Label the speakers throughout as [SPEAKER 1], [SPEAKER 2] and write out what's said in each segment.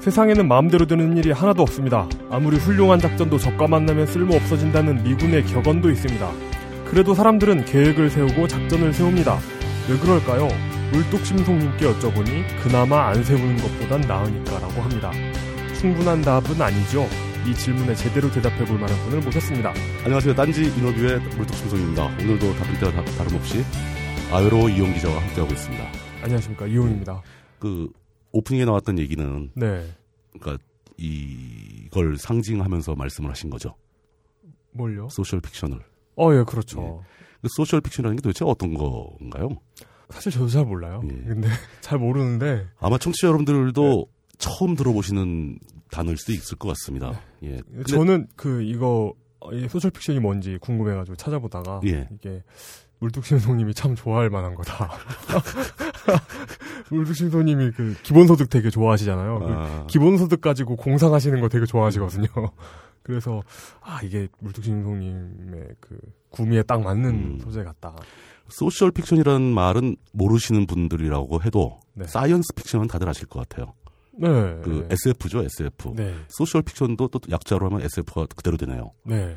[SPEAKER 1] 세상에는 마음대로 되는 일이 하나도 없습니다. 아무리 훌륭한 작전도 적과 만나면 쓸모 없어진다는 미군의 격언도 있습니다. 그래도 사람들은 계획을 세우고 작전을 세웁니다. 왜 그럴까요? 물뚝심송님께 여쭤보니 그나마 안 세우는 것보단 나으니까라고 합니다. 충분한 답은 아니죠. 이 질문에 제대로 대답해 볼 만한 분을 모셨습니다.
[SPEAKER 2] 안녕하세요. 딴지 인터뷰의 물뚝심송입니다. 오늘도 답변 때와 다- 다름없이 아외로 이용 기자와 함께하고 있습니다.
[SPEAKER 1] 안녕하십니까 이용입니다.
[SPEAKER 2] 그 오프닝에 나왔던 얘기는
[SPEAKER 1] 네,
[SPEAKER 2] 그러니까 이걸 상징하면서 말씀을 하신 거죠.
[SPEAKER 1] 뭘요?
[SPEAKER 2] 소셜 픽션을.
[SPEAKER 1] 어, 예, 그렇죠.
[SPEAKER 2] 그 소셜 픽션이라는 게 도대체 어떤 건가요?
[SPEAKER 1] 사실 저도 잘 몰라요.
[SPEAKER 2] 예.
[SPEAKER 1] 근데 잘 모르는데
[SPEAKER 2] 아마 청취자 여러분들도
[SPEAKER 1] 네.
[SPEAKER 2] 처음 들어보시는 단어일 수도 있을 것 같습니다.
[SPEAKER 1] 네.
[SPEAKER 2] 예. 근데
[SPEAKER 1] 저는 그 이거 어, 이 소셜 픽션이 뭔지 궁금해가지고 찾아보다가
[SPEAKER 2] 예.
[SPEAKER 1] 이게 물뚝심송님이 참 좋아할 만한 거다. 물뚝심송님이 그 기본소득 되게 좋아하시잖아요. 그
[SPEAKER 2] 아,
[SPEAKER 1] 기본소득 가지고 공상하시는 거 되게 좋아하시거든요. 그래서 아 이게 물뚝심송님의 그 구미에 딱 맞는
[SPEAKER 2] 음.
[SPEAKER 1] 소재 같다.
[SPEAKER 2] 소셜 픽션이라는 말은 모르시는 분들이라고 해도
[SPEAKER 1] 네.
[SPEAKER 2] 사이언스 픽션은 다들 아실 것 같아요.
[SPEAKER 1] 네.
[SPEAKER 2] 그
[SPEAKER 1] 네.
[SPEAKER 2] SF죠, SF.
[SPEAKER 1] 네.
[SPEAKER 2] 소셜 픽션도 또 약자로 하면 SF가 그대로 되네요.
[SPEAKER 1] 네.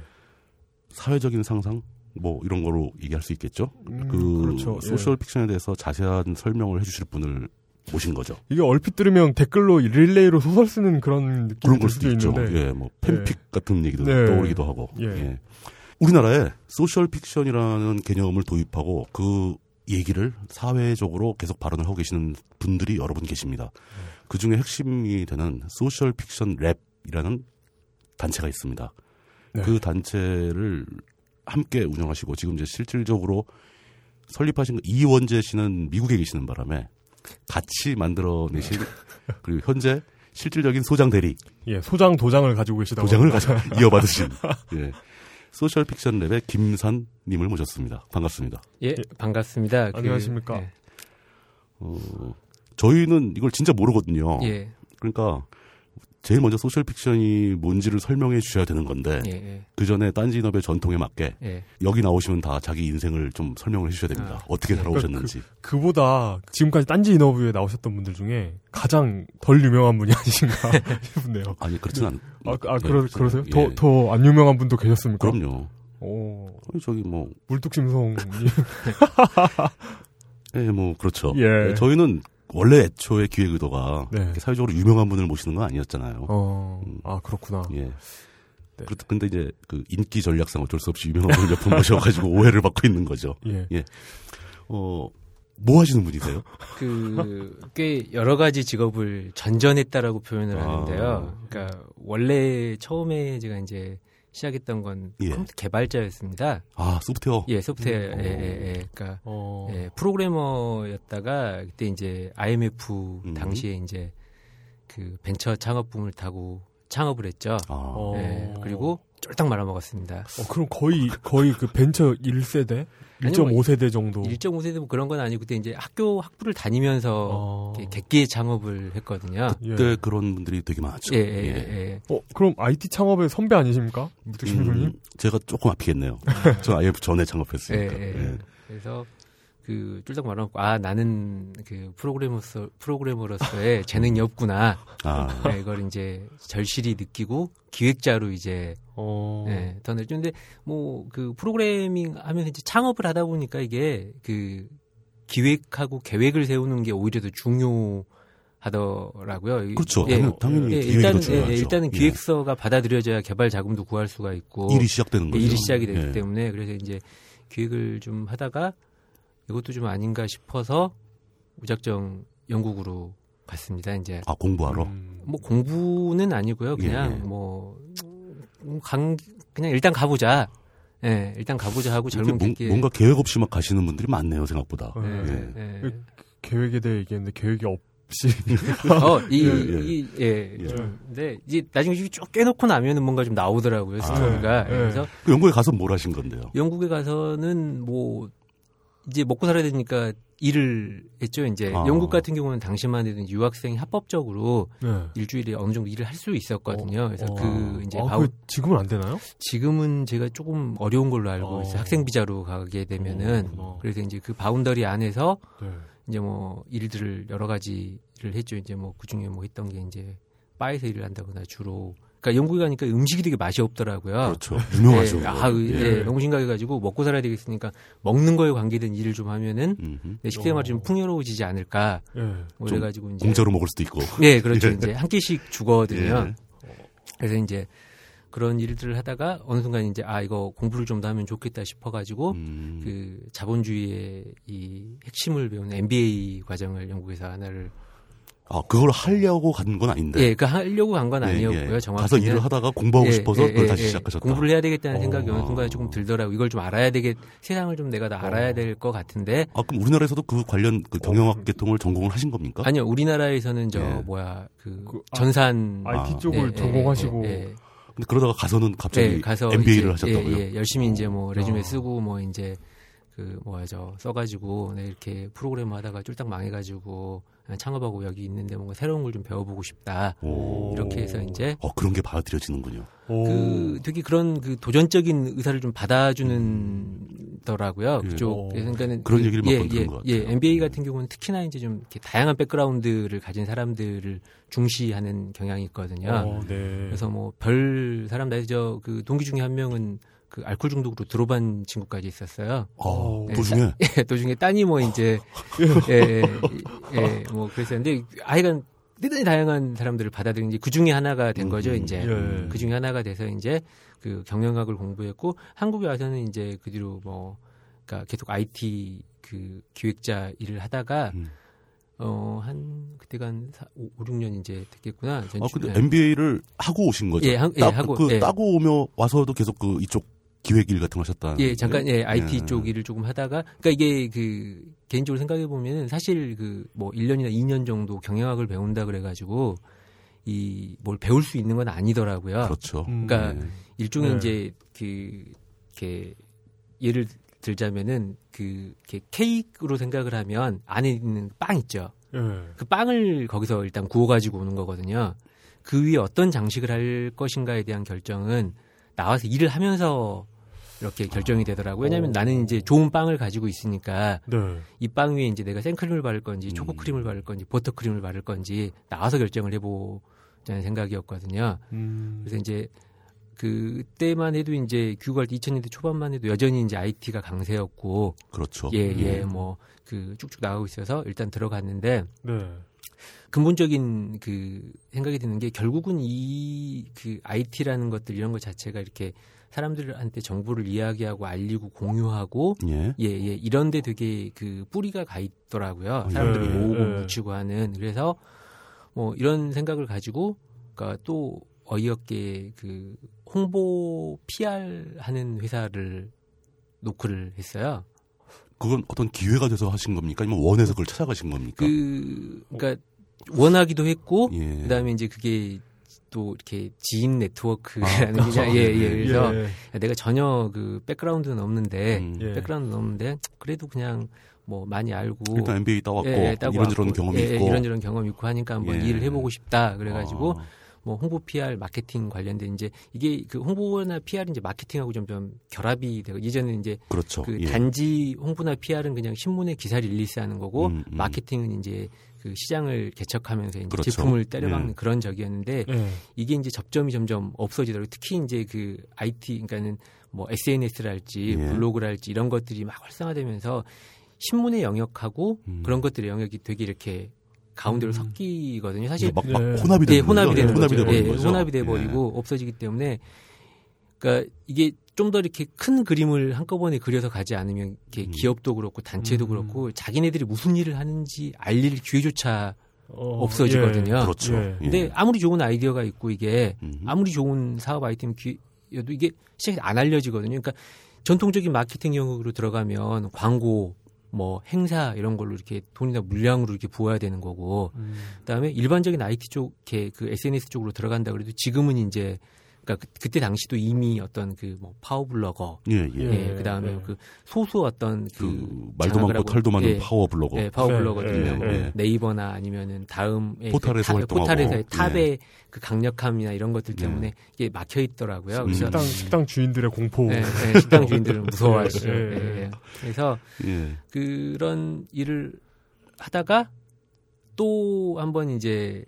[SPEAKER 2] 사회적인 상상 뭐 이런 거로 얘기할 수 있겠죠.
[SPEAKER 1] 음,
[SPEAKER 2] 그
[SPEAKER 1] 그렇죠.
[SPEAKER 2] 소셜
[SPEAKER 1] 예.
[SPEAKER 2] 픽션에 대해서 자세한 설명을 해주실 분을 모신 거죠.
[SPEAKER 1] 이게 얼핏 들으면 댓글로 릴레이로 소설 쓰는 그런 느낌이
[SPEAKER 2] 그런 걸
[SPEAKER 1] 들
[SPEAKER 2] 수도
[SPEAKER 1] 수도
[SPEAKER 2] 있죠.
[SPEAKER 1] 있는데.
[SPEAKER 2] 예, 뭐 팬픽 같은 얘기도
[SPEAKER 1] 네.
[SPEAKER 2] 떠오르기도 하고.
[SPEAKER 1] 예.
[SPEAKER 2] 예. 우리나라에 소셜 픽션이라는 개념을 도입하고 그 얘기를 사회적으로 계속 발언을 하고 계시는 분들이 여러 분 계십니다.
[SPEAKER 1] 네.
[SPEAKER 2] 그 중에 핵심이 되는 소셜 픽션 랩이라는 단체가 있습니다.
[SPEAKER 1] 네.
[SPEAKER 2] 그 단체를 함께 운영하시고 지금 이제 실질적으로 설립하신 그 이원재 씨는 미국에 계시는 바람에 같이 만들어내신
[SPEAKER 1] 네.
[SPEAKER 2] 그리고 현재 실질적인 소장 대리
[SPEAKER 1] 예, 소장 도장을 가지고 계시다고.
[SPEAKER 2] 도장을 가져 이어받으신 예. 소셜 픽션 랩의 김산님을 모셨습니다. 반갑습니다.
[SPEAKER 3] 예, 반갑습니다. 그,
[SPEAKER 1] 안녕하십니까?
[SPEAKER 3] 예,
[SPEAKER 2] 어, 저희는 이걸 진짜 모르거든요.
[SPEAKER 3] 예,
[SPEAKER 2] 그러니까 제일 먼저 소셜 픽션이 뭔지를 설명해 주셔야 되는 건데
[SPEAKER 3] 예, 예,
[SPEAKER 2] 그 전에 딴지인업의 전통에 맞게
[SPEAKER 3] 예.
[SPEAKER 2] 여기 나오시면 다 자기 인생을 좀 설명을 해주셔야 됩니다.
[SPEAKER 3] 아.
[SPEAKER 2] 어떻게
[SPEAKER 1] 그,
[SPEAKER 2] 살아오셨는지.
[SPEAKER 1] 그보다 지금까지 딴지 인터뷰에 나오셨던 분들 중에 가장 덜 유명한 분이 아니신가 싶네요.
[SPEAKER 2] 아니 그렇진 않.
[SPEAKER 1] 아, 아
[SPEAKER 2] 예,
[SPEAKER 1] 그러,
[SPEAKER 2] 그렇진
[SPEAKER 1] 그러세요?
[SPEAKER 2] 않-
[SPEAKER 1] 더,
[SPEAKER 2] 예.
[SPEAKER 1] 더 안 유명한 분도 계셨습니까?
[SPEAKER 2] 그럼요.
[SPEAKER 1] 오,
[SPEAKER 2] 아니, 저기 뭐,
[SPEAKER 1] 물뚝심송.
[SPEAKER 2] 예, 뭐 그렇죠.
[SPEAKER 1] 예.
[SPEAKER 2] 예, 저희는 원래 애초에 기획 의도가
[SPEAKER 1] 네.
[SPEAKER 2] 이렇게 사회적으로 유명한 분을 모시는 건 아니었잖아요.
[SPEAKER 1] 어, 아, 그렇구나.
[SPEAKER 2] 예.
[SPEAKER 3] 네.
[SPEAKER 2] 그렇 근데 이제 그 인기 전략상 어쩔 수 없이 유명한 분을 몇 번 모셔가지고 오해를 받고 있는 거죠.
[SPEAKER 1] 예.
[SPEAKER 2] 어, 뭐 하시는 분이세요?
[SPEAKER 3] 그, 꽤 여러 가지 직업을 전전했다라고 표현을
[SPEAKER 2] 아.
[SPEAKER 3] 하는데요. 그러니까, 원래 처음에 제가 이제 시작했던 건
[SPEAKER 2] 예.
[SPEAKER 3] 컴퓨터 개발자였습니다.
[SPEAKER 2] 아, 소프트웨어.
[SPEAKER 3] 예, 소프트웨어,
[SPEAKER 2] 음.
[SPEAKER 3] 예, 예, 예. 그러니까,
[SPEAKER 1] 어,
[SPEAKER 3] 예, 프로그래머였다가 그때 이제 IMF
[SPEAKER 2] 음.
[SPEAKER 3] 당시에 이제 그 벤처 창업 붐을 타고 창업을 했죠.
[SPEAKER 2] 아,
[SPEAKER 1] 어.
[SPEAKER 3] 예, 그리고 쫄딱 말아먹었습니다.
[SPEAKER 1] 어, 그럼 거의, 거의 그 벤처 1세대?
[SPEAKER 3] 뭐
[SPEAKER 1] 1.5세대
[SPEAKER 2] 음.
[SPEAKER 1] 정도.
[SPEAKER 3] 1.5세대 뭐 그런 건 아니고 그때 이제 학교 학부를 다니면서
[SPEAKER 1] 어.
[SPEAKER 3] 이렇게 객기의 창업을 했거든요.
[SPEAKER 1] 예.
[SPEAKER 2] 그때 그런 분들이 되게 많았죠. 음,
[SPEAKER 3] 예, 예, 예.
[SPEAKER 1] 어, 그럼 IT 창업의 선배 아니십니까? 물뚝심송님?
[SPEAKER 2] 음, 제가 조금 아프겠네요. 전 IF 전에 창업했으니까.
[SPEAKER 3] 예,
[SPEAKER 2] 예,
[SPEAKER 3] 예. 그래서 그 쫄딱 말아먹고 아 나는 그 프로그래머로서 프로그래머로서의 재능이 없구나
[SPEAKER 2] 아,
[SPEAKER 3] 예, 이걸 이제 절실히 느끼고 기획자로 이제
[SPEAKER 1] 어.
[SPEAKER 3] 예, 던죠 근데 뭐 그 프로그래밍 하면서 이제 창업을 하다 보니까 이게 그 기획하고 계획을 세우는 게 오히려 더 중요하더라고요.
[SPEAKER 2] 그렇죠.
[SPEAKER 3] 예,
[SPEAKER 2] 당연- 당연히
[SPEAKER 3] 예,
[SPEAKER 2] 기획이 더
[SPEAKER 3] 일단은
[SPEAKER 2] 중요하죠.
[SPEAKER 3] 예, 일단은
[SPEAKER 2] 예.
[SPEAKER 3] 기획서가 받아들여져야 개발 자금도 구할 수가 있고
[SPEAKER 2] 일이 시작되는
[SPEAKER 3] 예,
[SPEAKER 2] 거죠.
[SPEAKER 3] 일이 시작이 되기
[SPEAKER 2] 예.
[SPEAKER 3] 때문에 그래서 이제 기획을 좀 하다가 이것도 좀 아닌가 싶어서 무작정 영국으로 갔습니다. 이제
[SPEAKER 2] 아, 공부하러?
[SPEAKER 1] 음.
[SPEAKER 3] 뭐 공부는 아니고요. 그냥
[SPEAKER 2] 예, 예.
[SPEAKER 3] 뭐, 음, 강, 그냥 일단 가보자. 예, 일단 가보자 하고
[SPEAKER 2] 이렇게
[SPEAKER 3] 젊은
[SPEAKER 2] 뭔-
[SPEAKER 3] 객기
[SPEAKER 2] 뭔가 계획 없이 막 가시는 분들이 많네요, 생각보다.
[SPEAKER 1] 예.
[SPEAKER 3] 예, 예.
[SPEAKER 1] 그- 계획에 대해 얘기했는데 계획이 없이
[SPEAKER 3] 어, 이,
[SPEAKER 2] 예, 예.
[SPEAKER 3] 이, 예.
[SPEAKER 2] 예.
[SPEAKER 3] 좀, 근데 이제 나중에 이렇게 쭉 깨놓고 나면은 뭔가 좀 나오더라고요,
[SPEAKER 2] 아,
[SPEAKER 3] 스토리가.
[SPEAKER 1] 예, 예.
[SPEAKER 3] 그래서
[SPEAKER 2] 그 영국에 가서 뭘 하신 건데요?
[SPEAKER 3] 영국에 가서는 뭐, 이제 먹고 살아야 되니까 일을 했죠, 이제.
[SPEAKER 2] 아.
[SPEAKER 3] 영국 같은 경우는 당시만 해도 유학생이 합법적으로
[SPEAKER 1] 네.
[SPEAKER 3] 일주일에 어느 정도 일을 할 수 있었거든요. 그래서
[SPEAKER 1] 어.
[SPEAKER 3] 그, 이제
[SPEAKER 1] 아,
[SPEAKER 3] 바우,
[SPEAKER 1] 그 지금은 안 되나요?
[SPEAKER 3] 지금은 제가 조금 어려운 걸로 알고
[SPEAKER 1] 어.
[SPEAKER 3] 있어요. 학생 비자로 가게 되면은
[SPEAKER 1] 어.
[SPEAKER 3] 그래서 이제 그 바운더리 안에서
[SPEAKER 1] 네.
[SPEAKER 3] 이제 뭐 일들을 여러 가지를 했죠. 이제 뭐 그중에 뭐 했던 게 이제 바에서 일을 한다거나 주로 그러니까 영국에 가니까 음식이 되게 맛이 없더라고요.
[SPEAKER 2] 그렇죠. 유명하죠.
[SPEAKER 3] 예, 아,
[SPEAKER 2] 그거. 예.
[SPEAKER 3] 예, 너무 심각해가지고 먹고 살아야 되겠으니까 먹는 거에 관계된 일을 좀 하면은
[SPEAKER 2] 음흠.
[SPEAKER 3] 내 식대 말이 좀 풍요로워지지 않을까.
[SPEAKER 1] 예.
[SPEAKER 3] 뭐
[SPEAKER 2] 어. 좀
[SPEAKER 3] 그래가지고 이제
[SPEAKER 2] 공짜로 먹을 수도 있고.
[SPEAKER 3] 예, 그렇죠.
[SPEAKER 2] 예.
[SPEAKER 3] 이제 한 끼씩 주거든요.
[SPEAKER 2] 예.
[SPEAKER 3] 그래서 이제 그런 일들을 하다가 어느 순간 이제 아 이거 공부를 좀 더 하면 좋겠다 싶어가지고
[SPEAKER 2] 음,
[SPEAKER 3] 그 자본주의의 이 핵심을 배운 MBA 과정을 영국에서 하나를
[SPEAKER 2] 아 그걸 하려고 간 건 아닌데.
[SPEAKER 3] 예, 그 하려고 간 건 아니었고요.
[SPEAKER 2] 네. 예, 예.
[SPEAKER 3] 정확히
[SPEAKER 2] 가서 일을 하다가
[SPEAKER 3] 예,
[SPEAKER 2] 공부하고 싶어서 그걸 다시 시작하셨다.
[SPEAKER 3] 공부를 해야 되겠다는
[SPEAKER 1] 어.
[SPEAKER 3] 생각이 어느 순간에 조금 들더라고. 요 이걸 좀 알아야 되겠. 세상을 좀 내가
[SPEAKER 2] 어.
[SPEAKER 3] 다 알아야 될 것 같은데
[SPEAKER 2] 아 그럼 우리나라에서도 그 관련 그 경영학 계통을 전공을 하신 겁니까?
[SPEAKER 3] 어. 아니요 우리나라에서는 저
[SPEAKER 2] 어? 예.
[SPEAKER 3] 뭐야 그,
[SPEAKER 1] 그, 아,
[SPEAKER 3] 전산
[SPEAKER 1] IT
[SPEAKER 2] 아.
[SPEAKER 1] 쪽을
[SPEAKER 3] 예, 예,
[SPEAKER 1] 전공하시고
[SPEAKER 3] 예, 예.
[SPEAKER 2] 근데 그러다가 가서는 갑자기
[SPEAKER 3] 네, 가서
[SPEAKER 2] MBA를
[SPEAKER 3] 이제,
[SPEAKER 2] 하셨다고요? 어.
[SPEAKER 3] 예, 예, 열심히 이제 뭐 레주메
[SPEAKER 1] 아.
[SPEAKER 3] 쓰고 뭐 이제 그 뭐야 저 써가지고 네, 이렇게 프로그램 하다가 쫄딱 망해가지고 그냥 창업하고 여기 있는데 뭔가 새로운 걸 좀 배워보고 싶다
[SPEAKER 2] 오.
[SPEAKER 3] 이렇게 해서 이제
[SPEAKER 2] 어 그런 게 받아들여지는군요.
[SPEAKER 1] 오.
[SPEAKER 3] 그 되게 그런 그 도전적인 의사를 좀 받아주는더라고요
[SPEAKER 2] 예.
[SPEAKER 1] 어.
[SPEAKER 3] 그쪽 예, 그러니까는
[SPEAKER 2] 그런 얘기를 몇
[SPEAKER 3] 예,
[SPEAKER 2] 번 들은
[SPEAKER 3] 예,
[SPEAKER 2] 것
[SPEAKER 3] 예,
[SPEAKER 2] 같아요. 음.
[SPEAKER 3] MBA 같은 경우는 특히나 이제 좀 이렇게 다양한 백그라운드를 가진 사람들을 중시하는 경향이 있거든요.
[SPEAKER 2] 예.
[SPEAKER 1] 어, 네.
[SPEAKER 3] 그래서 뭐 별 사람 다 해서 그 동기 중에 한 명은 그 알코올 중독으로 들어간 친구까지 있었어요.
[SPEAKER 2] 아,
[SPEAKER 1] 오.
[SPEAKER 2] 도중에
[SPEAKER 3] 예, 도중에 딴이 뭐 이제 예, 예, 예, 뭐 그랬었는데 아이가 대단히 다양한 사람들을 받아들인 이제 그 중에 하나가 된 거죠
[SPEAKER 2] 음,
[SPEAKER 3] 이제
[SPEAKER 1] 예.
[SPEAKER 3] 그 중에 하나가 돼서 이제 그 경영학을 공부했고 한국에 와서는 이제 그 뒤로 뭐 그러니까 계속 IT 그 기획자 일을 하다가
[SPEAKER 2] 음.
[SPEAKER 3] 어 한 그때가 한 사- 오 5, 6년 이제 됐겠구나.
[SPEAKER 2] 아 근데
[SPEAKER 3] 예.
[SPEAKER 2] MBA를 하고 오신 거죠?
[SPEAKER 3] 예, 한- 예,
[SPEAKER 2] 따,
[SPEAKER 3] 하고,
[SPEAKER 2] 그
[SPEAKER 3] 예.
[SPEAKER 2] 따고 오며 와서도 계속 그 이쪽 기획 일 같은 거 하셨다는.
[SPEAKER 3] 예, 잠깐 예, IT
[SPEAKER 2] 예.
[SPEAKER 3] 쪽 일을 조금 하다가 그러니까 이게 그 개인적으로 생각해 보면은 사실 그 뭐 1년이나 2년 정도 경영학을 배운다 그래 가지고 이 뭘 배울 수 있는 건 아니더라고요.
[SPEAKER 2] 그렇죠.
[SPEAKER 1] 음,
[SPEAKER 3] 그러니까
[SPEAKER 2] 예.
[SPEAKER 3] 일종의
[SPEAKER 1] 네.
[SPEAKER 3] 이제 그 이렇게 예를 들자면은 그 이렇게 케이크로 생각을 하면 안에 있는 빵 있죠.
[SPEAKER 1] 예.
[SPEAKER 3] 그 빵을 거기서 일단 구워 가지고 오는 거거든요. 그 위에 어떤 장식을 할 것인가에 대한 결정은 나와서 일을 하면서 이렇게 결정이 되더라고요. 왜냐하면
[SPEAKER 1] 오.
[SPEAKER 3] 나는 이제 좋은 빵을 가지고 있으니까
[SPEAKER 1] 네.
[SPEAKER 3] 이 빵 위에 이제 내가 생크림을 바를 건지
[SPEAKER 2] 음.
[SPEAKER 3] 초코크림을 바를 건지 버터크림을 바를 건지 나와서 결정을 해보자는 생각이었거든요.
[SPEAKER 1] 음.
[SPEAKER 3] 그래서 이제 그때만 해도 이제 교육할 때 2000년대 초반만 해도 여전히 이제 IT가 강세였고
[SPEAKER 2] 그렇죠.
[SPEAKER 3] 예, 예, 뭐 그 쭉쭉 나가고 있어서 일단 들어갔는데
[SPEAKER 1] 네.
[SPEAKER 3] 근본적인 그 생각이 드는 게 결국은 이 그 IT라는 것들 이런 것 자체가 이렇게 사람들한테 정보를 이야기하고 알리고 공유하고
[SPEAKER 2] 예.
[SPEAKER 3] 예, 예, 이런데 되게 그 뿌리가 가 있더라고요.
[SPEAKER 2] 예,
[SPEAKER 3] 사람들이 모으고
[SPEAKER 1] 예.
[SPEAKER 3] 묻히고 하는. 그래서 뭐 이런 생각을 가지고 그러니까 또 어이없게 그 홍보 PR 하는 회사를 노크를 했어요.
[SPEAKER 2] 그건 어떤 기회가 돼서 하신 겁니까? 아니면 원해서 그걸 찾아가신 겁니까?
[SPEAKER 3] 그 그러니까 원하기도 했고
[SPEAKER 2] 예.
[SPEAKER 3] 그다음에 이제 그게 또 이렇게 지인
[SPEAKER 2] 아,
[SPEAKER 3] 네트워크라는
[SPEAKER 2] 그렇죠.
[SPEAKER 3] 게냐 예, 예.
[SPEAKER 2] 예,
[SPEAKER 3] 그래서
[SPEAKER 1] 예.
[SPEAKER 3] 내가 전혀 그 백그라운드는 없는데
[SPEAKER 2] 음.
[SPEAKER 1] 예.
[SPEAKER 3] 백그라운드는 없는데 그래도 그냥 뭐 많이 알고
[SPEAKER 2] 일단 MBA 따왔고
[SPEAKER 3] 예, 예, 따고
[SPEAKER 2] 이런저런
[SPEAKER 3] 왔고,
[SPEAKER 2] 경험이
[SPEAKER 3] 예, 예,
[SPEAKER 2] 있고
[SPEAKER 3] 이런저런 경험이 있고 하니까 한번
[SPEAKER 2] 예.
[SPEAKER 3] 일을 해보고 싶다 그래가지고
[SPEAKER 2] 아,
[SPEAKER 3] 뭐 홍보 PR 마케팅 관련된 이제 이게 그 홍보나 PR 이 이제 마케팅하고 점점 결합이 되고 이제는 이제
[SPEAKER 2] 그렇죠.
[SPEAKER 3] 그
[SPEAKER 2] 예.
[SPEAKER 3] 단지 홍보나 PR은 그냥 신문에 기사를 릴리스하는 거고
[SPEAKER 2] 음, 음.
[SPEAKER 3] 마케팅은 이제 그 시장을 개척하면서 이제
[SPEAKER 2] 그렇죠.
[SPEAKER 3] 제품을 때려박는
[SPEAKER 2] 예.
[SPEAKER 3] 그런 적이었는데
[SPEAKER 1] 예.
[SPEAKER 3] 이게 이제 접점이 점점 없어지더라고요. 특히 이제 그 IT 그러니까는 뭐 SNS랄지
[SPEAKER 2] 예.
[SPEAKER 3] 블로그랄지 이런 것들이 막 활성화되면서 신문의 영역하고
[SPEAKER 2] 음.
[SPEAKER 3] 그런 것들의 영역이 되게 이렇게 가운데로
[SPEAKER 1] 음.
[SPEAKER 3] 섞이거든요.
[SPEAKER 2] 이게
[SPEAKER 3] 사실
[SPEAKER 2] 막, 막
[SPEAKER 1] 예.
[SPEAKER 2] 혼합이
[SPEAKER 3] 예,
[SPEAKER 2] 되는
[SPEAKER 3] 혼합이
[SPEAKER 2] 거죠.
[SPEAKER 3] 되는
[SPEAKER 1] 혼합이
[SPEAKER 3] 거죠.
[SPEAKER 1] 돼버린
[SPEAKER 3] 예,
[SPEAKER 2] 거죠.
[SPEAKER 3] 혼합이 돼
[SPEAKER 2] 예.
[SPEAKER 3] 버리고 없어지기 때문에 그러니까 이게 좀 더 이렇게 큰 그림을 한꺼번에 그려서 가지 않으면 이렇게
[SPEAKER 2] 음.
[SPEAKER 3] 기업도 그렇고 단체도
[SPEAKER 1] 음.
[SPEAKER 3] 그렇고 자기네들이 무슨 일을 하는지 알릴 기회조차
[SPEAKER 1] 어,
[SPEAKER 3] 없어지거든요.
[SPEAKER 1] 예.
[SPEAKER 2] 그렇죠.
[SPEAKER 1] 예.
[SPEAKER 2] 예.
[SPEAKER 3] 근데 아무리 좋은 아이디어가 있고 이게
[SPEAKER 2] 음.
[SPEAKER 3] 아무리 좋은 사업 아이템이어도 이게 시장에 안 알려지거든요. 그러니까 전통적인 마케팅 영역으로 들어가면 광고, 뭐 행사 이런 걸로 이렇게 돈이나 물량으로 이렇게 부어야 되는 거고
[SPEAKER 1] 음.
[SPEAKER 3] 그다음에 일반적인 IT 쪽, 이렇게 그 SNS 쪽으로 들어간다 그래도 지금은 이제 그러니까 그, 때 당시도 이미 어떤 그 뭐 파워블로거,
[SPEAKER 2] 예, 예.
[SPEAKER 3] 예,
[SPEAKER 1] 예,
[SPEAKER 3] 그다음에
[SPEAKER 1] 예.
[SPEAKER 3] 그 소수 어떤 그,
[SPEAKER 2] 그 말도
[SPEAKER 3] 장악을
[SPEAKER 2] 많고
[SPEAKER 3] 하고,
[SPEAKER 2] 털도 많은
[SPEAKER 3] 예,
[SPEAKER 2] 파워 블로거.
[SPEAKER 3] 예, 파워블로거들이
[SPEAKER 1] 예, 예.
[SPEAKER 3] 네이버나 아니면은 다음에
[SPEAKER 2] 포털에서
[SPEAKER 3] 그
[SPEAKER 2] 활동하고.
[SPEAKER 3] 포탈에서의 탑의
[SPEAKER 2] 예.
[SPEAKER 3] 그 강력함이나 이런 것들 때문에 이게 막혀 있더라고요.
[SPEAKER 2] 음.
[SPEAKER 3] 그래서
[SPEAKER 1] 식당 식당 주인들의 공포.
[SPEAKER 3] 예, 예, 식당 주인들은 무서워하시죠.
[SPEAKER 1] 예, 예,
[SPEAKER 3] 예,
[SPEAKER 1] 예.
[SPEAKER 3] 예. 그래서
[SPEAKER 2] 예.
[SPEAKER 3] 그런 일을 하다가 또 한 번 이제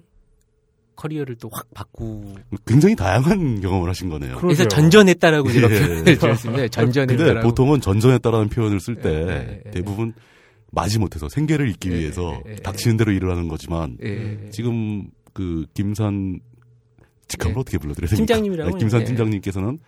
[SPEAKER 3] 커리어를 또 확 바꾸.
[SPEAKER 2] 굉장히 다양한 경험을 하신 거네요.
[SPEAKER 1] 그러-
[SPEAKER 3] 그래서
[SPEAKER 1] 그러게요. 예.
[SPEAKER 3] 전전했다라고 제가
[SPEAKER 2] 예.
[SPEAKER 3] 표현을 드렸습니다.
[SPEAKER 2] 근데
[SPEAKER 3] 전전했다라고.
[SPEAKER 2] 보통은 전전했다라는 표현을 쓸 때
[SPEAKER 3] 예, 예, 예.
[SPEAKER 2] 대부분 마지 못해서 생계를 잇기
[SPEAKER 3] 예,
[SPEAKER 2] 위해서
[SPEAKER 3] 예, 예, 예.
[SPEAKER 2] 닥치는 대로 일을 하는 거지만
[SPEAKER 3] 예, 예.
[SPEAKER 2] 지금 그 김산 직함을
[SPEAKER 3] 예.
[SPEAKER 2] 어떻게 불러드려야 됩니까?
[SPEAKER 3] 팀장님이라고
[SPEAKER 2] 네, 김산
[SPEAKER 3] 예.
[SPEAKER 2] 팀장님께서는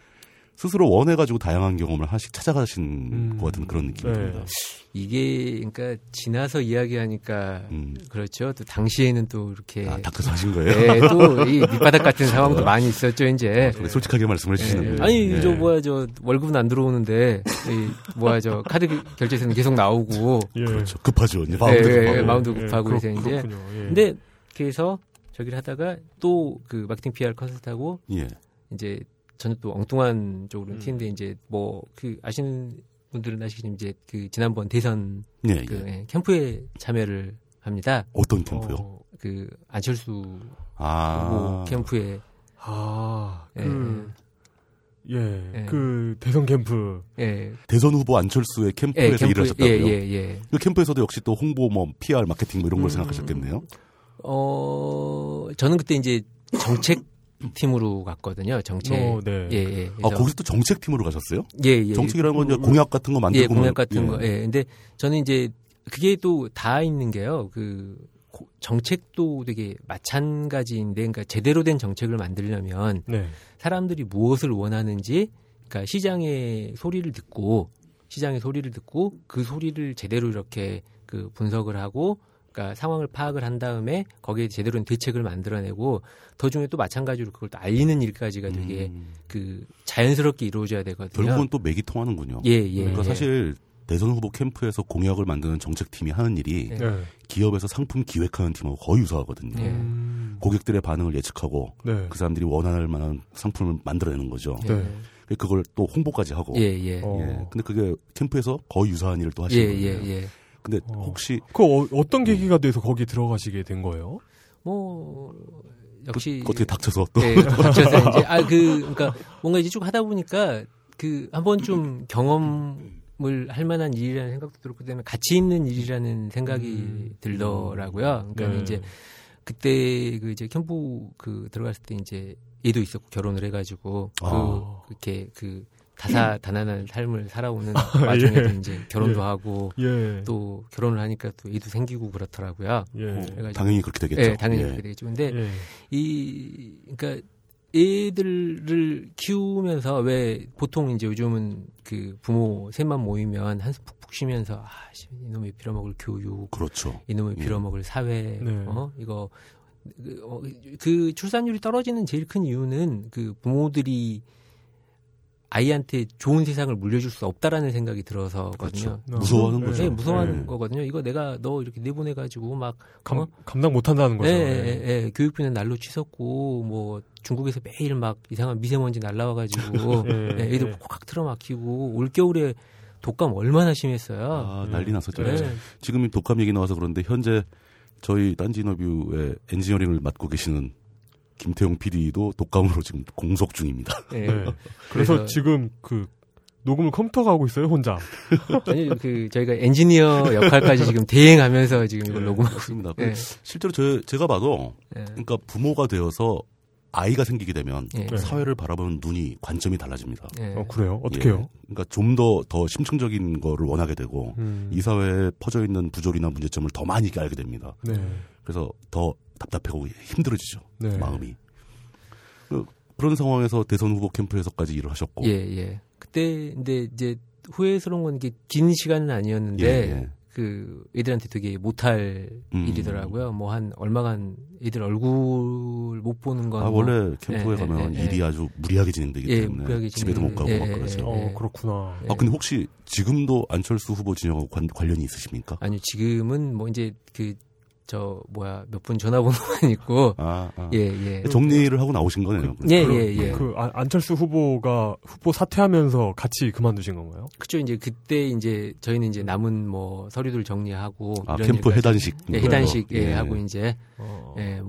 [SPEAKER 2] 스스로 원해가지고 다양한 경험을 하나씩 찾아가신
[SPEAKER 1] 음.
[SPEAKER 2] 것 같은 그런 느낌이
[SPEAKER 1] 네.
[SPEAKER 2] 듭니다.
[SPEAKER 3] 이게 그러니까 지나서 이야기하니까
[SPEAKER 2] 음.
[SPEAKER 3] 그렇죠. 또 당시에는 또 이렇게
[SPEAKER 2] 아, 닥쳐서 하신 거예요? 아,
[SPEAKER 3] 예, 또이 밑바닥 같은 상황도 많이 있었죠. 이제
[SPEAKER 2] 그래, 솔직하게 말씀을
[SPEAKER 3] 예.
[SPEAKER 2] 해주시는 거예요.
[SPEAKER 3] 아니
[SPEAKER 2] 예.
[SPEAKER 3] 저 뭐야 저 월급은 안 들어오는데 이 뭐야 저 카드 결제세는 계속 나오고
[SPEAKER 1] 예.
[SPEAKER 2] 그렇죠. 급하죠. 이제
[SPEAKER 3] 예,
[SPEAKER 2] 마음도
[SPEAKER 3] 예,
[SPEAKER 2] 급하고.
[SPEAKER 3] 예, 마음도
[SPEAKER 1] 예,
[SPEAKER 3] 급하고
[SPEAKER 1] 그렇-
[SPEAKER 3] 이제 이제
[SPEAKER 1] 그렇군요. 예.
[SPEAKER 3] 근데 그래서 저기를 하다가 또 그 마케팅 PR 컨설트하고
[SPEAKER 2] 예.
[SPEAKER 3] 이제 전혀 또 엉뚱한 쪽으로
[SPEAKER 1] 음.
[SPEAKER 3] 튀는데 이제 뭐 그 아시는 분들은 아시겠지만 이제 그 지난번 대선
[SPEAKER 2] 예, 예.
[SPEAKER 3] 그 예, 캠프에 참여를 합니다.
[SPEAKER 2] 어떤 캠프요?
[SPEAKER 3] 어, 그 안철수
[SPEAKER 2] 아.
[SPEAKER 3] 후보 캠프에
[SPEAKER 1] 아,
[SPEAKER 3] 예,
[SPEAKER 1] 그, 예,
[SPEAKER 3] 예.
[SPEAKER 1] 그 대선 캠프.
[SPEAKER 3] 예,
[SPEAKER 2] 대선 후보 안철수의
[SPEAKER 3] 예,
[SPEAKER 2] 캠프에서
[SPEAKER 3] 캠프-
[SPEAKER 2] 일을 하셨다고요?
[SPEAKER 3] 예, 예, 예.
[SPEAKER 2] 그 캠프에서도 역시 또 홍보, 뭐, PR, 마케팅 뭐 이런 걸
[SPEAKER 1] 음.
[SPEAKER 2] 생각하셨겠네요.
[SPEAKER 3] 어 저는 그때 이제 정책 팀으로 갔거든요. 정책.
[SPEAKER 1] 어, 네.
[SPEAKER 3] 예, 예.
[SPEAKER 2] 아,
[SPEAKER 3] 그래서-
[SPEAKER 2] 거기서 또 정책팀으로 가셨어요?
[SPEAKER 3] 예, 예.
[SPEAKER 2] 정책이라는 건 이제
[SPEAKER 1] 음.
[SPEAKER 2] 공약 같은 거 만들고
[SPEAKER 3] 예, 공약 같은
[SPEAKER 2] 예.
[SPEAKER 3] 거. 예. 근데 저는 이제 그게 또 다 있는 게요. 그 고- 정책도 되게 마찬가지인데, 그러니까 제대로 된 정책을 만들려면
[SPEAKER 1] 네.
[SPEAKER 3] 사람들이 무엇을 원하는지, 그러니까 시장의 소리를 듣고 시장의 소리를 듣고 그 소리를 제대로 이렇게 그 분석을 하고 그러니까 상황을 파악을 한 다음에 거기에 제대로 된 대책을 만들어내고 더 중에 또 마찬가지로 그걸 또 알리는 일까지가 되게
[SPEAKER 2] 음.
[SPEAKER 3] 그 자연스럽게 이루어져야 되거든요.
[SPEAKER 2] 결국은 또 맥이 통하는군요.
[SPEAKER 3] 예, 예.
[SPEAKER 2] 그러니까
[SPEAKER 3] 예.
[SPEAKER 2] 사실 대선 후보 캠프에서 공약을 만드는 정책팀이 하는 일이
[SPEAKER 3] 예.
[SPEAKER 1] 네.
[SPEAKER 2] 기업에서 상품 기획하는 팀하고 거의 유사하거든요.
[SPEAKER 3] 예.
[SPEAKER 1] 음.
[SPEAKER 2] 고객들의 반응을 예측하고
[SPEAKER 1] 네.
[SPEAKER 2] 그 사람들이 원할 만한 상품을 만들어내는 거죠.
[SPEAKER 1] 네.
[SPEAKER 2] 그걸 또 홍보까지 하고.
[SPEAKER 3] 예, 예.
[SPEAKER 1] 어.
[SPEAKER 2] 예. 근데 그게 캠프에서 거의 유사한 일을 또
[SPEAKER 3] 예,
[SPEAKER 2] 하시는 거예요.
[SPEAKER 3] 예, 예.
[SPEAKER 2] 근데
[SPEAKER 1] 어.
[SPEAKER 2] 혹시
[SPEAKER 1] 그 어, 어떤 계기가 돼서 거기 들어가시게 된 거예요?
[SPEAKER 3] 뭐 역시
[SPEAKER 2] 그, 어떻게 닥쳐서 또
[SPEAKER 3] 예, 닥쳐서 이제 아그 그러니까 뭔가 이제 쭉 하다 보니까 그 한 번쯤 경험을 할 만한 일이라는 생각도 들고 그다음에 가치 있는 일이라는 생각이
[SPEAKER 1] 음.
[SPEAKER 2] 음.
[SPEAKER 3] 들더라고요. 그러니까
[SPEAKER 1] 네.
[SPEAKER 3] 이제 그때 그 이제 캠프 그 들어갔을 때 이제 얘도 있었고 결혼을 해가지고 그
[SPEAKER 1] 아.
[SPEAKER 3] 그렇게 그 다사다난한 삶을 살아오는
[SPEAKER 2] 예.
[SPEAKER 3] 와중에도 이제 결혼도
[SPEAKER 1] 예.
[SPEAKER 3] 하고
[SPEAKER 1] 예.
[SPEAKER 3] 또 결혼을 하니까 또 애도 생기고 그렇더라고요.
[SPEAKER 1] 예.
[SPEAKER 2] 네.
[SPEAKER 3] 그래가지고-
[SPEAKER 2] 당연히 그렇게 되겠죠.
[SPEAKER 3] 예, 당연히
[SPEAKER 2] 예.
[SPEAKER 3] 그렇게 되겠죠. 근데
[SPEAKER 1] 예.
[SPEAKER 3] 이 그러니까 애들을 키우면서 왜 보통 이제 요즘은 그 부모 셋만 모이면 한숨 푹푹 쉬면서 아, 씨, 이놈의 빌어먹을 교육,
[SPEAKER 2] 그렇죠.
[SPEAKER 3] 이놈의
[SPEAKER 2] 예.
[SPEAKER 3] 빌어먹을 사회,
[SPEAKER 1] 네.
[SPEAKER 3] 어 이거 그, 어, 그 출산율이 떨어지는 제일 큰 이유는 그 부모들이 아이한테 좋은 세상을 물려줄 수 없다라는 생각이 들어서거든요.
[SPEAKER 1] 어.
[SPEAKER 2] 무서워하는
[SPEAKER 1] 예.
[SPEAKER 2] 거죠.
[SPEAKER 3] 네, 무서워하는
[SPEAKER 2] 그렇죠. 예.
[SPEAKER 3] 거거든요. 이거 내가 너 이렇게 내보내가지고 막
[SPEAKER 1] 예. 감,
[SPEAKER 3] 어?
[SPEAKER 1] 감당 못 한다는 거죠. 네.
[SPEAKER 3] 예, 예, 예, 예. 교육비는 날로 치솟고 뭐 중국에서 매일 막 이상한 미세먼지 날라와가지고
[SPEAKER 1] 예,
[SPEAKER 3] 예, 애들
[SPEAKER 1] 예.
[SPEAKER 3] 꽉 틀어막히고 올 겨울에 독감 얼마나 심했어요.
[SPEAKER 2] 아,
[SPEAKER 1] 예.
[SPEAKER 2] 난리 났었죠.
[SPEAKER 3] 예,
[SPEAKER 2] 지금 이 독감 얘기 나와서 그런데 현재 저희 딴지인터뷰에 엔지니어링을 맡고 계시는 김태용 PD도 독감으로 지금 공석 중입니다.
[SPEAKER 3] 예.
[SPEAKER 1] 네. 그래서,
[SPEAKER 3] 그래서-
[SPEAKER 1] 지금 그 녹음을 컴퓨터가 하고 있어요, 혼자.
[SPEAKER 3] 아니 그 저희가 엔지니어 역할까지 지금 대행하면서 지금
[SPEAKER 1] 네.
[SPEAKER 3] 이걸 녹음하고
[SPEAKER 2] 그렇습니다. 그
[SPEAKER 3] 예,
[SPEAKER 2] 실제로 저, 제가 봐도
[SPEAKER 3] 예,
[SPEAKER 2] 그러니까 부모가 되어서 아이가 생기게 되면
[SPEAKER 3] 예,
[SPEAKER 1] 네.
[SPEAKER 2] 사회를 바라보는 눈이 관점이 달라집니다.
[SPEAKER 3] 예.
[SPEAKER 1] 어, 그래요? 어떻게요?
[SPEAKER 2] 예. 그러니까 좀 더 더 심층적인 거를 원하게 되고
[SPEAKER 1] 음.
[SPEAKER 2] 이 사회에 퍼져 있는 부조리나 문제점을 더 많이 알게 됩니다.
[SPEAKER 1] 네.
[SPEAKER 2] 그래서 더 답답하고 힘들어지죠.
[SPEAKER 1] 네.
[SPEAKER 2] 마음이. 그- 그런 상황에서 대선 후보 캠프에서까지 일을 하셨고.
[SPEAKER 3] 예, 예. 그때 근데 이제 후회스러운 건 이게 긴 시간은 아니었는데
[SPEAKER 2] 예, 예.
[SPEAKER 3] 그 애들한테 되게 못할
[SPEAKER 2] 음.
[SPEAKER 3] 일이더라고요. 뭐 한 얼마간 애들 얼굴 못 보는 건
[SPEAKER 2] 아,
[SPEAKER 3] 뭐-
[SPEAKER 2] 원래 캠프에
[SPEAKER 3] 예,
[SPEAKER 2] 가면
[SPEAKER 3] 예, 예,
[SPEAKER 2] 일이
[SPEAKER 3] 예.
[SPEAKER 2] 아주 무리하게 진행되기
[SPEAKER 3] 예,
[SPEAKER 2] 때문에
[SPEAKER 3] 무리하게
[SPEAKER 2] 집에도 못 가고
[SPEAKER 3] 진행되고,
[SPEAKER 2] 막
[SPEAKER 3] 예, 예,
[SPEAKER 2] 그러죠.
[SPEAKER 1] 어,
[SPEAKER 3] 예.
[SPEAKER 1] 그렇구나.
[SPEAKER 3] 예.
[SPEAKER 2] 아, 근데 혹시 지금도 안철수 후보 진영하고 관, 관련이 있으십니까?
[SPEAKER 3] 아니 지금은 뭐 이제 그 저 뭐야 몇 분 전화번호만 있고
[SPEAKER 2] 아, 아.
[SPEAKER 3] 예 예.
[SPEAKER 2] 정리를 하고 나오신 거네요.
[SPEAKER 3] 예,
[SPEAKER 1] 그럼
[SPEAKER 3] 예, 예.
[SPEAKER 1] 그 안- 안철수 후보가 후보 사퇴하면서 같이 그만두신 건가요?
[SPEAKER 3] 그쵸 이제 그때 이제 저희는 이제 남은 뭐 서류들 정리하고
[SPEAKER 2] 아,
[SPEAKER 3] 이런
[SPEAKER 2] 캠프
[SPEAKER 3] 일까지-
[SPEAKER 2] 해단식.
[SPEAKER 3] 예, 해단식 예,
[SPEAKER 2] 예.
[SPEAKER 3] 하고 이제
[SPEAKER 1] 어.
[SPEAKER 3] 예뭐예그 예,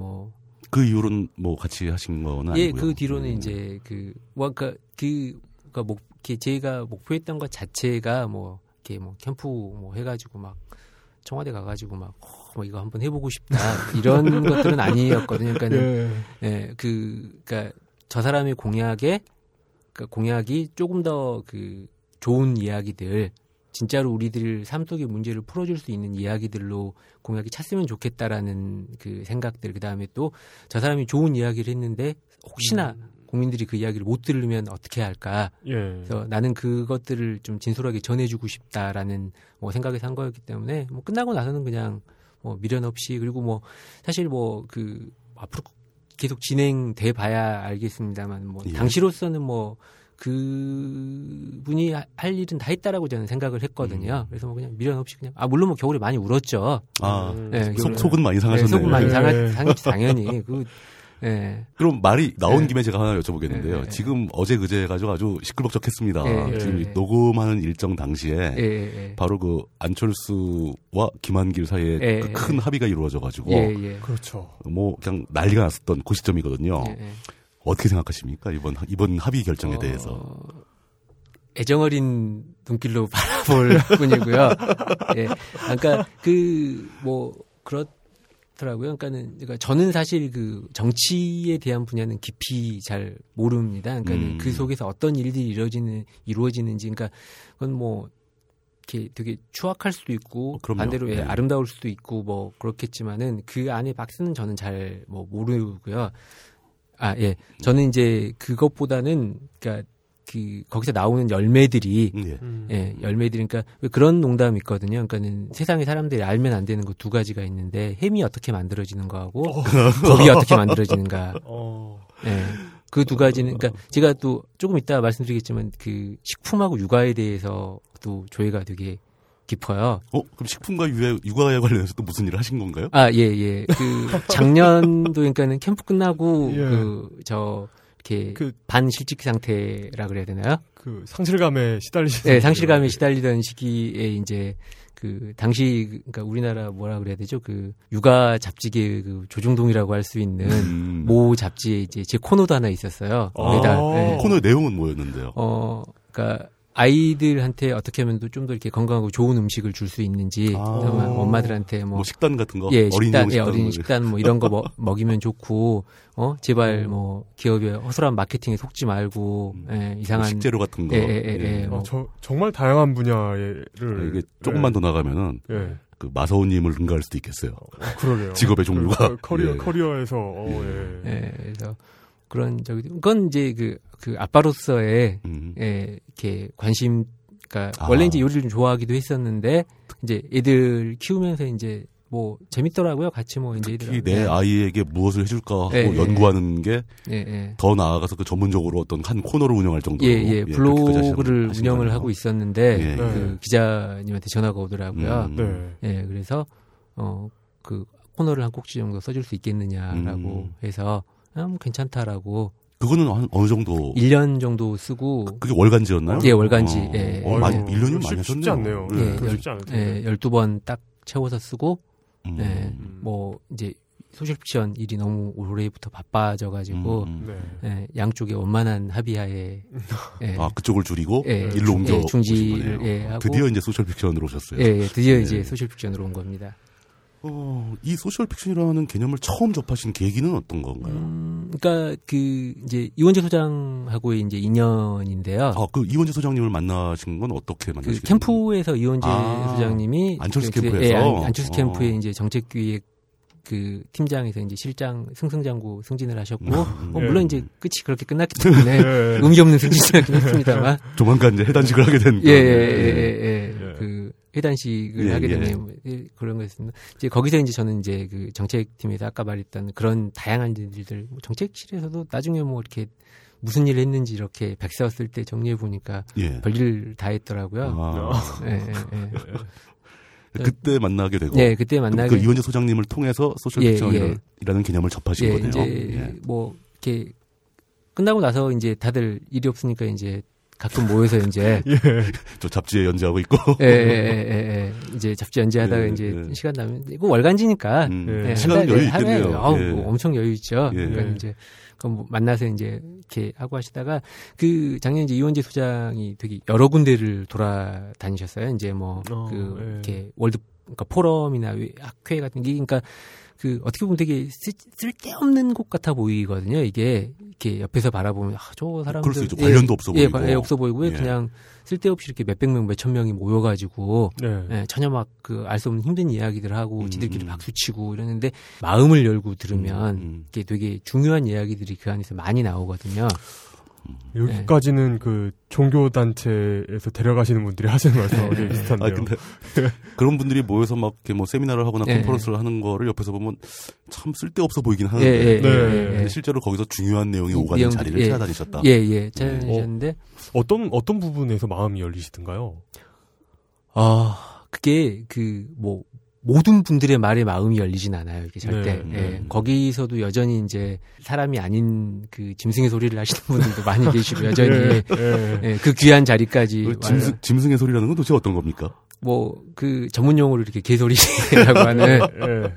[SPEAKER 3] 그
[SPEAKER 2] 그 이후로는 뭐 같이 하신 거는 아니고요.
[SPEAKER 3] 뒤로는
[SPEAKER 2] 음.
[SPEAKER 3] 이제 그 뭐까 그 그러니까 목 이렇게 제가 목표했던 것 자체가 뭐 이렇게 뭐 캠프 뭐 해가지고 막 청와대 가가지고 막, 어, 뭐 이거 한번 해보고 싶다 이런 것들은 아니었거든요. 그러니까는
[SPEAKER 4] 예.
[SPEAKER 3] 예, 그, 그니까, 저 사람의 공약에, 그 공약이 조금 더 그, 좋은 이야기들, 진짜로 우리들 삶 속의 문제를 풀어줄 수 있는 이야기들로 공약이 찼으면 좋겠다라는 그 생각들, 그 다음에 또 저 사람이 좋은 이야기를 했는데, 혹시나 국민들이 그 이야기를 못 들으면 어떻게 할까.
[SPEAKER 1] 예.
[SPEAKER 3] 그래서 나는 그것들을 좀 진솔하게 전해주고 싶다라는 뭐 생각에서 한 거였기 때문에 뭐 끝나고 나서는 그냥 뭐 미련 없이 그리고 뭐 사실 뭐 그 앞으로 계속 진행돼 봐야 알겠습니다만 뭐
[SPEAKER 2] 예.
[SPEAKER 3] 당시로서는 뭐 그분이 하- 할 일은 다 했다라고 저는 생각을
[SPEAKER 2] 음.
[SPEAKER 3] 했거든요. 그래서 뭐 그냥 미련 없이 그냥 아 물론 뭐 겨울에 많이 울었죠.
[SPEAKER 2] 아,
[SPEAKER 1] 음.
[SPEAKER 3] 예,
[SPEAKER 2] 속,
[SPEAKER 3] 겨울에.
[SPEAKER 2] 속은 많이
[SPEAKER 3] 예,
[SPEAKER 2] 상하셨네요.
[SPEAKER 3] 속은 많이
[SPEAKER 1] 예.
[SPEAKER 3] 상하, 상, 당연히 그 예.
[SPEAKER 2] 그럼 말이 나온
[SPEAKER 3] 예.
[SPEAKER 2] 김에 제가 하나 여쭤보겠는데요.
[SPEAKER 3] 예, 예, 예.
[SPEAKER 2] 지금 어제 그제 가지고 아주 시끌벅적했습니다.
[SPEAKER 3] 예,
[SPEAKER 1] 예,
[SPEAKER 2] 지금
[SPEAKER 3] 예.
[SPEAKER 2] 녹음하는 일정 당시에
[SPEAKER 3] 예, 예.
[SPEAKER 2] 바로 그 안철수와 김한길 사이에
[SPEAKER 3] 예,
[SPEAKER 2] 그
[SPEAKER 3] 예.
[SPEAKER 2] 큰 합의가 이루어져 가지고
[SPEAKER 3] 예, 예.
[SPEAKER 1] 그렇죠.
[SPEAKER 2] 뭐 그냥 난리가 났었던 그 시점이거든요.
[SPEAKER 3] 예, 예.
[SPEAKER 2] 어떻게 생각하십니까? 이번 이번 합의 결정에 대해서.
[SPEAKER 3] 어, 애정어린 눈길로 바라볼 뿐이고요. 예. 그러니까 그 뭐 그렇더라고요. 그러니까는 그러니까 저는 사실 그 정치에 대한 분야는 깊이 잘 모릅니다. 그러니까
[SPEAKER 2] 음.
[SPEAKER 3] 는그 속에서 어떤 일들이 이루어지는 이루어지는지 그러니까 그건 뭐 이렇게 되게 추악할 수도 있고
[SPEAKER 2] 어, 그럼요.
[SPEAKER 3] 반대로 예,
[SPEAKER 2] 네.
[SPEAKER 3] 아름다울 수도 있고 뭐 그렇겠지만은 그 안에 박스는 저는 잘 뭐 모르고요. 아 예, 저는 이제 그것보다는 그러니까 그 거기서 나오는 열매들이
[SPEAKER 2] 음, 예.
[SPEAKER 1] 음.
[SPEAKER 3] 예 열매들이 그러니까 왜 그런 농담이 있거든요. 그러니까는 세상에 사람들이 알면 안 되는 거 두 가지가 있는데 햄이 어떻게 만들어지는 거하고 법이 어떻게 만들어지는가.
[SPEAKER 1] 어.
[SPEAKER 3] 예. 그 두 가지는 그러니까 제가 또 조금 이따 말씀드리겠지만 그 식품하고 육아에 대해서 또 조예가 되게 깊어요.
[SPEAKER 2] 어 그럼 식품과 유해, 육아에 관련해서 또 무슨 일을 하신 건가요?
[SPEAKER 3] 아, 예, 예. 그 작년도 그러니까는 캠프 끝나고
[SPEAKER 1] 예.
[SPEAKER 3] 그 저 이렇게
[SPEAKER 1] 그-
[SPEAKER 3] 반실직 상태라 그래야 되나요?
[SPEAKER 1] 그 상실감에 시달리시는 예.
[SPEAKER 3] 네, 상실감에 시달리던 시기에 이제 그 당시 그러니까 우리나라 뭐라 그래야 되죠? 그 육아 잡지계 그 조중동이라고 할 수 있는 뭐
[SPEAKER 2] 음.
[SPEAKER 3] 모 잡지에 이제 제 코너도 하나 있었어요.
[SPEAKER 1] 아.
[SPEAKER 3] 매달. 예.
[SPEAKER 2] 코너 내용은 뭐였는데요?
[SPEAKER 3] 어, 그러니까 아이들한테 어떻게 하면 좀 더 이렇게 건강하고 좋은 음식을 줄 수 있는지
[SPEAKER 2] 아.
[SPEAKER 3] 아마 엄마들한테
[SPEAKER 2] 뭐,
[SPEAKER 3] 뭐
[SPEAKER 2] 식단 같은 거?
[SPEAKER 3] 예,
[SPEAKER 2] 어린이용
[SPEAKER 3] 식단, 예,
[SPEAKER 2] 식단
[SPEAKER 3] 어린
[SPEAKER 2] 뭐
[SPEAKER 3] 식단 뭐 이런 거 먹, 먹이면 좋고, 어,
[SPEAKER 2] 음.
[SPEAKER 3] 제발 뭐 기업의 허술한 마케팅에 속지 말고, 예, 이상한.
[SPEAKER 2] 식재료 같은 거.
[SPEAKER 3] 예, 예, 예, 예.
[SPEAKER 1] 어, 저, 정말 다양한 분야를
[SPEAKER 2] 아, 이게 조금만 더 나가면은
[SPEAKER 1] 예, 예.
[SPEAKER 2] 그 마사오님을 능가할 수도 있겠어요.
[SPEAKER 1] 어, 그러게요.
[SPEAKER 2] 직업의 종류가.
[SPEAKER 1] 그 커리어
[SPEAKER 2] 예.
[SPEAKER 1] 커리어에서 어, 예.
[SPEAKER 2] 네.
[SPEAKER 3] 예, 그래서 그런 저기, 그건 이제 그, 그 아빠로서의,
[SPEAKER 2] 음.
[SPEAKER 3] 예, 이렇게 관심, 그니까
[SPEAKER 2] 아.
[SPEAKER 3] 원래 이제 요리를 좀 좋아하기도 했었는데, 이제 애들 키우면서 이제 뭐 재밌더라고요. 같이 뭐 이제
[SPEAKER 2] 특히
[SPEAKER 3] 애들하고.
[SPEAKER 2] 내 아이에게 무엇을 해줄까 하고
[SPEAKER 3] 예, 예.
[SPEAKER 2] 연구하는 게 더
[SPEAKER 3] 예, 예.
[SPEAKER 2] 나아가서 그 전문적으로 어떤 한 코너를 운영할 정도로
[SPEAKER 3] 예, 예,
[SPEAKER 2] 아- 예, 그렇게까지
[SPEAKER 3] 블로그를
[SPEAKER 2] 하신
[SPEAKER 3] 운영을
[SPEAKER 2] 거네요.
[SPEAKER 3] 하고 있었는데,
[SPEAKER 2] 예, 예.
[SPEAKER 3] 그 기자님한테 전화가 오더라고요.
[SPEAKER 2] 음.
[SPEAKER 1] 네.
[SPEAKER 3] 예, 그래서 어 그 코너를 한 꼭지 정도 써줄 수 있겠느냐라고
[SPEAKER 2] 음.
[SPEAKER 3] 해서 아, 뭐 괜찮다라고
[SPEAKER 2] 그거는 한 어느 정도
[SPEAKER 3] 1년 정도 쓰고
[SPEAKER 2] 그게 월간지였나요?
[SPEAKER 3] 예, 월간지. 예.
[SPEAKER 2] 어, 많이
[SPEAKER 1] 아이고,
[SPEAKER 2] 1년이면 많이
[SPEAKER 1] 쉽-
[SPEAKER 2] 하셨네요.
[SPEAKER 1] 쉽지 않네요.
[SPEAKER 2] 예.
[SPEAKER 1] 예.
[SPEAKER 3] 예,
[SPEAKER 1] 그거
[SPEAKER 3] 열-
[SPEAKER 1] 쉽지 않을 텐데.
[SPEAKER 3] 예, 12번 딱 채워서 쓰고
[SPEAKER 2] 음.
[SPEAKER 3] 예,
[SPEAKER 1] 음.
[SPEAKER 3] 뭐 이제 소식지원 일이 너무 올해부터 바빠져 가지고
[SPEAKER 2] 음, 음.
[SPEAKER 1] 네.
[SPEAKER 3] 예, 양쪽에 원만한 합의하에 예,
[SPEAKER 2] 아 그쪽을 줄이고
[SPEAKER 3] 예,
[SPEAKER 2] 일로 옮겨
[SPEAKER 3] 예,
[SPEAKER 2] 오신
[SPEAKER 3] 중지를,
[SPEAKER 2] 거네요. 아,
[SPEAKER 3] 예, 하고.
[SPEAKER 2] 드디어 이제 소셜 픽션으로 오셨어요.
[SPEAKER 3] 예, 예, 드디어
[SPEAKER 2] 예.
[SPEAKER 3] 이제 소셜 픽션으로 온 겁니다.
[SPEAKER 2] 어, 이 소셜 픽션이라는 개념을 처음 접하신 계기는 어떤 건가요?
[SPEAKER 3] 음, 그러니까 그 이제 이원재 소장하고의 이제 인연인데요.
[SPEAKER 2] 아, 그 이원재 소장님을 만나신 건 어떻게 음.
[SPEAKER 3] 그
[SPEAKER 2] 만나시게
[SPEAKER 3] 캠프에서 이원재
[SPEAKER 2] 아,
[SPEAKER 3] 소장님이
[SPEAKER 2] 안철수
[SPEAKER 3] 그- 그-
[SPEAKER 2] 캠프에서?
[SPEAKER 3] 예, 안- 안철수
[SPEAKER 2] 어.
[SPEAKER 3] 캠프의 이제 정책기획 그 팀장에서 이제 실장 승승장구 승진을 하셨고
[SPEAKER 2] 음.
[SPEAKER 1] 예.
[SPEAKER 3] 어, 물론 이제 끝이 그렇게 끝났기 때문에
[SPEAKER 1] 예.
[SPEAKER 3] 의미 없는 승진이긴 했습니다만
[SPEAKER 2] 됐나요? 조만간 이제 해단식을 하게 된.
[SPEAKER 3] 예, 예,
[SPEAKER 2] 거예요.
[SPEAKER 3] 예, 예,
[SPEAKER 1] 예.
[SPEAKER 3] 그 회단식을
[SPEAKER 2] 예,
[SPEAKER 3] 하게
[SPEAKER 2] 예.
[SPEAKER 3] 되는 예, 그런 거였습니다. 이제 거기서 이제 저는 이제 그 정책팀에서 아까 말했던 그런 다양한 일들, 뭐 정책실에서도 나중에 뭐 이렇게 무슨 일을 했는지 이렇게 백서 쓸 때 정리해 보니까
[SPEAKER 2] 예.
[SPEAKER 3] 별일 다 했더라고요.
[SPEAKER 2] 아, 예,
[SPEAKER 3] 예, 예, 예.
[SPEAKER 1] 네.
[SPEAKER 2] 그때 만나게 되고.
[SPEAKER 3] 네, 그때
[SPEAKER 2] 그
[SPEAKER 3] 만나게
[SPEAKER 2] 이원재 소장님을 통해서 소셜
[SPEAKER 3] 예,
[SPEAKER 2] 픽션이라는 개념을 접하신
[SPEAKER 3] 예,
[SPEAKER 2] 거네요.
[SPEAKER 3] 이제
[SPEAKER 2] 예.
[SPEAKER 3] 뭐 이렇게 끝나고 나서 이제 다들 일이 없으니까 이제 가끔 모여서 이제
[SPEAKER 1] 예.
[SPEAKER 2] 저 잡지에 연재하고 있고.
[SPEAKER 3] 예, 예, 예, 예, 예. 이제 잡지 연재하다가
[SPEAKER 2] 예,
[SPEAKER 3] 이제
[SPEAKER 2] 예.
[SPEAKER 3] 시간 나면 이거 월간지니까
[SPEAKER 2] 음,
[SPEAKER 1] 예.
[SPEAKER 3] 예,
[SPEAKER 2] 시간
[SPEAKER 3] 한 달에
[SPEAKER 2] 여유
[SPEAKER 3] 하루에
[SPEAKER 2] 있겠네요.
[SPEAKER 3] 아우,
[SPEAKER 2] 예.
[SPEAKER 3] 뭐 엄청 여유 있죠.
[SPEAKER 2] 예.
[SPEAKER 3] 그러니까
[SPEAKER 1] 예.
[SPEAKER 3] 이제 그럼 뭐 만나서 이제 이렇게 하고 하시다가 그 작년 이제 이원재 소장이 되게 여러 군데를 돌아다니셨어요. 이제 뭐 그
[SPEAKER 1] 어, 예.
[SPEAKER 3] 이렇게 월드 그러니까 포럼이나 왜- 학회 같은 게 그러니까 그 어떻게 보면 되게 쓸, 쓸데없는 곳 같아 보이거든요. 이게 이렇게 옆에서 바라보면 아, 저 사람들
[SPEAKER 2] 그럴 수 있죠. 관련도 없어
[SPEAKER 3] 예,
[SPEAKER 2] 보이고.
[SPEAKER 3] 예, 없어 보이고 왜
[SPEAKER 2] 예.
[SPEAKER 3] 그냥 쓸데없이 이렇게 몇백 명, 몇천 명이 모여가지고
[SPEAKER 1] 네.
[SPEAKER 3] 예, 전혀 막 그 알 수 없는 힘든 이야기들 하고
[SPEAKER 2] 음,
[SPEAKER 3] 지들끼리
[SPEAKER 2] 음.
[SPEAKER 3] 박수치고 이러는데 마음을 열고 들으면
[SPEAKER 2] 음,
[SPEAKER 3] 이게 되게 중요한 이야기들이 그 안에서 많이 나오거든요.
[SPEAKER 1] 여기까지는 그 종교 단체에서 데려가시는 분들이 하시는 말씀하고
[SPEAKER 3] 예.
[SPEAKER 1] 되게 비슷한데요.
[SPEAKER 2] 아 근데 그런 분들이 모여서 막 이렇게 뭐 세미나를 하거나
[SPEAKER 3] 예.
[SPEAKER 2] 컨퍼런스를 하는 거를 옆에서 보면 참 쓸데없어 보이긴
[SPEAKER 3] 예,
[SPEAKER 2] 하는데
[SPEAKER 3] 예,
[SPEAKER 1] 네.
[SPEAKER 3] 예,
[SPEAKER 2] 근데 실제로 거기서 중요한 내용이
[SPEAKER 3] 이
[SPEAKER 2] 오가는
[SPEAKER 3] 내용들이-
[SPEAKER 2] 자리를
[SPEAKER 3] 예.
[SPEAKER 2] 찾아다니셨다. 네.
[SPEAKER 3] 예, 예, 찾아내셨는데
[SPEAKER 1] 어떤 어떤 부분에서 마음이 열리시던가요?
[SPEAKER 2] 어?
[SPEAKER 3] 아 그게 그 뭐 모든 분들의 말에 마음이 열리진 않아요. 이게 절대
[SPEAKER 1] 네,
[SPEAKER 3] 예,
[SPEAKER 2] 음.
[SPEAKER 3] 거기서도 여전히 이제 사람이 아닌 그 짐승의 소리를 하시는 분들도 많이 계시고 여전히
[SPEAKER 1] 예, 예.
[SPEAKER 3] 예, 그 귀한 자리까지
[SPEAKER 2] 그
[SPEAKER 3] 와서
[SPEAKER 2] 네. 짐승, 짐승의 소리라는 건 도대체 어떤 겁니까?
[SPEAKER 3] 뭐 그 전문 용어로 이렇게 개소리라고 하는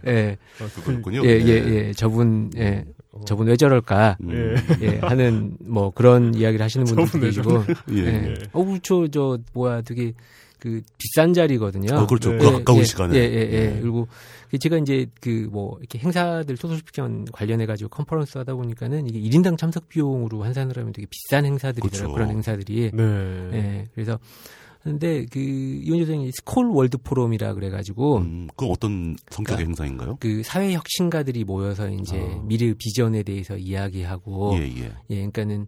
[SPEAKER 1] 예.
[SPEAKER 3] 예,
[SPEAKER 1] 아,
[SPEAKER 2] 그렇군요.
[SPEAKER 3] 예, 예, 예, 저분,
[SPEAKER 2] 뭐,
[SPEAKER 3] 예,
[SPEAKER 1] 어.
[SPEAKER 3] 저분 왜 저럴까,
[SPEAKER 2] 음,
[SPEAKER 1] 예.
[SPEAKER 3] 예, 하는 뭐 그런 이야기를 하시는 분들도
[SPEAKER 1] 저분 왜
[SPEAKER 3] 계시고,
[SPEAKER 2] 예.
[SPEAKER 1] 예.
[SPEAKER 3] 예, 어, 그렇죠, 저 뭐야, 되게 그 비싼 자리거든요.
[SPEAKER 2] 아, 그렇죠.
[SPEAKER 1] 네.
[SPEAKER 2] 그
[SPEAKER 1] 예,
[SPEAKER 2] 아까운 시간에.
[SPEAKER 3] 예, 예, 예.
[SPEAKER 2] 예.
[SPEAKER 3] 그리고 그 제가 이제 그 뭐 이렇게 행사들 소셜픽션 관련해가지고 컨퍼런스 하다 보니까는 이게 1인당 참석 비용으로 환산을 하면 되게 비싼 행사들이더라고요.
[SPEAKER 2] 그렇죠.
[SPEAKER 3] 그런 행사들이.
[SPEAKER 2] 음.
[SPEAKER 1] 네.
[SPEAKER 3] 예, 그래서 근데 그 이현주 선생이 스콜 월드 포럼이라 그래가지고
[SPEAKER 2] 음, 그 어떤 성격의 행사인가요?
[SPEAKER 3] 그 사회 혁신가들이 모여서 이제
[SPEAKER 2] 아.
[SPEAKER 3] 미래 비전에 대해서 이야기하고
[SPEAKER 2] 예, 예.
[SPEAKER 3] 예, 그러니까는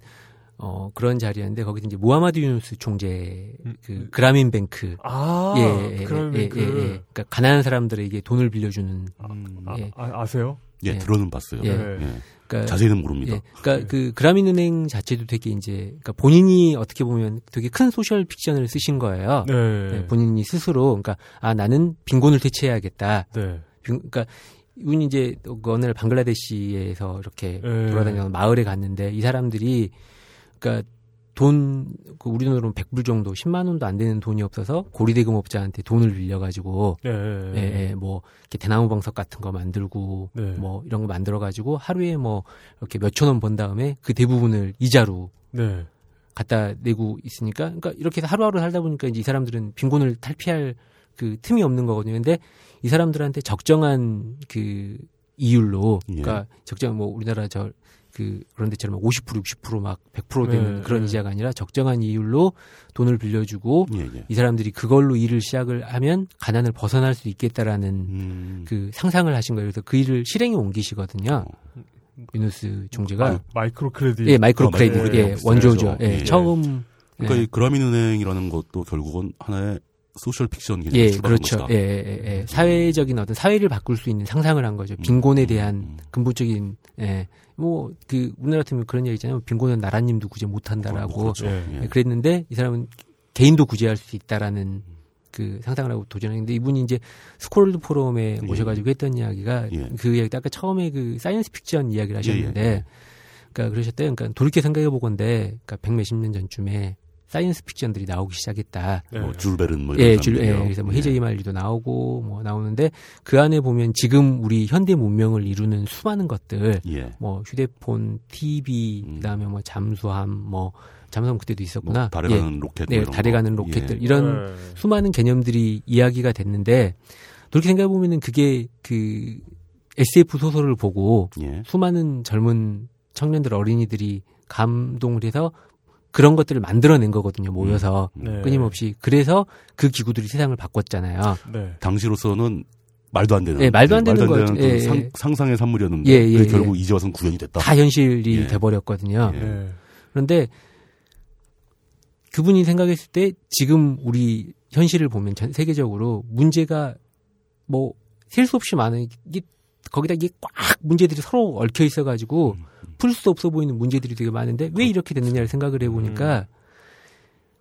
[SPEAKER 3] 어 그런 자리였는데 거기서 이제 무하마드 유누스 총재
[SPEAKER 1] 음.
[SPEAKER 3] 그 그라민 뱅크
[SPEAKER 1] 아,
[SPEAKER 3] 예, 예,
[SPEAKER 1] 그러면
[SPEAKER 3] 예,
[SPEAKER 1] 그
[SPEAKER 3] 예, 예. 그러니까 가난한 사람들에게 돈을 빌려주는
[SPEAKER 2] 음,
[SPEAKER 1] 아,
[SPEAKER 3] 예.
[SPEAKER 1] 아, 세요
[SPEAKER 2] 예,
[SPEAKER 3] 예.
[SPEAKER 2] 들어는 봤어요.
[SPEAKER 3] 예.
[SPEAKER 2] 예.
[SPEAKER 3] 그러니까
[SPEAKER 2] 자세히는 모릅니다.
[SPEAKER 3] 예, 그러니까 그 그라민 은행 자체도 되게 이제 그러니까 본인이 어떻게 보면 되게 큰 소셜 픽션을 쓰신 거예요.
[SPEAKER 1] 네.
[SPEAKER 3] 예, 본인이 스스로 그러니까 아 나는 빈곤을 대체해야겠다.
[SPEAKER 1] 네.
[SPEAKER 3] 빈- 그러니까 이분이 이제 그 어느 날 방글라데시에서 이렇게
[SPEAKER 1] 예.
[SPEAKER 3] 네. 돌아다니는 마을에 갔는데 이 사람들이 그러니까 돈, 그 우리 돈으로 100불 정도, 10만 원도 안 되는 돈이 없어서 고리대금업자한테 돈을 빌려가지고,
[SPEAKER 1] 네. 네.
[SPEAKER 3] 예, 예, 뭐, 이렇게 대나무 방석 같은 거 만들고,
[SPEAKER 1] 네.
[SPEAKER 3] 뭐, 이런 거 만들어가지고 하루에 뭐, 이렇게 몇천 원 번 다음에 그 대부분을 이자로
[SPEAKER 1] 네.
[SPEAKER 3] 갖다 내고 있으니까, 그러니까 이렇게 해서 하루하루 살다 보니까 이제 이 사람들은 빈곤을 탈피할 그 틈이 없는 거거든요. 근데 이 사람들한테 적정한 그 이율로,
[SPEAKER 2] 예.
[SPEAKER 3] 그러니까 적정 뭐 우리나라 저 그 그런 데처럼 50% 60%막 100% 되는
[SPEAKER 1] 네,
[SPEAKER 3] 그런
[SPEAKER 1] 네.
[SPEAKER 3] 이자가 아니라 적정한 이율로 돈을 빌려주고
[SPEAKER 2] 예, 예.
[SPEAKER 3] 이 사람들이 그걸로 일을 시작을 하면 가난을 벗어날 수 있겠다라는
[SPEAKER 2] 음,
[SPEAKER 3] 그 상상을 하신 거예요. 그래서 그 일을 실행에 옮기시거든요. 유누스
[SPEAKER 1] 마,
[SPEAKER 3] 종재가
[SPEAKER 1] 마이크로 크레딧.
[SPEAKER 3] 예 마이크로
[SPEAKER 2] 아,
[SPEAKER 3] 크레딧
[SPEAKER 1] 마이크로
[SPEAKER 3] 예
[SPEAKER 2] 크레딧
[SPEAKER 3] 원조죠. 예,
[SPEAKER 2] 예.
[SPEAKER 3] 처음
[SPEAKER 2] 그러니까
[SPEAKER 3] 예.
[SPEAKER 2] 이 그라민은행이라는 것도 결국은 하나의 소셜 픽션 개념
[SPEAKER 3] 예,
[SPEAKER 2] 을 출발한
[SPEAKER 3] 그렇죠.
[SPEAKER 2] 것이다.
[SPEAKER 3] 예, 예, 예, 예. 사회적인 어떤 사회를 바꿀 수 있는 상상을 한 거죠. 빈곤에 대한
[SPEAKER 2] 음,
[SPEAKER 3] 근본적인 예. 뭐 그 우리나라 같으면 그런 얘기 있잖아요. 빈곤은 나라님도 구제 못 한다라고.
[SPEAKER 2] 뭐 그렇죠.
[SPEAKER 1] 예.
[SPEAKER 2] 예. 음.
[SPEAKER 3] 그랬는데 이 사람은 개인도 구제할 수 있다라는 그 상상을 하고 도전했는데 이분이 이제 스콜드 포럼에
[SPEAKER 2] 예.
[SPEAKER 3] 오셔가지고 했던 이야기가
[SPEAKER 2] 예.
[SPEAKER 3] 그 이야기 아까 처음에 그 사이언스 픽션 이야기를 하셨는데
[SPEAKER 2] 예, 예, 예.
[SPEAKER 3] 그러니까 그러셨대요. 그러니까 돌이켜 생각해 보건데 그러니까 백 몇십 년 전쯤에 사이언스 픽션들이 나오기 시작했다.
[SPEAKER 1] 네.
[SPEAKER 2] 뭐 줄베른 뭐 이런
[SPEAKER 3] 예, 줄, 예,
[SPEAKER 2] 사람들이요.
[SPEAKER 3] 그래서 뭐
[SPEAKER 2] 예.
[SPEAKER 3] 해제 이말리도 나오고 뭐 나오는데 그 안에 보면 지금 우리 현대 문명을 이루는 수많은 것들
[SPEAKER 2] 예.
[SPEAKER 3] 뭐 휴대폰, TV,
[SPEAKER 2] 음.
[SPEAKER 3] 그다음에 뭐 잠수함, 뭐 잠수함 그때도
[SPEAKER 2] 뭐
[SPEAKER 3] 있었구나.
[SPEAKER 2] 달에
[SPEAKER 3] 예,
[SPEAKER 2] 가는 로켓 뭐
[SPEAKER 3] 네,
[SPEAKER 2] 이런
[SPEAKER 3] 달에
[SPEAKER 2] 거.
[SPEAKER 3] 가는
[SPEAKER 2] 예.
[SPEAKER 3] 로켓들 이런
[SPEAKER 1] 네.
[SPEAKER 3] 수많은 개념들이 이야기가 됐는데 그렇게 생각해 보면은 그게 그 SF 소설을 보고
[SPEAKER 2] 예.
[SPEAKER 3] 수많은 젊은 청년들 어린이들이 감동을 해서 그런 것들을 만들어낸 거거든요 모여서
[SPEAKER 1] 네.
[SPEAKER 3] 끊임없이 그래서 그 기구들이 세상을 바꿨잖아요.
[SPEAKER 1] 네.
[SPEAKER 2] 당시로서는 말도 안 되는
[SPEAKER 3] 예, 말도 안
[SPEAKER 2] 예,
[SPEAKER 3] 되는 거였죠.
[SPEAKER 2] 그
[SPEAKER 3] 예, 예.
[SPEAKER 2] 상, 상의 산물이었는데
[SPEAKER 3] 예, 예,
[SPEAKER 2] 그게 결국
[SPEAKER 3] 예.
[SPEAKER 2] 이제 와서는 구현이 됐다.
[SPEAKER 3] 다 현실이
[SPEAKER 2] 예.
[SPEAKER 3] 돼버렸거든요.
[SPEAKER 2] 예.
[SPEAKER 1] 네.
[SPEAKER 3] 그런데 그분이 생각했을 때 지금 우리 현실을 보면 전 세계적으로 문제가 뭐 셀 수 없이 많은 이게 거기다 이게 꽉 문제들이 서로 얽혀 있어가지고
[SPEAKER 2] 음.
[SPEAKER 3] 풀 수 없어 보이는 문제들이 되게 많은데 왜 이렇게
[SPEAKER 2] 그렇죠.
[SPEAKER 3] 됐느냐를 생각을
[SPEAKER 2] 음.
[SPEAKER 3] 해보니까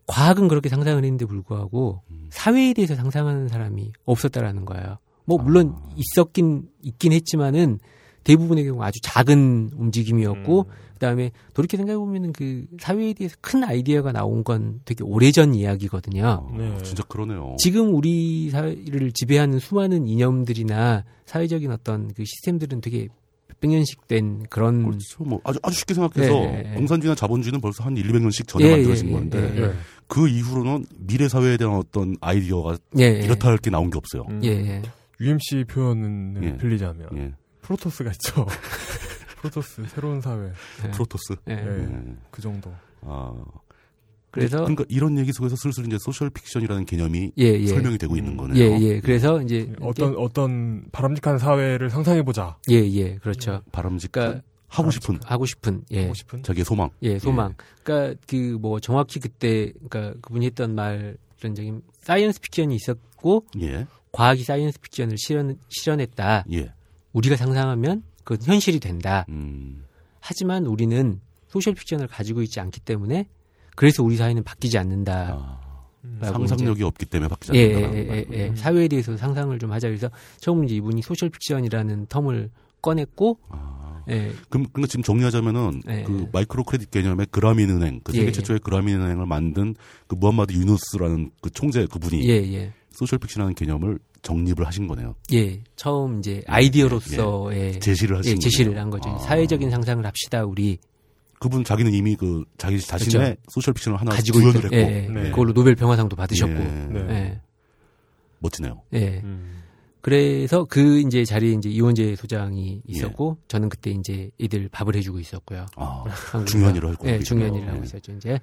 [SPEAKER 3] 과학은 그렇게 상상을 했는데 불구하고
[SPEAKER 2] 음.
[SPEAKER 3] 사회에 대해서 상상하는 사람이 없었다라는 거예요. 뭐 물론
[SPEAKER 2] 아.
[SPEAKER 3] 있었긴 있긴 했지만은 대부분의 경우 아주 작은 움직임이었고 그다음에 돌이켜 생각해 보면은 그 사회에 대해서 큰 아이디어가 나온 건 되게 오래전 이야기거든요.
[SPEAKER 2] 어,
[SPEAKER 1] 네.
[SPEAKER 2] 진짜 그러네요.
[SPEAKER 3] 예. 지금 우리 사회를 지배하는 수많은 이념들이나 사회적인 어떤 그 시스템들은 되게 몇백 년씩 된 그런
[SPEAKER 2] 그렇죠. 뭐 아주 아주 쉽게 생각해서
[SPEAKER 3] 예, 예, 예.
[SPEAKER 2] 공산주의나 자본주의는 벌써 한 1, 200년씩 전에 만들어진 건데
[SPEAKER 1] 예.
[SPEAKER 2] 그 이후로는 미래 사회에 대한 어떤 아이디어가
[SPEAKER 3] 예, 예.
[SPEAKER 2] 이렇다 할 게 나온 게 없어요.
[SPEAKER 1] 음,
[SPEAKER 3] 예, 예.
[SPEAKER 1] UMC 표현을
[SPEAKER 2] 예.
[SPEAKER 1] 빌리자면
[SPEAKER 3] 음.
[SPEAKER 2] 예.
[SPEAKER 1] 프로토스가 있죠. 프로토스 새로운 사회
[SPEAKER 3] 예.
[SPEAKER 2] 프로토스.
[SPEAKER 3] 예.
[SPEAKER 1] 네.
[SPEAKER 2] 예.
[SPEAKER 1] 그 정도.
[SPEAKER 2] 아.
[SPEAKER 3] 그래서
[SPEAKER 2] 그러니까 이런 얘기 속에서 슬슬 이제 소셜 픽션이라는 개념이
[SPEAKER 3] 예, 예.
[SPEAKER 2] 설명이 되고 있는
[SPEAKER 1] 음.
[SPEAKER 2] 거네요.
[SPEAKER 3] 예, 예. 그래서 이제
[SPEAKER 1] 어떤 어떤 바람직한 사회를 상상해 보자.
[SPEAKER 3] 예, 예. 그렇죠.
[SPEAKER 2] 음. 바람직한
[SPEAKER 3] 그러니까
[SPEAKER 2] 하고 싶은
[SPEAKER 3] 하고 싶은 예.
[SPEAKER 1] 하고 싶은.
[SPEAKER 2] 자기의 소망.
[SPEAKER 3] 예, 소망. 그러니까 그 뭐 정확히 그때 그러니까 그분이 했던 말은 적인 사이언스 픽션이 있었고
[SPEAKER 2] 예.
[SPEAKER 3] 과학이 사이언스 픽션을 실현 실현했다.
[SPEAKER 2] 예.
[SPEAKER 3] 우리가 상상하면 그건 현실이 된다.
[SPEAKER 2] 음.
[SPEAKER 3] 하지만 우리는 소셜 픽션을 가지고 있지 않기 때문에 그래서 우리 사회는 바뀌지 않는다.
[SPEAKER 2] 아,
[SPEAKER 1] 음.
[SPEAKER 3] 라고
[SPEAKER 2] 상상력이 없기 때문에 바뀌지
[SPEAKER 3] 예,
[SPEAKER 2] 않는다.
[SPEAKER 3] 예, 예, 예.
[SPEAKER 1] 음.
[SPEAKER 3] 사회에 대해서 상상을 좀 하자 그래서 처음 이제 이분이 소셜 픽션이라는 텀을 꺼냈고
[SPEAKER 2] 아.
[SPEAKER 3] 예,
[SPEAKER 2] 그럼 그러니까 지금 정리하자면은
[SPEAKER 3] 예.
[SPEAKER 2] 그 마이크로 크레딧 개념의 그라민 은행, 그 세계
[SPEAKER 3] 예,
[SPEAKER 2] 최초의 그라민 은행을 만든 그 무함마드 유누스라는 그 총재 그분이
[SPEAKER 3] 예, 예.
[SPEAKER 2] 소셜 픽션이라는 개념을 정립을 하신 거네요.
[SPEAKER 3] 예, 처음 이제 아이디어로서의
[SPEAKER 2] 제시를 하신
[SPEAKER 3] 예, 제시를
[SPEAKER 2] 거네요.
[SPEAKER 3] 한 거죠.
[SPEAKER 2] 아.
[SPEAKER 3] 사회적인 상상을 합시다 우리
[SPEAKER 2] 그분 자기는 이미 그 자기 자신의 소셜 픽션을 하나
[SPEAKER 3] 그렇죠. 가지고
[SPEAKER 2] 구현을
[SPEAKER 3] 있던-
[SPEAKER 2] 아, 했고
[SPEAKER 3] 예, 예.
[SPEAKER 1] 네.
[SPEAKER 3] 그걸로 노벨 평화상도 받으셨고,
[SPEAKER 2] 예.
[SPEAKER 1] 네.
[SPEAKER 3] 예,
[SPEAKER 2] 멋지네요.
[SPEAKER 3] 예.
[SPEAKER 1] 음.
[SPEAKER 3] 그래서 그 이제 자리에 이제 이원재 소장이
[SPEAKER 2] 예.
[SPEAKER 3] 있었고, 저는 그때 이제 이들 밥을 해주고 있었고요.
[SPEAKER 2] 아,
[SPEAKER 3] 한국에서.
[SPEAKER 2] 중요한 일을 하고
[SPEAKER 3] 예,
[SPEAKER 2] 계시네요.
[SPEAKER 3] 중요한 일을 하고
[SPEAKER 2] 예.
[SPEAKER 3] 있었죠 이제.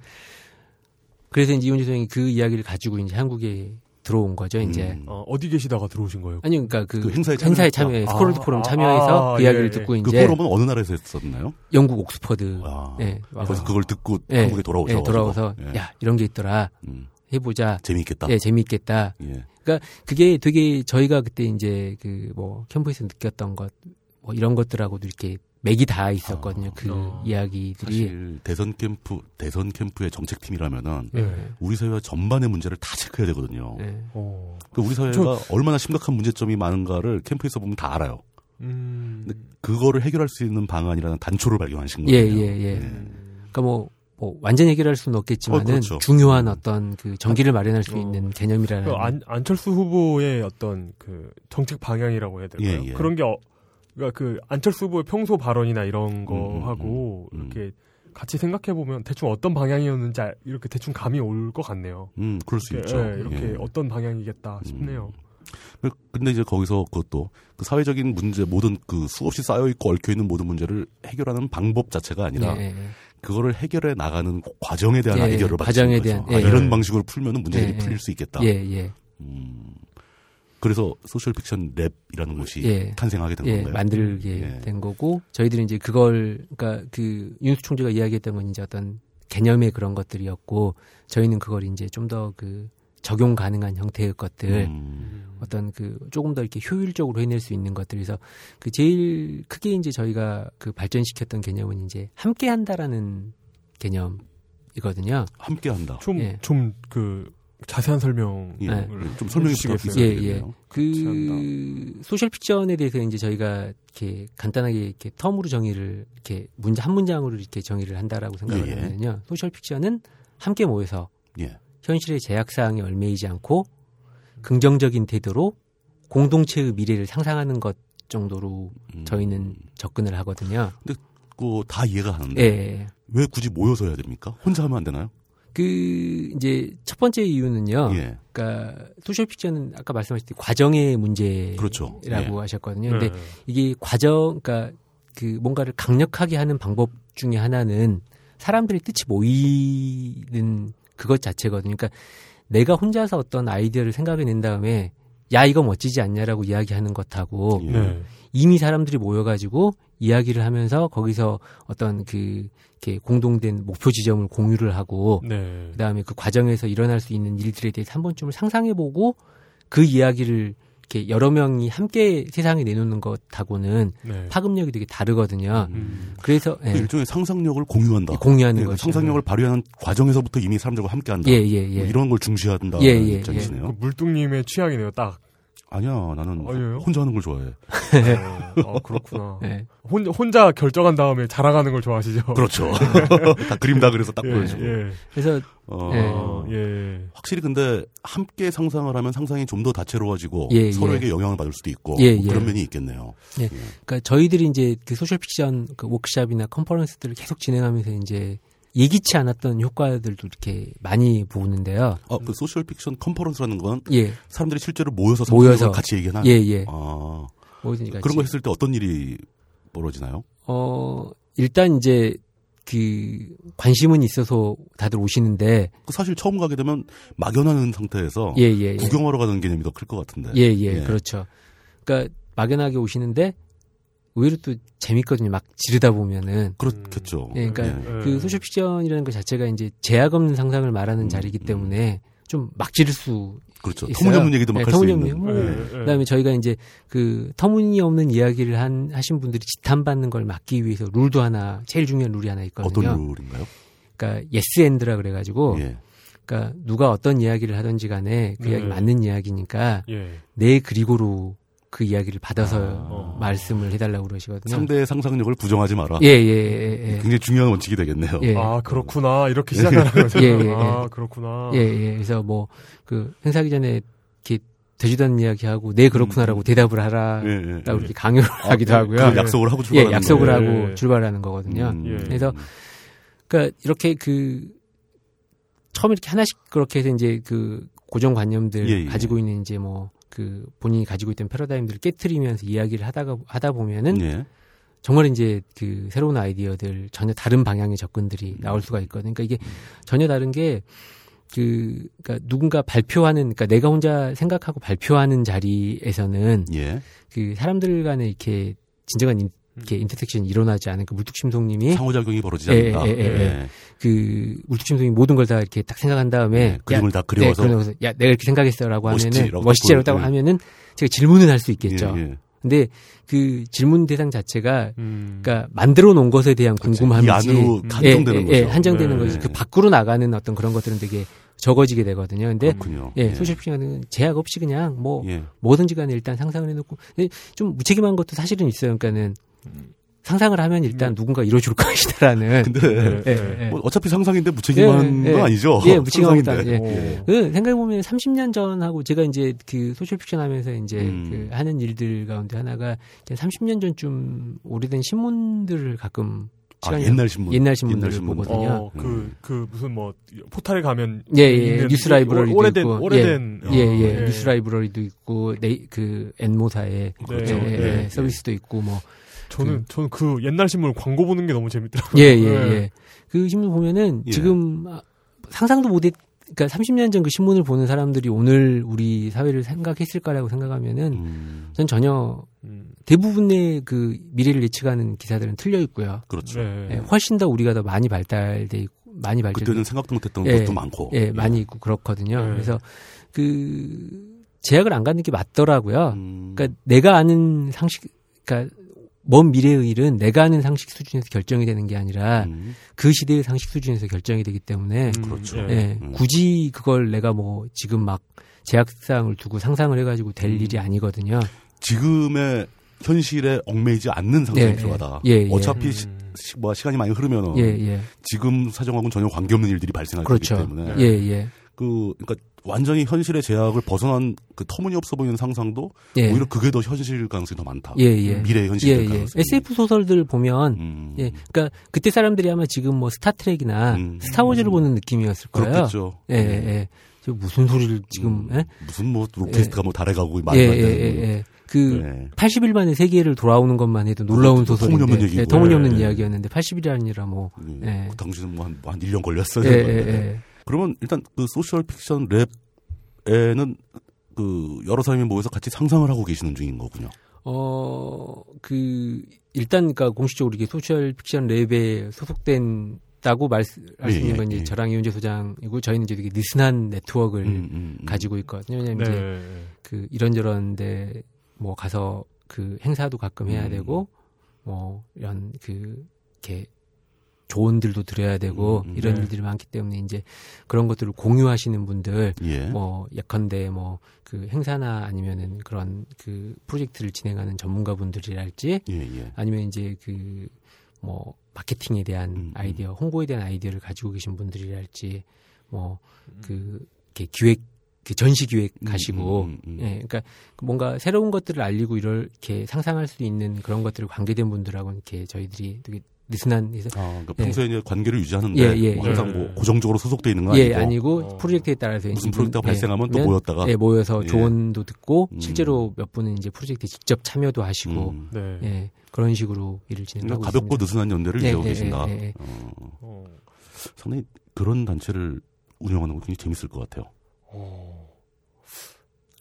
[SPEAKER 3] 그래서 이제 이원재 소장이 그 이야기를 가지고 이제 한국에 들어온 거죠 이제.
[SPEAKER 2] 음.
[SPEAKER 1] 어, 어디 계시다가 들어오신 거예요?
[SPEAKER 3] 아니 그러니까 그,
[SPEAKER 2] 그 행사에
[SPEAKER 3] 참여, 해
[SPEAKER 1] 아,
[SPEAKER 3] 스콜드 포럼
[SPEAKER 1] 아,
[SPEAKER 3] 참여해서
[SPEAKER 1] 아,
[SPEAKER 3] 그 이야기를
[SPEAKER 1] 예,
[SPEAKER 3] 듣고
[SPEAKER 2] 그
[SPEAKER 3] 이제
[SPEAKER 2] 포럼은 어느 나라에서 했었나요?
[SPEAKER 3] 영국 옥스퍼드
[SPEAKER 2] 아,
[SPEAKER 3] 예, 와서.
[SPEAKER 2] 거기서 그걸 듣고
[SPEAKER 3] 예,
[SPEAKER 2] 한국에 돌아오셔
[SPEAKER 3] 예, 돌아와서 야 이런 게 있더라 해보자
[SPEAKER 2] 재미있겠다.
[SPEAKER 3] 예 재미있겠다
[SPEAKER 2] 예.
[SPEAKER 3] 그게 되게 저희가 그때 이제 그 뭐 캠프에서 느꼈던 것, 뭐 이런 것들하고도 이렇게 맥이 다 있었거든요. 그
[SPEAKER 1] 어.
[SPEAKER 3] 이야기들이.
[SPEAKER 2] 아, 사실 대선 캠프 대선 캠프의 정책팀이라면은
[SPEAKER 1] 예.
[SPEAKER 2] 우리 사회와 전반의 문제를 다 체크해야 되거든요.
[SPEAKER 3] 예.
[SPEAKER 1] 어.
[SPEAKER 2] 그 우리 사회가 얼마나 심각한 문제점이 많은가를 캠프에서 보면 다 알아요.
[SPEAKER 1] 음.
[SPEAKER 2] 그거를 해결할 수 있는 방안이라는 단초를 발견하신
[SPEAKER 3] 예,
[SPEAKER 2] 거예요.
[SPEAKER 3] 예, 예. 그러니까 뭐, 뭐 완전 해결할 수는 없겠지만은
[SPEAKER 2] 네. 어, 그렇죠.
[SPEAKER 3] 중요한 어떤 그 전기를 마련할 수
[SPEAKER 1] 어.
[SPEAKER 3] 있는
[SPEAKER 2] 네.
[SPEAKER 3] 개념이라는.
[SPEAKER 1] 그 안, 안철수 후보의 어떤 그 정책 방향이라고 해야 될까요?
[SPEAKER 2] 예, 예.
[SPEAKER 1] 그런 게 어, 그러니까 그 안철수 후보의 평소 발언이나 이런
[SPEAKER 2] 음, 음,
[SPEAKER 1] 거하고
[SPEAKER 2] 음, 음.
[SPEAKER 1] 이렇게 같이 생각해 보면 대충 어떤 방향이었는지 알- 이렇게 대충 감이 올 것 같네요.
[SPEAKER 2] 음, 그럴 수
[SPEAKER 1] 이렇게,
[SPEAKER 2] 있죠.
[SPEAKER 1] 예, 이렇게
[SPEAKER 2] 예.
[SPEAKER 1] 어떤 방향이겠다 싶네요.
[SPEAKER 2] 그- 근데 이제 거기서 그것도 그 사회적인 문제 모든 그 수없이 쌓여 있고 얽혀 있는 모든 문제를 해결하는 방법 자체가 아니라
[SPEAKER 3] 예, 예.
[SPEAKER 2] 그거를 해결해 나가는 그 과정에 대한
[SPEAKER 3] 예,
[SPEAKER 2] 아이디어를
[SPEAKER 3] 과정에
[SPEAKER 2] 받는 거죠.
[SPEAKER 3] 대한, 예,
[SPEAKER 2] 아, 이런
[SPEAKER 1] 예.
[SPEAKER 2] 방식으로 풀면 문제들이
[SPEAKER 3] 예, 예.
[SPEAKER 2] 풀릴 수 있겠다.
[SPEAKER 3] 예, 예.
[SPEAKER 2] 음, 그래서 소셜 픽션 랩이라는 것이
[SPEAKER 3] 예.
[SPEAKER 2] 탄생하게 된
[SPEAKER 3] 예,
[SPEAKER 2] 건가요?
[SPEAKER 3] 만들게
[SPEAKER 2] 예.
[SPEAKER 3] 된 거고, 저희들은 이제 그걸, 그니까 그, 윤수 총재가 이야기했던 건 이제 어떤 개념의 그런 것들이었고, 저희는 그걸 이제 좀 더 그, 적용 가능한 형태의 것들,
[SPEAKER 2] 음,
[SPEAKER 3] 어떤 그, 조금 더 이렇게 효율적으로 해낼 수 있는 것들, 그래서 그 제일 크게 이제 저희가 그 발전시켰던 개념은 이제 함께 한다라는 개념이거든요.
[SPEAKER 2] 함께한다.
[SPEAKER 3] 예.
[SPEAKER 1] 좀좀 그 자세한 설명을
[SPEAKER 2] 아, 예.
[SPEAKER 3] 네.
[SPEAKER 2] 좀 설명해 주시겠어요?
[SPEAKER 1] 해주시겠어요?
[SPEAKER 3] 예, 예.
[SPEAKER 2] 요
[SPEAKER 3] 그, 소셜 픽션에 대해서 이제 저희가 이렇게 간단하게 이렇게 텀으로 정의를 이렇게 문제, 한 문장으로 이렇게 정의를 한다라고 생각을
[SPEAKER 2] 예, 예.
[SPEAKER 3] 하거든요. 소셜 픽션은 함께 모여서
[SPEAKER 2] 예.
[SPEAKER 3] 현실의 제약사항에 얽매이지 않고 긍정적인 태도로 공동체의 미래를 상상하는 것 정도로
[SPEAKER 2] 음,
[SPEAKER 3] 저희는 접근을 하거든요.
[SPEAKER 2] 그거 다 이해가 가는데
[SPEAKER 3] 예, 예.
[SPEAKER 2] 왜 굳이 모여서 해야 됩니까? 혼자 하면 안 되나요?
[SPEAKER 3] 그, 이제 첫 번째 이유는요.
[SPEAKER 2] 예.
[SPEAKER 3] 그러니까 소셜 픽션은 아까 말씀하신 과정의 문제라고
[SPEAKER 2] 그렇죠.
[SPEAKER 3] 하셨거든요. 예.
[SPEAKER 1] 네.
[SPEAKER 3] 근데 이게 과정, 그러니까 그 뭔가를 강력하게 하는 방법 중에 하나는 사람들의 뜻이 모이는 그것 자체거든요. 그러니까 내가 혼자서 어떤 아이디어를 생각해낸 다음에 야 이거 멋지지 않냐라고 이야기하는 것하고
[SPEAKER 2] 예.
[SPEAKER 1] 네. 네.
[SPEAKER 3] 이미 사람들이 모여가지고 이야기를 하면서 거기서 어떤 그 이렇게 공동된 목표 지점을 공유를 하고
[SPEAKER 1] 네.
[SPEAKER 3] 그다음에 그 과정에서 일어날 수 있는 일들에 대해서 한 번쯤을 상상해보고 그 이야기를 이렇게 여러 명이 함께 세상에 내놓는 것하고는
[SPEAKER 1] 네.
[SPEAKER 3] 파급력이 되게 다르거든요.
[SPEAKER 1] 음.
[SPEAKER 3] 그래서
[SPEAKER 2] 그
[SPEAKER 3] 예,
[SPEAKER 2] 일종의 상상력을 공유한다.
[SPEAKER 3] 공유하는
[SPEAKER 2] 예, 그
[SPEAKER 3] 거죠.
[SPEAKER 2] 상상력을 발휘하는 과정에서부터 이미 사람들과 함께한다.
[SPEAKER 3] 예, 예, 예.
[SPEAKER 2] 뭐 이런 걸 중시한다.
[SPEAKER 3] 예,
[SPEAKER 2] 는
[SPEAKER 3] 예,
[SPEAKER 2] 입장이시네요.
[SPEAKER 1] 그 물뚱님의 취향이네요. 딱.
[SPEAKER 2] 아니야, 나는
[SPEAKER 1] 아니에요?
[SPEAKER 2] 혼자 하는 걸 좋아해.
[SPEAKER 1] 어, 아, 그렇구나.
[SPEAKER 3] 예.
[SPEAKER 1] 혼, 혼자 결정한 다음에 자랑하는 걸 좋아하시죠?
[SPEAKER 2] 그렇죠. 다 그림 다 아, 그래서 딱
[SPEAKER 1] 예,
[SPEAKER 2] 보여주고.
[SPEAKER 1] 예.
[SPEAKER 3] 그래서
[SPEAKER 2] 어,
[SPEAKER 3] 예.
[SPEAKER 1] 어, 예.
[SPEAKER 2] 확실히 근데 함께 상상을 하면 상상이 좀 더 다채로워지고
[SPEAKER 3] 예, 예.
[SPEAKER 2] 서로에게 영향을 받을 수도 있고
[SPEAKER 3] 예,
[SPEAKER 2] 뭐 그런
[SPEAKER 3] 예.
[SPEAKER 2] 면이 있겠네요.
[SPEAKER 3] 그러니까 저희들이 이제 그 소셜 픽션 그 워크샵이나 컨퍼런스들을 계속 진행하면서 이제 예기치 않았던 효과들도 이렇게 많이 보는데요.
[SPEAKER 2] 아, 그 소셜 픽션 컨퍼런스라는 건
[SPEAKER 3] 예,
[SPEAKER 2] 사람들이 실제로 모여서
[SPEAKER 3] 모여서.
[SPEAKER 2] 모여서 같이 얘기하나?
[SPEAKER 3] 예, 예.
[SPEAKER 2] 아,
[SPEAKER 3] 뭐든지 같이.
[SPEAKER 2] 그런 거 했을 때 어떤 일이 벌어지나요?
[SPEAKER 3] 어, 일단 이제 그 관심은 있어서 다들 오시는데
[SPEAKER 2] 그 사실 처음 가게 되면 막연한 상태에서
[SPEAKER 3] 예, 예. 예.
[SPEAKER 2] 어, 구경하러 가는 개념이 더 클 것 같은데.
[SPEAKER 3] 예, 예,
[SPEAKER 2] 예.
[SPEAKER 3] 그렇죠. 그러니까 막연하게 오시는데 오히려 또 재밌거든요. 막 지르다 보면은
[SPEAKER 2] 그렇겠죠.
[SPEAKER 3] 예, 그러니까
[SPEAKER 2] 예.
[SPEAKER 3] 그 소셜 픽션이라는 것 자체가 이제 제약 없는 상상을 말하는
[SPEAKER 2] 음,
[SPEAKER 3] 자리이기
[SPEAKER 2] 음.
[SPEAKER 3] 때문에 좀 막 지를 수.
[SPEAKER 2] 그렇죠.
[SPEAKER 3] 있어요.
[SPEAKER 2] 터무니없는 얘기도 막
[SPEAKER 3] 예,
[SPEAKER 2] 할 수
[SPEAKER 3] 터무니없는
[SPEAKER 2] 있는.
[SPEAKER 3] 뭐, 그다음에 저희가 이제 그 터무니없는 이야기를 한 하신 분들이 지탄받는 걸 막기 위해서 룰도 하나 제일 중요한 룰이 하나 있거든요. 어,
[SPEAKER 2] 어떤 룰인가요?
[SPEAKER 3] 그러니까 예스 엔드라 그래 가지고
[SPEAKER 2] 예.
[SPEAKER 3] 그러니까 누가 어떤 이야기를 하든지 간에 그
[SPEAKER 1] 네.
[SPEAKER 3] 이야기 맞는 이야기니까
[SPEAKER 1] 예.
[SPEAKER 3] 내 그리고로 그 이야기를 받아서
[SPEAKER 1] 어.
[SPEAKER 3] 말씀을 해달라고 그러시거든요.
[SPEAKER 2] 상대의 상상력을 부정하지 마라.
[SPEAKER 3] 예, 예, 예,
[SPEAKER 2] 굉장히 중요한 원칙이 되겠네요.
[SPEAKER 3] 예. 예.
[SPEAKER 1] 아 그렇구나 이렇게 시작하는 거죠.
[SPEAKER 3] 예, 예, 예.
[SPEAKER 1] 아
[SPEAKER 2] 어.
[SPEAKER 1] 그렇구나.
[SPEAKER 3] 예, 예. 그래서 뭐 그 행사기 전에 이렇게 되지도 않는 이야기하고 네 그렇구나라고 대답을 하라라고
[SPEAKER 2] 음. 예, 예.
[SPEAKER 3] 이렇게 강요를 하기도 하고요.
[SPEAKER 2] 그 약속을 하고
[SPEAKER 3] 예,
[SPEAKER 2] 출발하는
[SPEAKER 3] 약속을
[SPEAKER 1] 거예요.
[SPEAKER 3] 하고
[SPEAKER 1] 예.
[SPEAKER 3] 출발하는 거거든요.
[SPEAKER 2] 음.
[SPEAKER 1] 예.
[SPEAKER 3] 그래서 그러니까 이렇게 그 처음 이렇게 하나씩 그렇게 해서 이제 그 고정관념들
[SPEAKER 2] 예, 예.
[SPEAKER 3] 가지고 있는 이제 뭐 그 본인이 가지고 있던 패러다임들을 깨트리면서 이야기를 하다가 하다 보면은
[SPEAKER 2] 예.
[SPEAKER 3] 정말 이제 그 새로운 아이디어들 전혀 다른
[SPEAKER 2] 음.
[SPEAKER 3] 방향의 접근들이 나올 수가 있거든요. 그러니까 이게 전혀 다른 게 그, 그니까 누군가 발표하는, 그니까 내가 혼자 생각하고 발표하는 자리에서는
[SPEAKER 2] 예.
[SPEAKER 3] 그 사람들 간에 이렇게 진정한 인,
[SPEAKER 2] 음.
[SPEAKER 3] 이렇게 인터섹션이 일어나지 않은 그 물뚝심송님이
[SPEAKER 2] 상호작용이 벌어지지
[SPEAKER 3] 예,
[SPEAKER 2] 않는다.
[SPEAKER 3] 예, 예, 예. 그 물뚝심송이 모든 걸 다 이렇게 딱 생각한 다음에
[SPEAKER 2] 예. 그림을 다
[SPEAKER 3] 야, 네,
[SPEAKER 2] 그려와서
[SPEAKER 3] 그러고서 야, 내가 이렇게 생각했어라고
[SPEAKER 2] 멋있지?
[SPEAKER 3] 하면은
[SPEAKER 2] 라고
[SPEAKER 3] 멋있지라고
[SPEAKER 2] 보여줘요.
[SPEAKER 3] 딱 하면은 제가 질문을 할 수 있겠죠.
[SPEAKER 2] 예, 예.
[SPEAKER 3] 근데 그 질문 대상 자체가
[SPEAKER 1] 음.
[SPEAKER 3] 그러니까 만들어 놓은 것에 대한
[SPEAKER 2] 그렇죠.
[SPEAKER 3] 궁금함이지.
[SPEAKER 2] 이 안으로
[SPEAKER 1] 음.
[SPEAKER 2] 한정되는
[SPEAKER 3] 뭐 예,
[SPEAKER 2] 거죠.
[SPEAKER 3] 예, 예, 한정되는
[SPEAKER 1] 네.
[SPEAKER 3] 거지. 그 밖으로 나가는 어떤 그런 것들은 되게 적어지게 되거든요. 근데
[SPEAKER 2] 그렇군요. 네.
[SPEAKER 3] 예, 소셜피싱은 제약 없이 그냥 뭐
[SPEAKER 2] 예.
[SPEAKER 3] 뭐든지 간에 일단 상상을 해놓고 근데 좀 무책임한 것도 사실은 있어요. 그러니까는 상상을 하면 일단 누군가 이뤄줄 것이다라는.
[SPEAKER 2] 음. 근데
[SPEAKER 3] 예, 예.
[SPEAKER 2] 뭐 어차피 상상인데 무책임한
[SPEAKER 3] 예, 예.
[SPEAKER 2] 건 아니죠.
[SPEAKER 3] 예, 무책임한 것도
[SPEAKER 2] 상상인데.
[SPEAKER 3] 아니- 예.
[SPEAKER 1] 오.
[SPEAKER 3] 그 생각해보면 30년 전하고 제가 이제 그 소셜픽션 하면서 이제
[SPEAKER 2] 음.
[SPEAKER 3] 그 하는 일들 가운데 하나가 이제 30년 전쯤 오래된 신문들을 가끔
[SPEAKER 2] 아,
[SPEAKER 3] 시간이
[SPEAKER 2] 옛날 신문.
[SPEAKER 3] 옛날 신문들을 보거든요.
[SPEAKER 1] 어, 그, 그, 무슨 뭐, 포탈에 가면.
[SPEAKER 3] 예, 예,
[SPEAKER 1] 있는
[SPEAKER 3] 뉴스 라이브러리도
[SPEAKER 1] 오래된,
[SPEAKER 3] 있고.
[SPEAKER 1] 오래된.
[SPEAKER 3] 예,
[SPEAKER 1] 어,
[SPEAKER 3] 예. 뉴스 라이브러리도 있고, 네, 그, 엔모사의
[SPEAKER 2] 어, 네.
[SPEAKER 1] 그렇죠.
[SPEAKER 3] 예, 예,
[SPEAKER 1] 예,
[SPEAKER 3] 예, 서비스도 있고, 뭐.
[SPEAKER 1] 저는, 저는 그 옛날 신문 광고 보는 게 너무 재밌더라고요.
[SPEAKER 3] 예, 예,
[SPEAKER 1] 예.
[SPEAKER 3] 예. 그 신문 보면은
[SPEAKER 2] 그렇죠. 네. 예.
[SPEAKER 3] 지금 아, 상상도 못했, 그니까 30년 전 그 신문을 보는 사람들이 오늘 우리 사회를 생각했을까라고 생각하면은
[SPEAKER 2] 음,
[SPEAKER 3] 전 전혀
[SPEAKER 1] 음,
[SPEAKER 3] 대부분의 그 미래를 예측하는 기사들은 틀려 있고요.
[SPEAKER 2] 그렇죠.
[SPEAKER 1] 네.
[SPEAKER 3] 예, 훨씬 더 우리가 더 많이 발달돼 있고 많이 발전.
[SPEAKER 2] 그때는 네. 생각도 못했던
[SPEAKER 3] 예.
[SPEAKER 2] 것도 많고.
[SPEAKER 3] 예, 많이 있고 그렇거든요.
[SPEAKER 1] 예.
[SPEAKER 3] 그래서 그 제약을 안 갖는 게 맞더라고요.
[SPEAKER 2] 음,
[SPEAKER 3] 그러니까 내가 아는 상식, 그러니까 먼 미래의 일은 내가 아는 상식 수준에서 결정이 되는 게 아니라
[SPEAKER 2] 음,
[SPEAKER 3] 그 시대의 상식 수준에서 결정이 되기 때문에
[SPEAKER 1] 음,
[SPEAKER 2] 그렇죠.
[SPEAKER 1] 예.
[SPEAKER 3] 예,
[SPEAKER 2] 음.
[SPEAKER 3] 굳이 그걸 내가 뭐 지금 막 제약사항을 두고 상상을 해가지고 될
[SPEAKER 2] 음.
[SPEAKER 3] 일이 아니거든요.
[SPEAKER 2] 지금의 현실에 얽매이지 않는 상상이
[SPEAKER 3] 예,
[SPEAKER 2] 필요하다.
[SPEAKER 3] 예, 예.
[SPEAKER 2] 어차피 시,
[SPEAKER 1] 음.
[SPEAKER 2] 시- 뭐 시간이 많이 흐르면
[SPEAKER 3] 예, 예,
[SPEAKER 2] 지금 사정하고는 전혀 관계없는 일들이 발생할
[SPEAKER 3] 그렇죠.
[SPEAKER 2] 거기 때문에
[SPEAKER 3] 예, 예,
[SPEAKER 2] 그 그러니까 완전히 현실의 제약을 벗어난 그 터무니없어 뭐 보이는 상상도
[SPEAKER 3] 예.
[SPEAKER 2] 오히려 그게 더 현실 가능성이 더 많다.
[SPEAKER 3] 예, 예.
[SPEAKER 2] 미래의 현실
[SPEAKER 3] 예,
[SPEAKER 2] 될
[SPEAKER 3] 예.
[SPEAKER 2] 가능성이.
[SPEAKER 3] SF 소설들 보면,
[SPEAKER 2] 음,
[SPEAKER 3] 예, 그니까 그때 사람들이 아마 지금 뭐 스타트rek이나
[SPEAKER 2] 음.
[SPEAKER 3] 스타워즈를 보는 느낌이었을 거예요.
[SPEAKER 2] 그렇겠죠. 음.
[SPEAKER 3] 예, 예, 예. 저 무슨 소리를 지금, 예?
[SPEAKER 2] 무슨 뭐 로켓트가 뭐 달에 가고 말도
[SPEAKER 3] 예,
[SPEAKER 2] 안
[SPEAKER 3] 예,
[SPEAKER 2] 되는 네.
[SPEAKER 3] 예, 예. 그 80일 만에 세계를 돌아오는 것만 해도 놀라운
[SPEAKER 2] 그것도
[SPEAKER 3] 소설인데,
[SPEAKER 2] 터무니없는 얘기고.
[SPEAKER 3] 예, 터무니없는
[SPEAKER 2] 예, 예.
[SPEAKER 3] 이야기였는데 80일이 아니라 뭐,
[SPEAKER 2] 예.
[SPEAKER 3] 예.
[SPEAKER 2] 그 당시는 뭐 한, 한 1년 걸렸어요. 뭐.
[SPEAKER 3] 예, 예, 예.
[SPEAKER 2] 그러면 일단 그 소셜 픽션 랩에는 그 여러 사람이 모여서 같이 상상을 하고 계시는 중인 거군요.
[SPEAKER 3] 어, 그, 일단, 그니까 공식적으로 이게 소셜 픽션 랩에 소속된 다고 말씀
[SPEAKER 2] 예,
[SPEAKER 3] 하시는
[SPEAKER 2] 예,
[SPEAKER 3] 건 이제
[SPEAKER 2] 예.
[SPEAKER 3] 저랑 이윤재 소장이고 저희는 이제 되게 느슨한 네트워크를
[SPEAKER 2] 음, 음, 음.
[SPEAKER 3] 예. 가지고 있거든요. 왜냐면
[SPEAKER 1] 네.
[SPEAKER 3] 이제 그 이런저런 데뭐 가서 그 행사도 가끔 해야
[SPEAKER 2] 음.
[SPEAKER 3] 되고 뭐 이런 그 이렇게 조언들도 드려야 되고
[SPEAKER 2] 음, 음.
[SPEAKER 3] 이런
[SPEAKER 1] 네.
[SPEAKER 3] 일들이 많기 때문에 이제 그런 것들을 공유하시는 분들
[SPEAKER 2] 예.
[SPEAKER 3] 뭐 예컨대 뭐 그 행사나 아니면은 그런 그 프로젝트를 진행하는 전문가분들이랄지
[SPEAKER 2] 예, 예.
[SPEAKER 3] 아니면 이제 그 뭐 마케팅에 대한
[SPEAKER 2] 음, 음.
[SPEAKER 3] 아이디어, 홍보에 대한 아이디어를 가지고 계신 분들이랄지 뭐 그 이렇게 기획 그 전시 기획 하시고
[SPEAKER 2] 음, 음, 음.
[SPEAKER 3] 예, 그러니까 그 뭔가 새로운 것들을 알리고 이렇게 상상할 수 있는 그런 것들을 관계된 분들하고 이렇게 저희들이 되게 느슨한
[SPEAKER 2] 아, 그러니까
[SPEAKER 3] 예.
[SPEAKER 2] 평소에 이제 관계를 유지하는데
[SPEAKER 3] 예, 예,
[SPEAKER 2] 뭐 항상
[SPEAKER 1] 예.
[SPEAKER 2] 뭐 고정적으로 소속돼 있는 건
[SPEAKER 3] 예
[SPEAKER 2] 아니고
[SPEAKER 3] 아니고
[SPEAKER 1] 어.
[SPEAKER 3] 프로젝트에 따라서
[SPEAKER 2] 무슨
[SPEAKER 3] 이제
[SPEAKER 2] 프로젝트가
[SPEAKER 3] 예,
[SPEAKER 2] 발생하면 또
[SPEAKER 3] 하면
[SPEAKER 2] 모였다가
[SPEAKER 3] 예, 모여서
[SPEAKER 2] 예.
[SPEAKER 3] 조언도 듣고
[SPEAKER 2] 음.
[SPEAKER 3] 실제로 몇 분은 이제 프로젝트에 직접 참여도 하시고
[SPEAKER 2] 음.
[SPEAKER 1] 네.
[SPEAKER 3] 예, 그런 식으로 일을 진행하고
[SPEAKER 2] 그러니까 가볍고
[SPEAKER 3] 있습니다.
[SPEAKER 2] 느슨한 연대를
[SPEAKER 3] 예,
[SPEAKER 2] 이루고
[SPEAKER 3] 예,
[SPEAKER 2] 계신다.
[SPEAKER 3] 예, 예, 예.
[SPEAKER 2] 어,
[SPEAKER 1] 어,
[SPEAKER 2] 상당히 그런 단체를 운영하는 거 굉장히 재밌을 것 같아요.
[SPEAKER 1] 어.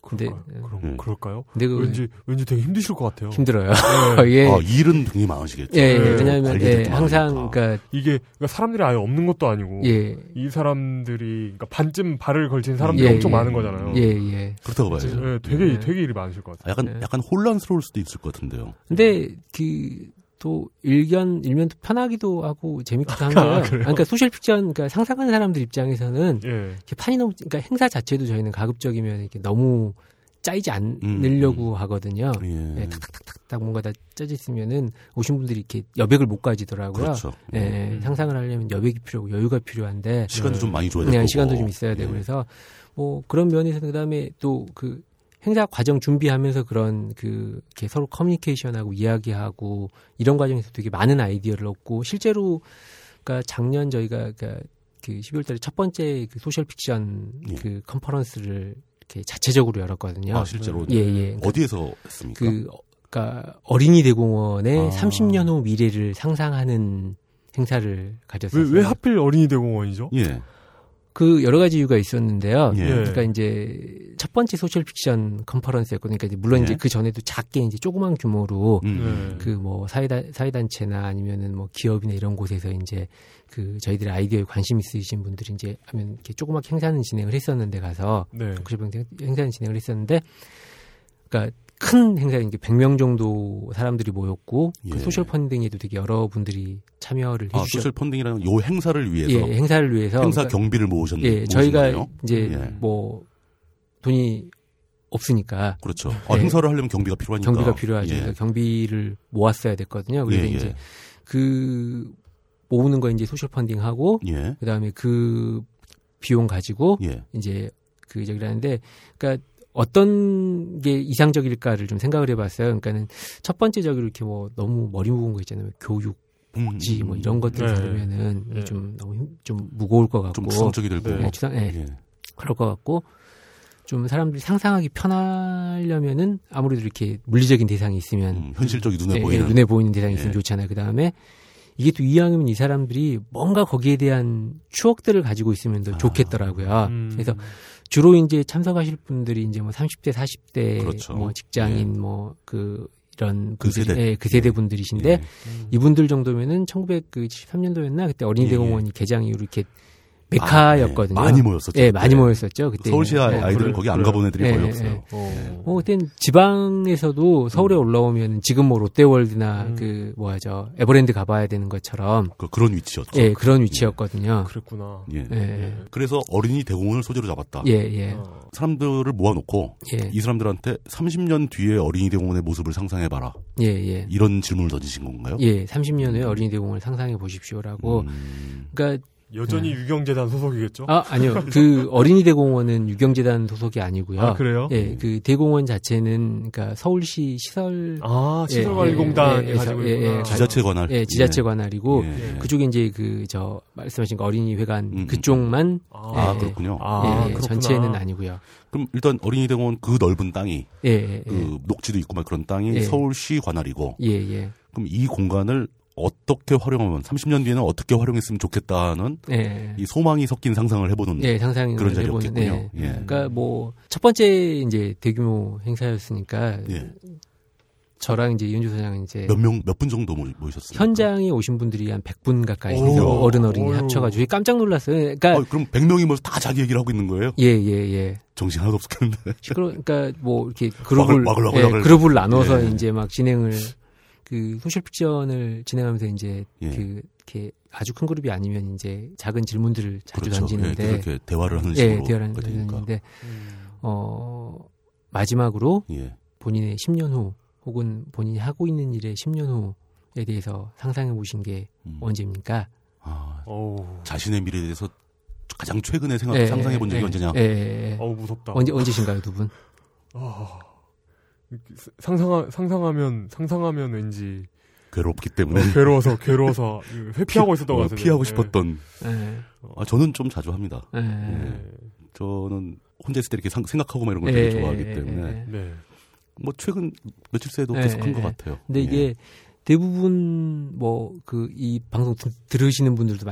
[SPEAKER 3] 근데-
[SPEAKER 1] 그럴까요? 그럼,
[SPEAKER 2] 음.
[SPEAKER 1] 그럴까요?
[SPEAKER 3] 근데 그
[SPEAKER 1] 왠지 왠지 되게 힘드실 것 같아요.
[SPEAKER 3] 힘들어요.
[SPEAKER 1] 네.
[SPEAKER 3] 예.
[SPEAKER 2] 아, 일은 굉장히 많으시겠죠.
[SPEAKER 3] 예, 예,
[SPEAKER 1] 네.
[SPEAKER 3] 왜냐하면
[SPEAKER 2] 관리들도
[SPEAKER 3] 예, 항상
[SPEAKER 2] 많으니까.
[SPEAKER 3] 그러니까
[SPEAKER 1] 이게 그러니까 사람들이 아예 없는 것도 아니고
[SPEAKER 3] 예,
[SPEAKER 1] 이 사람들이 그러니까 반쯤 발을 걸친 사람들이
[SPEAKER 3] 예,
[SPEAKER 1] 엄청
[SPEAKER 3] 예.
[SPEAKER 1] 많은
[SPEAKER 2] 어.
[SPEAKER 1] 거잖아요.
[SPEAKER 3] 예, 예.
[SPEAKER 2] 그렇다고
[SPEAKER 1] 그치?
[SPEAKER 2] 봐야죠.
[SPEAKER 1] 예, 되게
[SPEAKER 3] 네.
[SPEAKER 1] 되게 일이 많으실 것 같아요.
[SPEAKER 2] 약간
[SPEAKER 3] 네.
[SPEAKER 2] 약간 혼란스러울 수도 있을 것 같은데요. 예.
[SPEAKER 3] 근데 그 또 일견 일면도 편하기도 하고 재밌기도 한 거예요.
[SPEAKER 1] 그래요?
[SPEAKER 3] 그러니까 소셜 픽션 그러니까 상상하는 사람들 입장에서는
[SPEAKER 1] 예.
[SPEAKER 3] 이렇게 판이 너무 그러니까 행사 자체도 저희는 가급적이면 이렇게 너무 짜이지 않으려고 하거든요.
[SPEAKER 2] 예.
[SPEAKER 3] 예, 탁탁탁탁탁 뭔가 다 짜져 있으면은 오신 분들이 이렇게 여백을 못 가지더라고요.
[SPEAKER 2] 그렇죠.
[SPEAKER 3] 예,
[SPEAKER 2] 예.
[SPEAKER 3] 예, 상상을 하려면 여백이 필요하고 여유가 필요한데
[SPEAKER 2] 시간도
[SPEAKER 1] 네.
[SPEAKER 2] 좀 많이 줘야 될
[SPEAKER 3] 그냥
[SPEAKER 2] 거고.
[SPEAKER 3] 시간도 좀 있어야 되고
[SPEAKER 2] 예.
[SPEAKER 3] 그래서 뭐 그런 면에서는 그다음에 또 그 행사 과정 준비하면서 그런 그 이렇게 서로 커뮤니케이션하고 이야기하고 이런 과정에서 되게 많은 아이디어를 얻고 실제로 그니까 작년 저희가 그니까 그 12월 달에 첫 번째 그 소셜 픽션
[SPEAKER 2] 예.
[SPEAKER 3] 그 컨퍼런스를 이렇게 자체적으로 열었거든요.
[SPEAKER 2] 아, 실제로
[SPEAKER 3] 예, 예.
[SPEAKER 2] 어디에서 했습니까?
[SPEAKER 3] 그 어, 그러니까 어린이 대공원의
[SPEAKER 2] 아.
[SPEAKER 3] 30년 후 미래를 상상하는 행사를
[SPEAKER 1] 왜,
[SPEAKER 3] 가졌어요.
[SPEAKER 1] 왜 하필 어린이 대공원이죠?
[SPEAKER 2] 예.
[SPEAKER 3] 그 여러 가지 이유가 있었는데요.
[SPEAKER 2] 예.
[SPEAKER 1] 예.
[SPEAKER 3] 그러니까 이제 첫 번째 소셜 픽션 컨퍼런스였거든요. 그러니까 이제 물론
[SPEAKER 2] 예.
[SPEAKER 3] 이제 그 전에도 작게 이제 조그만 규모로
[SPEAKER 2] 음.
[SPEAKER 1] 네.
[SPEAKER 3] 그 뭐 사회단 사회단체나 아니면은 뭐 기업이나 이런 곳에서 이제 그 저희들의 아이디어에 관심 있으신 분들이 이제 하면 이렇게 조그맣게 행사는 진행을 했었는데 가서
[SPEAKER 1] 네.
[SPEAKER 3] 그시병 행사는 진행을 했었는데 그러니까 큰 행사에 이제 100명 정도 사람들이 모였고
[SPEAKER 2] 예.
[SPEAKER 3] 그 소셜 펀딩에도 되게 여러분들이 참여를
[SPEAKER 2] 아,
[SPEAKER 3] 해주셨고
[SPEAKER 2] 소셜 펀딩이라는 요 행사를 위해서
[SPEAKER 3] 예, 행사를 위해서
[SPEAKER 2] 행사
[SPEAKER 3] 그러니까
[SPEAKER 2] 경비를 모으셨네요.
[SPEAKER 3] 예, 저희가 이제
[SPEAKER 2] 음, 예.
[SPEAKER 3] 뭐 돈이 없으니까
[SPEAKER 2] 그렇죠. 아,
[SPEAKER 3] 예.
[SPEAKER 2] 행사를 하려면 경비가 필요하니까.
[SPEAKER 3] 경비가 필요하죠.
[SPEAKER 2] 예.
[SPEAKER 3] 그래서 경비를 모았어야 됐거든요.
[SPEAKER 2] 예,
[SPEAKER 3] 그래서
[SPEAKER 2] 예.
[SPEAKER 3] 이제 그 모으는 거 이제 소셜 펀딩하고
[SPEAKER 2] 예.
[SPEAKER 3] 그다음에 그 비용 가지고
[SPEAKER 2] 예.
[SPEAKER 3] 이제 그 저기를 하는데 그러니까 어떤 게 이상적일까를 좀 생각을 해 봤어요. 그러니까는 첫 번째 적으로 이렇게 뭐 너무 머리 무거운 거 있잖아요. 뭐 교육지
[SPEAKER 2] 음,
[SPEAKER 3] 뭐 이런 것들
[SPEAKER 1] 네.
[SPEAKER 3] 다루면은
[SPEAKER 1] 네.
[SPEAKER 3] 좀 너무 힘- 좀 무거울 것 같고
[SPEAKER 2] 좀 추상적이 될 거고.
[SPEAKER 3] 예, 추상- 예.
[SPEAKER 2] 예.
[SPEAKER 3] 그럴 것 같고 좀 사람들이 상상하기 편하려면은 아무래도 이렇게 물리적인 대상이 있으면
[SPEAKER 2] 음, 현실적이 눈에
[SPEAKER 3] 예, 예,
[SPEAKER 2] 보이는.
[SPEAKER 3] 눈에 보이는 대상이 있으면
[SPEAKER 2] 예.
[SPEAKER 3] 좋잖아요. 그 다음에 이게 또 이왕이면 이 사람들이 뭔가 거기에 대한 추억들을 가지고 있으면 더
[SPEAKER 2] 아.
[SPEAKER 3] 좋겠더라고요.
[SPEAKER 1] 음.
[SPEAKER 3] 아, 그래서 주로 이제 참석하실 분들이 이제 뭐 30대, 40대,
[SPEAKER 2] 그렇죠.
[SPEAKER 3] 뭐 직장인, 뭐 그 이런
[SPEAKER 2] 그
[SPEAKER 3] 분들이-
[SPEAKER 2] 세대.
[SPEAKER 3] 예, 그 세대
[SPEAKER 2] 예.
[SPEAKER 3] 분들이신데
[SPEAKER 2] 예.
[SPEAKER 1] 음.
[SPEAKER 3] 이분들 정도면은 1973년도였나 그때
[SPEAKER 2] 예,
[SPEAKER 3] 어린이대공원이 개장 이후로 이렇게
[SPEAKER 2] 아,
[SPEAKER 3] 메카였거든요.
[SPEAKER 2] 예. 많이 모였었죠.
[SPEAKER 3] 예, 많이
[SPEAKER 2] 예.
[SPEAKER 3] 모였었죠. 그때
[SPEAKER 2] 서울시
[SPEAKER 3] 예.
[SPEAKER 2] 아이들은
[SPEAKER 1] 그래,
[SPEAKER 2] 거기 안
[SPEAKER 1] 그래.
[SPEAKER 2] 가본 애들이 거의
[SPEAKER 3] 예, 예,
[SPEAKER 2] 없어요.
[SPEAKER 1] 어.
[SPEAKER 3] 뭐 그땐 지방에서도
[SPEAKER 2] 음.
[SPEAKER 3] 서울에 올라오면 지금 뭐 롯데월드나
[SPEAKER 1] 음.
[SPEAKER 3] 그 뭐야 저 에버랜드 가봐야 되는 것처럼
[SPEAKER 2] 그, 그런 위치였죠.
[SPEAKER 3] 예 그런 위치였거든요.
[SPEAKER 1] 그랬구나.
[SPEAKER 2] 예. 아.
[SPEAKER 3] 예,
[SPEAKER 2] 그래서 어린이 대공원을 소재로 잡았다.
[SPEAKER 3] 예, 예,
[SPEAKER 1] 어.
[SPEAKER 2] 사람들을 모아놓고
[SPEAKER 3] 예,
[SPEAKER 2] 이 사람들한테 30년 뒤에 어린이 대공원의 모습을 상상해봐라.
[SPEAKER 3] 예, 예.
[SPEAKER 2] 이런 질문을 던지신 건가요?
[SPEAKER 3] 예, 30년 후에 어린이 대공원을 상상해 보십시오라고.
[SPEAKER 2] 음,
[SPEAKER 3] 그러니까
[SPEAKER 1] 여전히 유경재단 소속이겠죠?
[SPEAKER 3] 아 아니요, 그 어린이 대공원은 유경재단 소속이 아니고요.
[SPEAKER 1] 아, 그래요?
[SPEAKER 2] 음.
[SPEAKER 3] 예, 그 대공원 자체는 그러니까 서울시 시설
[SPEAKER 1] 아,
[SPEAKER 3] 예,
[SPEAKER 1] 시설관리공단이
[SPEAKER 3] 예, 예,
[SPEAKER 1] 가지고
[SPEAKER 3] 예, 예,
[SPEAKER 1] 있구나.
[SPEAKER 3] 예,
[SPEAKER 2] 지자체 관할.
[SPEAKER 3] 예 지자체 관할이고
[SPEAKER 2] 예.
[SPEAKER 3] 그쪽에 이제 그 저 말씀하신 그 어린이 회관
[SPEAKER 2] 음, 음.
[SPEAKER 3] 그쪽만
[SPEAKER 2] 아
[SPEAKER 3] 예.
[SPEAKER 2] 그렇군요.
[SPEAKER 1] 아,
[SPEAKER 3] 예, 예,
[SPEAKER 1] 그렇구나.
[SPEAKER 3] 전체는 아니고요.
[SPEAKER 2] 그럼 일단 어린이 대공원 그 넓은 땅이
[SPEAKER 3] 예, 예,
[SPEAKER 2] 그 녹지도 있고 막 그런 땅이
[SPEAKER 3] 예.
[SPEAKER 2] 서울시 관할이고
[SPEAKER 3] 예, 예,
[SPEAKER 2] 그럼 이 공간을 어떻게 활용하면 30년 뒤에는 어떻게 활용했으면 좋겠다는
[SPEAKER 3] 예,
[SPEAKER 2] 이 소망이 섞인 상상을 해보는
[SPEAKER 3] 예, 상상을
[SPEAKER 2] 그런
[SPEAKER 3] 해보는.
[SPEAKER 2] 자리였겠군요.
[SPEAKER 3] 예.
[SPEAKER 2] 예.
[SPEAKER 3] 그러니까 뭐 첫 번째 이제 대규모 행사였으니까
[SPEAKER 2] 예.
[SPEAKER 3] 저랑 이제 윤주 소장 이제
[SPEAKER 2] 몇 명 몇 분 정도 모- 모이셨습니까?
[SPEAKER 3] 예. 현장에 오신 분들이 한 100분 가까이
[SPEAKER 1] 오.
[SPEAKER 3] 돼서 어른 어린이
[SPEAKER 1] 어휴.
[SPEAKER 3] 합쳐가지고 깜짝 놀랐어요. 그러니까
[SPEAKER 2] 아, 그럼 100명이 모여서 다 자기 얘기를 하고 있는 거예요?
[SPEAKER 3] 예, 예, 예.
[SPEAKER 2] 정신 하나도 없었겠는데.
[SPEAKER 3] 시끄러, 그러니까 뭐 이렇게 그룹을
[SPEAKER 2] 와글와글
[SPEAKER 3] 예,
[SPEAKER 2] 와글.
[SPEAKER 3] 그룹을 나눠서
[SPEAKER 2] 예.
[SPEAKER 3] 이제 막 진행을 그 소셜 픽션을 진행하면서 이제
[SPEAKER 2] 예.
[SPEAKER 3] 그 이렇게 아주 큰 그룹이 아니면 이제 작은 질문들을 자주
[SPEAKER 2] 그렇죠. 예,
[SPEAKER 3] 던지는데
[SPEAKER 2] 그렇게 대화를 하는
[SPEAKER 3] 예,
[SPEAKER 2] 식으로 그러니까.
[SPEAKER 3] 대화를
[SPEAKER 2] 그렇게 되니까.
[SPEAKER 3] 했는데 네.
[SPEAKER 1] 음.
[SPEAKER 3] 어 마지막으로
[SPEAKER 2] 예.
[SPEAKER 3] 본인의 10년 후 혹은 본인이 하고 있는 일의 10년 후에 대해서 상상해 보신 게
[SPEAKER 2] 음.
[SPEAKER 3] 언제입니까?
[SPEAKER 2] 아,
[SPEAKER 1] 어우,
[SPEAKER 2] 자신의 미래에 대해서 가장 최근에 생각
[SPEAKER 3] 예,
[SPEAKER 2] 상상해 본 적이
[SPEAKER 3] 예,
[SPEAKER 2] 언제냐?
[SPEAKER 3] 예, 예, 예.
[SPEAKER 1] 어우 무섭다.
[SPEAKER 3] 언제 언제신가요, 두 분?
[SPEAKER 1] 아, 상상하, 상상하면 상상하면 왠지
[SPEAKER 2] 괴롭기 때문에
[SPEAKER 1] 괴로워서 괴로워서 회피하고 있었던 것
[SPEAKER 2] 어,
[SPEAKER 1] 같아요.
[SPEAKER 2] 네. 피하고
[SPEAKER 1] 네.
[SPEAKER 2] 싶었던
[SPEAKER 3] 예.
[SPEAKER 2] 아, 저는 좀 자주 합니다.
[SPEAKER 3] 예.
[SPEAKER 1] 네.
[SPEAKER 2] 저는 혼자 있을 때 이렇게 상- 생각하고 막 이런 걸뭐 되게
[SPEAKER 3] 예,
[SPEAKER 2] 좋아하기
[SPEAKER 3] 예,
[SPEAKER 2] 때문에
[SPEAKER 3] 예.
[SPEAKER 1] 네.
[SPEAKER 2] 뭐 최근 며칠 새도
[SPEAKER 3] 예,
[SPEAKER 2] 계속 한
[SPEAKER 3] 예,
[SPEAKER 2] 것
[SPEAKER 3] 예.
[SPEAKER 2] 같아요.
[SPEAKER 3] 근데
[SPEAKER 2] 예.
[SPEAKER 3] 이게 대부분 뭐 그 이 방송 드- 들으시는 분들도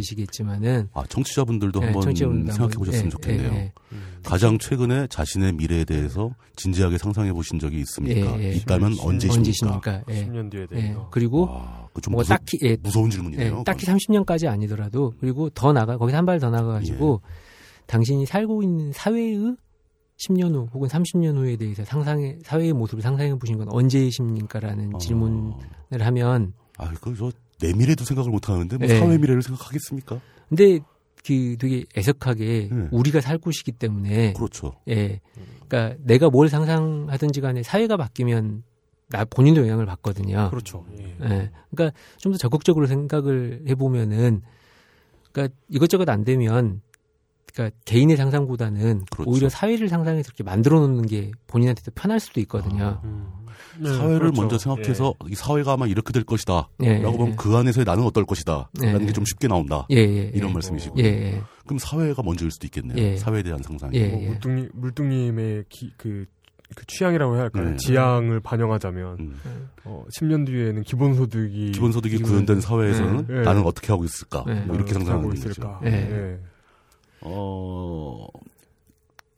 [SPEAKER 3] 마찬가지시겠지만은
[SPEAKER 2] 아 청취자분들도
[SPEAKER 3] 예,
[SPEAKER 2] 한번
[SPEAKER 3] 청취자분들 한번-
[SPEAKER 2] 생각해 보셨으면
[SPEAKER 3] 예,
[SPEAKER 2] 좋겠네요.
[SPEAKER 3] 예,
[SPEAKER 1] 음.
[SPEAKER 2] 가장 최근에 자신의 미래에 대해서 진지하게 상상해 보신 적이 있습니까?
[SPEAKER 3] 예, 예.
[SPEAKER 2] 있다면
[SPEAKER 1] 심-
[SPEAKER 3] 예.
[SPEAKER 2] 언제십니까?
[SPEAKER 3] 언제십니까? 예.
[SPEAKER 1] 음. 10년 뒤에
[SPEAKER 3] 예.
[SPEAKER 1] 대해서.
[SPEAKER 3] 그리고
[SPEAKER 2] 와, 그좀
[SPEAKER 3] 뭐
[SPEAKER 2] 무서,
[SPEAKER 3] 딱히 예,
[SPEAKER 2] 무서운
[SPEAKER 3] 예,
[SPEAKER 2] 질문이네요.
[SPEAKER 3] 딱히 30년까지 아니더라도 그리고 더 나가 거기서 한 발 더 나가가지고
[SPEAKER 2] 예.
[SPEAKER 3] 당신이 살고 있는 사회의 10년 후 혹은 30년 후에 대해서 상상해 사회의 모습을 상상해 보신 건 언제이십니까라는
[SPEAKER 2] 아,
[SPEAKER 3] 질문을 하면
[SPEAKER 2] 아, 그저내 미래도 생각을 못 하는데 뭐
[SPEAKER 3] 예.
[SPEAKER 2] 사회 미래를 생각하겠습니까?
[SPEAKER 3] 근데 그 되게 애석하게
[SPEAKER 2] 네.
[SPEAKER 3] 우리가 살고 있기 때문에
[SPEAKER 2] 그렇죠.
[SPEAKER 3] 예 그러니까 내가 뭘 상상하든지 간에 사회가 바뀌면 나 본인도 영향을 받거든요.
[SPEAKER 1] 그렇죠. 예.
[SPEAKER 3] 예. 그러니까 좀 더 적극적으로 생각을 해보면은, 그러니까 이것저것 안 되면, 그러니까 개인의 상상보다는
[SPEAKER 2] 그렇죠.
[SPEAKER 3] 오히려 사회를 상상해서 이렇게 만들어 놓는 게 본인한테도 편할 수도
[SPEAKER 2] 아,
[SPEAKER 3] 있거든요.
[SPEAKER 1] 음.
[SPEAKER 2] 네, 사회를
[SPEAKER 1] 그렇죠.
[SPEAKER 2] 먼저 생각해서 이 사회가 아마 이렇게 될 것이다.
[SPEAKER 3] 예,
[SPEAKER 2] 라고 보면
[SPEAKER 3] 예.
[SPEAKER 2] 그 안에서의 나는 어떨 것이다.
[SPEAKER 3] 예,
[SPEAKER 2] 라는
[SPEAKER 3] 예.
[SPEAKER 2] 게 좀 쉽게 나온다.
[SPEAKER 3] 예, 예.
[SPEAKER 2] 이런
[SPEAKER 3] 예.
[SPEAKER 2] 말씀이시고.
[SPEAKER 3] 예,
[SPEAKER 2] 요
[SPEAKER 3] 예.
[SPEAKER 2] 그럼 사회가 먼저일 수도 있겠네요.
[SPEAKER 3] 예.
[SPEAKER 2] 사회에 대한 상상이.
[SPEAKER 3] 예,
[SPEAKER 1] 뭐
[SPEAKER 3] 예.
[SPEAKER 1] 물뚱님 물뚱님의 기- 그, 그 취향이라고 해야 할까요?
[SPEAKER 2] 네.
[SPEAKER 1] 지향을 반영하자면
[SPEAKER 2] 음.
[SPEAKER 3] 네.
[SPEAKER 1] 어, 10년 뒤에는 기본소득이
[SPEAKER 2] 기본소득이 구현된 사회에서는
[SPEAKER 1] 예.
[SPEAKER 2] 나는 어떻게 하고 있을까?
[SPEAKER 3] 예.
[SPEAKER 2] 뭐 이렇게 상상하는
[SPEAKER 1] 하고
[SPEAKER 2] 거죠.
[SPEAKER 1] 있을까?
[SPEAKER 3] 예.
[SPEAKER 1] 네.
[SPEAKER 2] 어,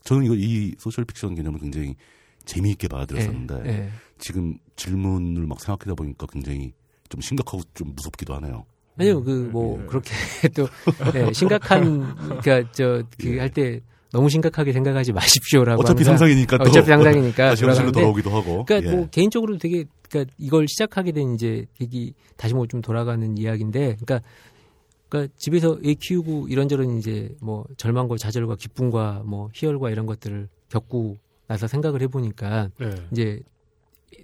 [SPEAKER 2] 저는 이거 이 소셜 픽션 개념을 굉장히 재미있게 받아들였었는데
[SPEAKER 3] 예, 예.
[SPEAKER 2] 지금 질문을 막 생각하다 보니까 굉장히 좀 심각하고 좀 무섭기도 하네요.
[SPEAKER 3] 아니요, 그, 뭐,
[SPEAKER 1] 예.
[SPEAKER 3] 그렇게 또, 예, 심각한, 그니까, 저, 그,
[SPEAKER 2] 예.
[SPEAKER 3] 할 때, 너무 심각하게 생각하지 마십시오라고.
[SPEAKER 2] 어차피
[SPEAKER 3] 하면서
[SPEAKER 2] 상상이니까 또
[SPEAKER 3] 아, 어차피 상상이니까.
[SPEAKER 2] 다시 현실로
[SPEAKER 3] 돌아가는데
[SPEAKER 2] 돌아오기도 하고.
[SPEAKER 3] 그러니까
[SPEAKER 2] 예.
[SPEAKER 3] 뭐 개인적으로 되게 그러니까 이걸 시작하게 된 이제 얘기 다시 뭐 좀 돌아가는 이야기인데 그러니까 그러니까 집에서 애 키우고 이런저런 이제 뭐 절망과 좌절과 기쁨과 뭐 희열과 이런 것들을 겪고 나서 생각을 해 보니까
[SPEAKER 1] 네.
[SPEAKER 3] 이제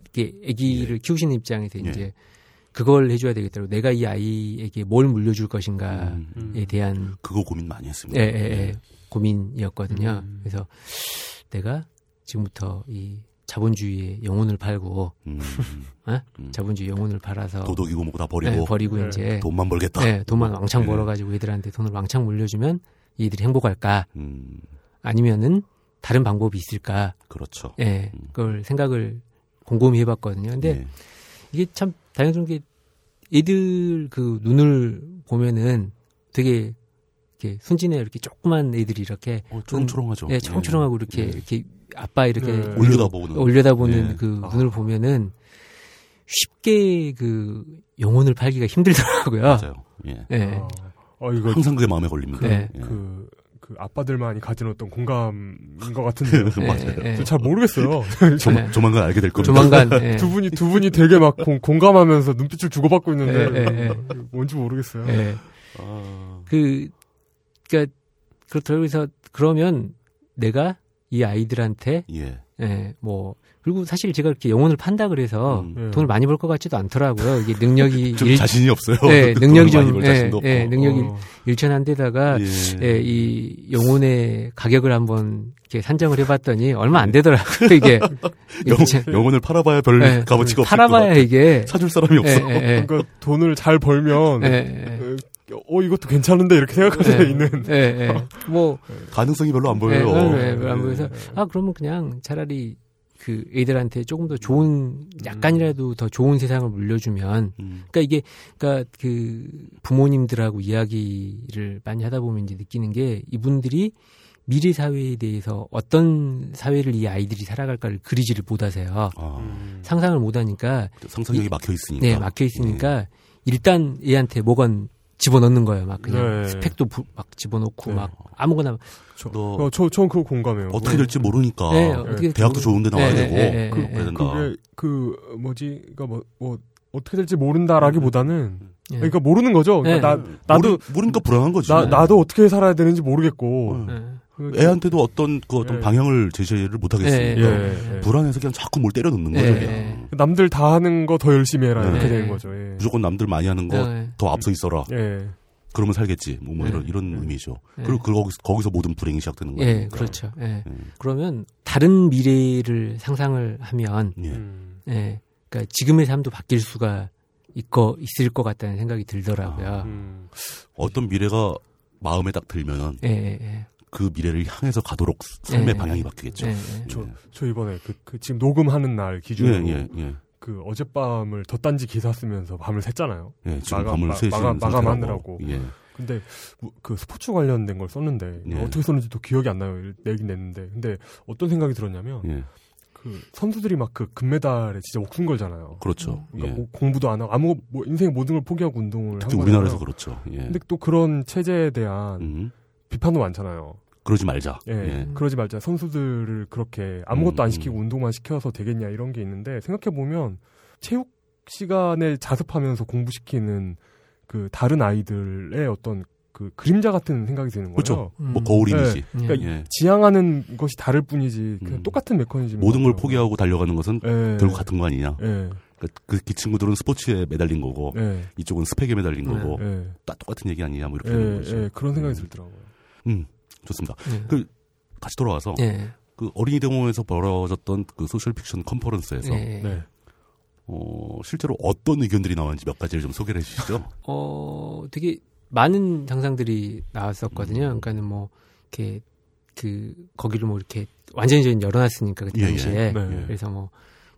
[SPEAKER 3] 이게 아기를 키우시는 입장에서
[SPEAKER 2] 예.
[SPEAKER 3] 이제 그걸 해줘야 되겠더라고 내가 이 아이에게 뭘 물려줄 것인가에
[SPEAKER 2] 음,
[SPEAKER 1] 음.
[SPEAKER 3] 대한
[SPEAKER 2] 그거 고민 많이 했습니다.
[SPEAKER 3] 예, 예, 예. 고민이었거든요.
[SPEAKER 1] 음.
[SPEAKER 3] 그래서 내가 지금부터 이 자본주의의 영혼을 팔고
[SPEAKER 2] 음,
[SPEAKER 3] 어?
[SPEAKER 2] 음.
[SPEAKER 3] 자본주의 영혼을 팔아서
[SPEAKER 2] 도덕이고 뭐고 다 버리고
[SPEAKER 3] 어. 예, 버리고
[SPEAKER 1] 네.
[SPEAKER 3] 이제
[SPEAKER 2] 돈만 벌겠다.
[SPEAKER 3] 예, 돈만 왕창
[SPEAKER 2] 예.
[SPEAKER 3] 벌어가지고 얘들한테 돈을 왕창 물려주면 얘들이 행복할까
[SPEAKER 2] 음,
[SPEAKER 3] 아니면은 다른 방법이 있을까
[SPEAKER 2] 그렇죠.
[SPEAKER 3] 예,
[SPEAKER 2] 음.
[SPEAKER 3] 그걸 생각을 곰곰이 해봤거든요. 근데
[SPEAKER 2] 예.
[SPEAKER 3] 이게 참 다양한 게 애들 그 눈을 보면은 되게 이렇게 순진해 이렇게 조그만 애들이 이렇게
[SPEAKER 2] 어, 초롱초롱하죠.
[SPEAKER 3] 예, 청초롱하고 이렇게
[SPEAKER 2] 예.
[SPEAKER 3] 이렇게 아빠 이렇게
[SPEAKER 1] 네.
[SPEAKER 3] 위로
[SPEAKER 2] 올려다보는.
[SPEAKER 3] 올려다보는
[SPEAKER 2] 예.
[SPEAKER 3] 그
[SPEAKER 1] 아.
[SPEAKER 3] 눈을 보면은 쉽게 그 영혼을 팔기가 힘들더라고요.
[SPEAKER 2] 맞아요. 예.
[SPEAKER 3] 예.
[SPEAKER 1] 어, 어, 이거
[SPEAKER 2] 항상 그게 마음에 걸립니다.
[SPEAKER 3] 그- 예.
[SPEAKER 2] 예.
[SPEAKER 1] 그, 그 아빠들만이 가진 어떤 공감인 것 같은데요.
[SPEAKER 2] 그- 맞아요.
[SPEAKER 3] 예, 예.
[SPEAKER 1] 잘 모르겠어요.
[SPEAKER 2] 조만,
[SPEAKER 3] 예.
[SPEAKER 2] 조만간 알게 될 겁니다.
[SPEAKER 3] 조만간 예.
[SPEAKER 1] 두 분이 두 분이 되게 막 공, 공감하면서 눈빛을 주고받고 있는데
[SPEAKER 3] 예, 예,
[SPEAKER 1] 뭔지 모르겠어요.
[SPEAKER 3] 예.
[SPEAKER 2] 아,
[SPEAKER 3] 그 그러니까 그렇더라고요. 그래서 그러면 내가 이 아이들한테
[SPEAKER 2] 예.
[SPEAKER 3] 예, 뭐 그리고 사실 제가 이렇게 영혼을 판다 그래서
[SPEAKER 2] 음.
[SPEAKER 1] 예.
[SPEAKER 3] 돈을 많이 벌 것 같지도 않더라고요. 이게 능력이
[SPEAKER 2] 좀
[SPEAKER 3] 일-
[SPEAKER 2] 자신이 없어요. 그
[SPEAKER 3] 예,
[SPEAKER 2] 돈
[SPEAKER 3] 능력이
[SPEAKER 2] 많이
[SPEAKER 3] 좀-
[SPEAKER 2] 벌
[SPEAKER 3] 예,
[SPEAKER 2] 자신도 없고.
[SPEAKER 3] 예, 능력이
[SPEAKER 1] 어,
[SPEAKER 3] 일천한 데다가
[SPEAKER 2] 예.
[SPEAKER 3] 예, 이 영혼의 가격을 한번 이렇게 산정을 해봤더니 얼마 안 되더라고요. 이게 일천-
[SPEAKER 2] 네. 영, 혼을 팔아봐야 별
[SPEAKER 3] 예.
[SPEAKER 2] 값어치가 없을 것
[SPEAKER 3] 팔아봐야
[SPEAKER 2] 같아.
[SPEAKER 3] 이게
[SPEAKER 2] 사줄 사람이
[SPEAKER 3] 예,
[SPEAKER 2] 없어.
[SPEAKER 3] 예, 예.
[SPEAKER 1] 그러니까 돈을 잘 벌면
[SPEAKER 3] 예, 예.
[SPEAKER 1] 어, 어 이것도 괜찮은데 이렇게 생각할 수
[SPEAKER 3] 예.
[SPEAKER 1] 있는
[SPEAKER 3] 예, 예. 뭐
[SPEAKER 2] 가능성이 별로 안
[SPEAKER 3] 예,
[SPEAKER 2] 보여요. 네.
[SPEAKER 3] 예, 예, 안 보여서 아 그러면 그냥 차라리 그 애들한테 조금 더 좋은 약간이라도 더 좋은 세상을 물려주면
[SPEAKER 2] 음,
[SPEAKER 3] 그러니까 이게 그러니까 그 부모님들하고 이야기를 많이 하다 보면 이제 느끼는 게 이분들이 미래 사회에 대해서 어떤 사회를 이 아이들이 살아갈까를 그리지를 못하세요.
[SPEAKER 2] 아,
[SPEAKER 3] 상상을 못하니까
[SPEAKER 2] 상상력이 막혀 있으니까. 예.
[SPEAKER 3] 네 막혀 있으니까 일단 얘한테 뭐건 집어넣는 거예요. 막 그냥
[SPEAKER 1] 네.
[SPEAKER 3] 스펙도 부- 막 집어넣고
[SPEAKER 1] 네.
[SPEAKER 3] 막 아무거나
[SPEAKER 2] 너
[SPEAKER 1] 어, 저, 전 그거 공감해요.
[SPEAKER 2] 어떻게 될지 모르니까
[SPEAKER 3] 네, 어떻게
[SPEAKER 2] 아, 대학도 좋은데 나와야
[SPEAKER 3] 네,
[SPEAKER 2] 되고
[SPEAKER 3] 네, 네,
[SPEAKER 2] 그렇게
[SPEAKER 3] 네,
[SPEAKER 2] 해야
[SPEAKER 3] 네.
[SPEAKER 2] 된다.
[SPEAKER 1] 그게, 그, 뭐지, 그니까 뭐, 뭐, 어떻게 될지 모른다라기보다는,
[SPEAKER 3] 예.
[SPEAKER 1] 그러니까 모르는 거죠. 그러니까
[SPEAKER 3] 네.
[SPEAKER 1] 나, 나도,
[SPEAKER 2] 모르, 모르니까 불안한 거지.
[SPEAKER 1] 나, 나도 어떻게 살아야 되는지 모르겠고,
[SPEAKER 2] 응.
[SPEAKER 3] 예.
[SPEAKER 1] 그러니까-
[SPEAKER 2] 애한테도 어떤 그 어떤
[SPEAKER 1] 예.
[SPEAKER 2] 방향을 제시를 못 하겠으니까
[SPEAKER 3] 네.
[SPEAKER 1] 예, 예.
[SPEAKER 2] 음. 불안해서 그냥 자꾸 뭘 때려 넣는 거죠.
[SPEAKER 3] 예,
[SPEAKER 2] 그냥.
[SPEAKER 3] 예.
[SPEAKER 1] 남들 다 하는 거 더 열심히 해라, 이렇게
[SPEAKER 2] 네.
[SPEAKER 1] 되는 거죠. 예.
[SPEAKER 2] 무조건 남들 많이 하는
[SPEAKER 1] 그러니까
[SPEAKER 2] 거 더
[SPEAKER 3] 예.
[SPEAKER 2] 앞서 있어라.
[SPEAKER 1] 예.
[SPEAKER 2] 그러면 살겠지. 뭐, 뭐 이런
[SPEAKER 3] 예.
[SPEAKER 2] 이런 의미죠.
[SPEAKER 3] 예.
[SPEAKER 2] 그리고 그 거기서, 거기서 모든 불행이 시작되는 거예요.
[SPEAKER 3] 예, 그렇죠. 예.
[SPEAKER 2] 예.
[SPEAKER 3] 그러면 다른 미래를 상상을 하면
[SPEAKER 2] 예.
[SPEAKER 1] 음.
[SPEAKER 3] 예. 그러니까 지금의 삶도 바뀔 수가 있거 있을 것 같다는 생각이 들더라고요.
[SPEAKER 1] 음.
[SPEAKER 2] 어떤 미래가 마음에 딱 들면은
[SPEAKER 3] 예, 예, 예.
[SPEAKER 2] 그 미래를 향해서 가도록 삶의
[SPEAKER 3] 네.
[SPEAKER 2] 방향이 바뀌겠죠.
[SPEAKER 3] 예,
[SPEAKER 2] 예,
[SPEAKER 3] 예.
[SPEAKER 1] 저, 저 이번에 그, 그 지금 녹음하는 날 기준으로
[SPEAKER 2] 예, 예.
[SPEAKER 1] 그 어젯밤을 덧단지 기사 쓰면서 밤을 샜잖아요.
[SPEAKER 2] 예, 지금
[SPEAKER 1] 마감-
[SPEAKER 2] 밤을
[SPEAKER 1] 마-
[SPEAKER 2] 새시는
[SPEAKER 1] 마감-
[SPEAKER 2] 상태라고.
[SPEAKER 1] 마감하느라고.
[SPEAKER 2] 예.
[SPEAKER 1] 근데 뭐, 그 스포츠 관련된 걸 썼는데
[SPEAKER 2] 예.
[SPEAKER 1] 어떻게 썼는지 또 기억이 안 나요. 내긴 냈는데 근데 어떤 생각이 들었냐면
[SPEAKER 2] 예.
[SPEAKER 1] 그 선수들이 막 그 금메달에 진짜 목숨 걸잖아요.
[SPEAKER 2] 그렇죠.
[SPEAKER 1] 그러니까
[SPEAKER 2] 예.
[SPEAKER 1] 뭐 공부도 안 하고 아무 뭐 인생의 모든 걸 포기하고 운동을 한
[SPEAKER 2] 특히
[SPEAKER 1] 거잖아요.
[SPEAKER 2] 우리나라에서 그렇죠. 예.
[SPEAKER 1] 근데 또 그런 체제에 대한
[SPEAKER 2] 음.
[SPEAKER 1] 비판도 많잖아요.
[SPEAKER 2] 그러지 말자.
[SPEAKER 1] 예.
[SPEAKER 2] 예.
[SPEAKER 1] 그러지 말자. 선수들을 그렇게 아무것도
[SPEAKER 2] 음,
[SPEAKER 1] 안
[SPEAKER 2] 음.
[SPEAKER 1] 시키고 운동만 시켜서 되겠냐 이런 게 있는데 생각해 보면 체육 시간에 자습하면서 공부시키는 그 다른 아이들의 어떤 그 그림자 같은 생각이 드는 거예요.
[SPEAKER 2] 그렇죠. 뭐
[SPEAKER 3] 음.
[SPEAKER 2] 거울 이미지.
[SPEAKER 3] 예.
[SPEAKER 1] 그러니까
[SPEAKER 2] 예.
[SPEAKER 1] 지향하는 것이 다를 뿐이지 그냥
[SPEAKER 2] 음.
[SPEAKER 1] 똑같은 메커니즘
[SPEAKER 2] 모든 걸
[SPEAKER 1] 음.
[SPEAKER 2] 포기하고 달려가는 것은
[SPEAKER 1] 예.
[SPEAKER 2] 결국 같은 거 아니냐.
[SPEAKER 1] 예.
[SPEAKER 2] 그러니까 그, 그 친구들은 스포츠에 매달린 거고
[SPEAKER 1] 예.
[SPEAKER 2] 이쪽은 스펙에 매달린
[SPEAKER 3] 네,
[SPEAKER 2] 거고
[SPEAKER 1] 예.
[SPEAKER 2] 다 똑같은 얘기 아니냐 뭐 이렇게 어, 되는 거죠.
[SPEAKER 1] 예. 예. 그런 생각이
[SPEAKER 2] 음.
[SPEAKER 1] 들더라고요.
[SPEAKER 2] 음, 좋습니다.
[SPEAKER 3] 예.
[SPEAKER 2] 그- 다시 돌아와서
[SPEAKER 3] 예.
[SPEAKER 2] 그 어린이 대공원에서 벌어졌던 그 소셜 픽션 컨퍼런스에서
[SPEAKER 3] 예.
[SPEAKER 1] 네.
[SPEAKER 2] 어, 실제로 어떤 의견들이 나왔는지 몇 가지를 좀 소개를 해주시죠.
[SPEAKER 3] 어, 되게 많은 장상들이 나왔었거든요. 그러니까는 뭐 이렇게 그 거기를 뭐 이렇게 완전히 저희는 열어놨으니까 그
[SPEAKER 2] 예, 예.
[SPEAKER 3] 당시에
[SPEAKER 1] 네.
[SPEAKER 2] 예.
[SPEAKER 3] 그래서 뭐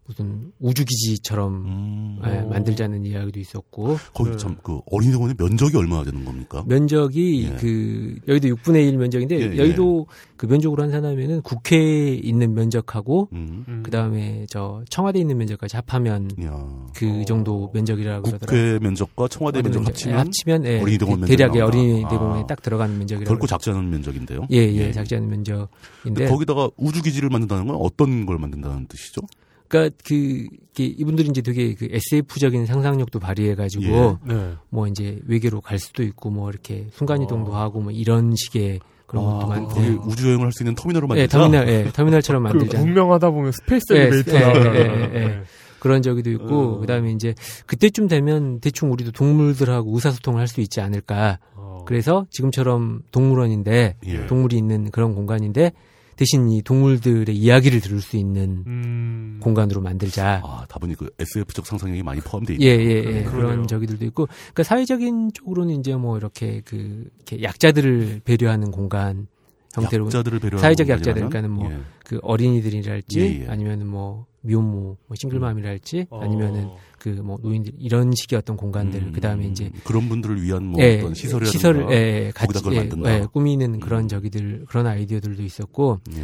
[SPEAKER 3] 무슨 우주기지처럼
[SPEAKER 2] 음,
[SPEAKER 3] 예,
[SPEAKER 1] 오.
[SPEAKER 3] 만들자는 이야기도 있었고
[SPEAKER 2] 거기
[SPEAKER 1] 네.
[SPEAKER 2] 참 그 어린이 대공원의 면적이 얼마나 되는 겁니까?
[SPEAKER 3] 면적이
[SPEAKER 2] 예.
[SPEAKER 3] 그 여의도 6분의 1 면적인데
[SPEAKER 2] 예, 예.
[SPEAKER 3] 여의도 그 면적으로 환산하면은 국회에 있는 면적하고
[SPEAKER 2] 음,
[SPEAKER 3] 그 다음에 저 청와대 있는 면적까지 합하면
[SPEAKER 2] 야.
[SPEAKER 3] 그
[SPEAKER 1] 어.
[SPEAKER 3] 정도 면적이라고 그러더라고요.
[SPEAKER 2] 음. 국회 면적과 청와대 면적 합치면
[SPEAKER 3] 합치면 예,
[SPEAKER 2] 어린이 대공원 면적이
[SPEAKER 3] 대략의
[SPEAKER 2] 나온다.
[SPEAKER 3] 어린이 대공원에
[SPEAKER 2] 아.
[SPEAKER 3] 딱 들어가는 면적이라고
[SPEAKER 2] 결코 작지 않은 면적인데요.
[SPEAKER 3] 예, 예, 작지 않은
[SPEAKER 2] 근데
[SPEAKER 3] 면적인데.
[SPEAKER 2] 거기다가 우주 기지를 만든다는 건 어떤 걸 만든다는 뜻이죠?
[SPEAKER 3] 그러니까 그 이게 이분들이 이제 되게 그 SF적인 상상력도 발휘해가지고
[SPEAKER 2] 예.
[SPEAKER 1] 네.
[SPEAKER 3] 뭐 이제 외계로 갈 수도 있고 뭐 이렇게 순간 이동도
[SPEAKER 1] 어.
[SPEAKER 3] 하고 뭐 이런 식의 그런 것도
[SPEAKER 2] 아,
[SPEAKER 3] 많고.
[SPEAKER 2] 거기 우주 여행을 할 수 있는 터미널을
[SPEAKER 3] 예,
[SPEAKER 2] 만들자.
[SPEAKER 3] 터미널, 예, 터미널처럼
[SPEAKER 1] 그
[SPEAKER 3] 만들자.
[SPEAKER 1] 문명하다 보면 스페이스
[SPEAKER 3] 예,
[SPEAKER 1] 엘리베이터
[SPEAKER 3] 예,
[SPEAKER 1] 나오잖아요.
[SPEAKER 3] 예, 예, 예. 그런 적이도 있고,
[SPEAKER 2] 어.
[SPEAKER 1] 음.
[SPEAKER 3] 그 다음에 이제 그때쯤 되면 대충 우리도 동물들하고 의사소통을 할 수 있지 않을까.
[SPEAKER 1] 어.
[SPEAKER 3] 그래서 지금처럼 동물원인데,
[SPEAKER 2] 예.
[SPEAKER 3] 동물이 있는 그런 공간인데, 대신 이 동물들의 이야기를 들을 수 있는
[SPEAKER 1] 음.
[SPEAKER 3] 공간으로 만들자.
[SPEAKER 2] 아, 다분히 그 SF적 상상력이 많이 포함되어
[SPEAKER 3] 예,
[SPEAKER 2] 있네요.
[SPEAKER 3] 예, 예.
[SPEAKER 1] 그러네요.
[SPEAKER 3] 그런 저기들도 있고. 그러니까 사회적인 쪽으로는 이제 뭐 이렇게 그, 이렇게 약자들을 배려하는 공간 형태로.
[SPEAKER 2] 약자들을 배려하는
[SPEAKER 3] 사회적
[SPEAKER 2] 공간이라면?
[SPEAKER 3] 약자들이니까는 뭐
[SPEAKER 2] 예.
[SPEAKER 3] 그 어린이들이랄지,
[SPEAKER 2] 예, 예.
[SPEAKER 3] 아니면은 뭐 미혼모, 뭐 싱글맘이랄지,
[SPEAKER 1] 어.
[SPEAKER 3] 아니면은 그 뭐 노인들, 이런 식의 어떤 공간들,
[SPEAKER 2] 음,
[SPEAKER 3] 그 다음에 이제.
[SPEAKER 2] 그런 분들을 위한 뭐
[SPEAKER 3] 예,
[SPEAKER 2] 어떤 시설이라든가
[SPEAKER 3] 시설을, 예, 예,
[SPEAKER 2] 거기다
[SPEAKER 3] 같이,
[SPEAKER 2] 그걸
[SPEAKER 3] 예,
[SPEAKER 2] 만든다.
[SPEAKER 3] 예, 꾸미는
[SPEAKER 2] 음.
[SPEAKER 3] 그런 저기들, 그런 아이디어들도 있었고,
[SPEAKER 2] 예.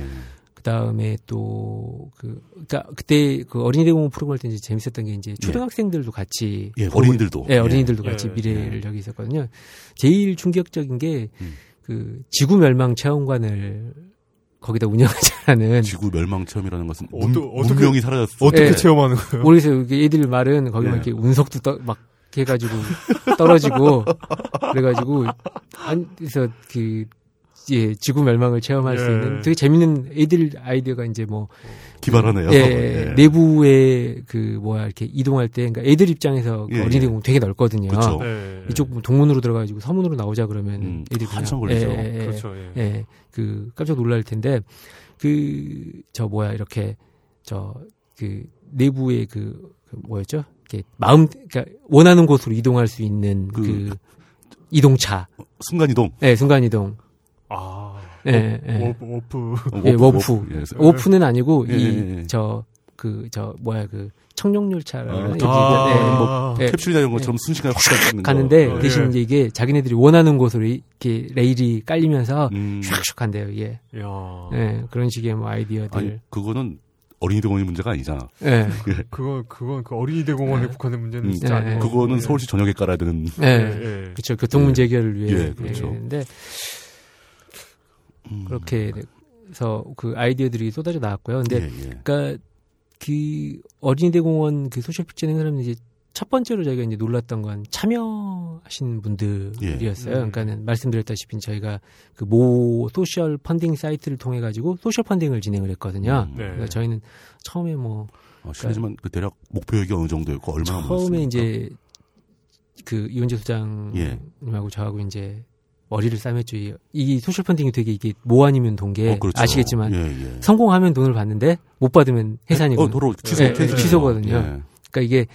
[SPEAKER 3] 그 다음에 또, 그, 그니까 그때 그 어린이 대공원 프로그램 할때 이제 재밌었던 게 이제 초등학생들도 같이
[SPEAKER 2] 예, 어린이들도.
[SPEAKER 3] 예, 어린이들도 같이
[SPEAKER 1] 예.
[SPEAKER 3] 미래를 여기 있었거든요. 제일 충격적인 게,
[SPEAKER 2] 음.
[SPEAKER 3] 그, 지구 멸망 체험관을 거기다 운영하자는,
[SPEAKER 2] 예. 지구 멸망 체험이라는 것은
[SPEAKER 1] 어떠-
[SPEAKER 2] 문,
[SPEAKER 1] 어떻게-
[SPEAKER 2] 문명이 사라졌어.
[SPEAKER 1] 어떻게
[SPEAKER 3] 예.
[SPEAKER 1] 체험하는 거예요?
[SPEAKER 3] 모르겠어요. 이게 애들 말은 거기 막
[SPEAKER 2] 예.
[SPEAKER 3] 이렇게 운석도 떠, 막 해가지고 떨어지고, 그래가지고, 안, 그래서 그, 예, 지구 멸망을 체험할 수
[SPEAKER 1] 예.
[SPEAKER 3] 있는 되게 재밌는 애들 아이디어가 이제 뭐,
[SPEAKER 2] 기발하네요.
[SPEAKER 3] 예, 내부에 그 뭐야 이렇게 이동할 때, 그러니까 애들 입장에서 그
[SPEAKER 2] 예,
[SPEAKER 3] 어린이
[SPEAKER 2] 예.
[SPEAKER 3] 공원 되게 넓거든요.
[SPEAKER 2] 그쵸.
[SPEAKER 1] 네.
[SPEAKER 3] 뭐 이쪽 동문으로 들어가지고 서문으로 나오자 그러면
[SPEAKER 2] 음,
[SPEAKER 3] 애들이 그냥-
[SPEAKER 2] 한참 걸리죠.
[SPEAKER 3] 예, 예, 예.
[SPEAKER 1] 그렇죠. 예.
[SPEAKER 3] 예, 그 깜짝 놀랄 텐데 그 저 뭐야 이렇게 저 그 내부의 그, 그 뭐였죠? 이렇게 마음 그러니까 원하는 곳으로 이동할 수 있는 그,
[SPEAKER 2] 그-
[SPEAKER 3] 이동차,
[SPEAKER 2] 순간이동.
[SPEAKER 3] 예, 순간 이동,
[SPEAKER 1] 아.
[SPEAKER 3] 예, 예.
[SPEAKER 1] 워프, 워프.
[SPEAKER 3] 예, 워프.
[SPEAKER 2] 예, 그래서
[SPEAKER 3] 오프는 아니고
[SPEAKER 2] 예, 예, 예.
[SPEAKER 3] 이 저 그 저 뭐야 그 네, 청룡열차라는
[SPEAKER 2] 아, 아,
[SPEAKER 3] 여기
[SPEAKER 1] 아.
[SPEAKER 3] 예, 예,
[SPEAKER 2] 캡슐이나 이런 것처럼 순식간에 확 가는
[SPEAKER 3] 가는데
[SPEAKER 1] 예.
[SPEAKER 3] 대신 이제 이게 자기네들이 원하는 곳으로 이렇게 레일이 깔리면서
[SPEAKER 2] 음,
[SPEAKER 3] 슉슉 한대요. 이게
[SPEAKER 1] 야.
[SPEAKER 3] 예, 그런 식의 뭐
[SPEAKER 2] 아니
[SPEAKER 3] 아이디어들.
[SPEAKER 2] 그거는 어린이 대공원의 문제가 아니잖아.
[SPEAKER 3] 예.
[SPEAKER 1] 그건 그건 그 어린이 대공원에
[SPEAKER 3] 예.
[SPEAKER 1] 국한된 문제는
[SPEAKER 2] 음,
[SPEAKER 1] 진짜
[SPEAKER 3] 예.
[SPEAKER 1] 아니에요.
[SPEAKER 2] 그거는
[SPEAKER 1] 예.
[SPEAKER 2] 서울시 전역에 깔아야 되는.
[SPEAKER 3] 예.
[SPEAKER 1] 예. 예.
[SPEAKER 3] 그렇죠. 교통 문제 해결을 위해
[SPEAKER 2] 예, 그렇죠.
[SPEAKER 3] 되는데
[SPEAKER 2] 음,
[SPEAKER 3] 그렇게 해서 그 아이디어들이 쏟아져 나왔고요. 근데
[SPEAKER 2] 예, 예.
[SPEAKER 3] 그러니까 그 어린이대공원 그 소셜 픽션 행사는 이제 첫 번째로 저희가 이제 놀랐던 건 참여하신 분들이었어요.
[SPEAKER 1] 예.
[SPEAKER 2] 음.
[SPEAKER 3] 그러니까는 말씀드렸다시피 저희가 그 모 소셜 펀딩 사이트를 통해 가지고 소셜 펀딩을 진행을 했거든요.
[SPEAKER 2] 음.
[SPEAKER 1] 네.
[SPEAKER 3] 그러니까 저희는 처음에 뭐
[SPEAKER 2] 아, 실례지만 그 대략 목표액이 어느 정도였고 얼마나
[SPEAKER 3] 처음에
[SPEAKER 2] 모았습니까?
[SPEAKER 3] 이제 그 이원재
[SPEAKER 2] 아, 예.
[SPEAKER 3] 소장님하고 저하고 이제 머리를 싸맸죠. 이- 이 소셜 펀딩이 되게 이게 모 아니면 돈게
[SPEAKER 2] 어, 그렇죠.
[SPEAKER 3] 아시겠지만
[SPEAKER 2] 예, 예.
[SPEAKER 3] 성공하면 돈을 받는데 못 받으면 해산이고
[SPEAKER 2] 어, 도로 취소
[SPEAKER 1] 예,
[SPEAKER 2] 퇴진이죠.
[SPEAKER 3] 취소거든요.
[SPEAKER 2] 예.
[SPEAKER 3] 그러니까 이게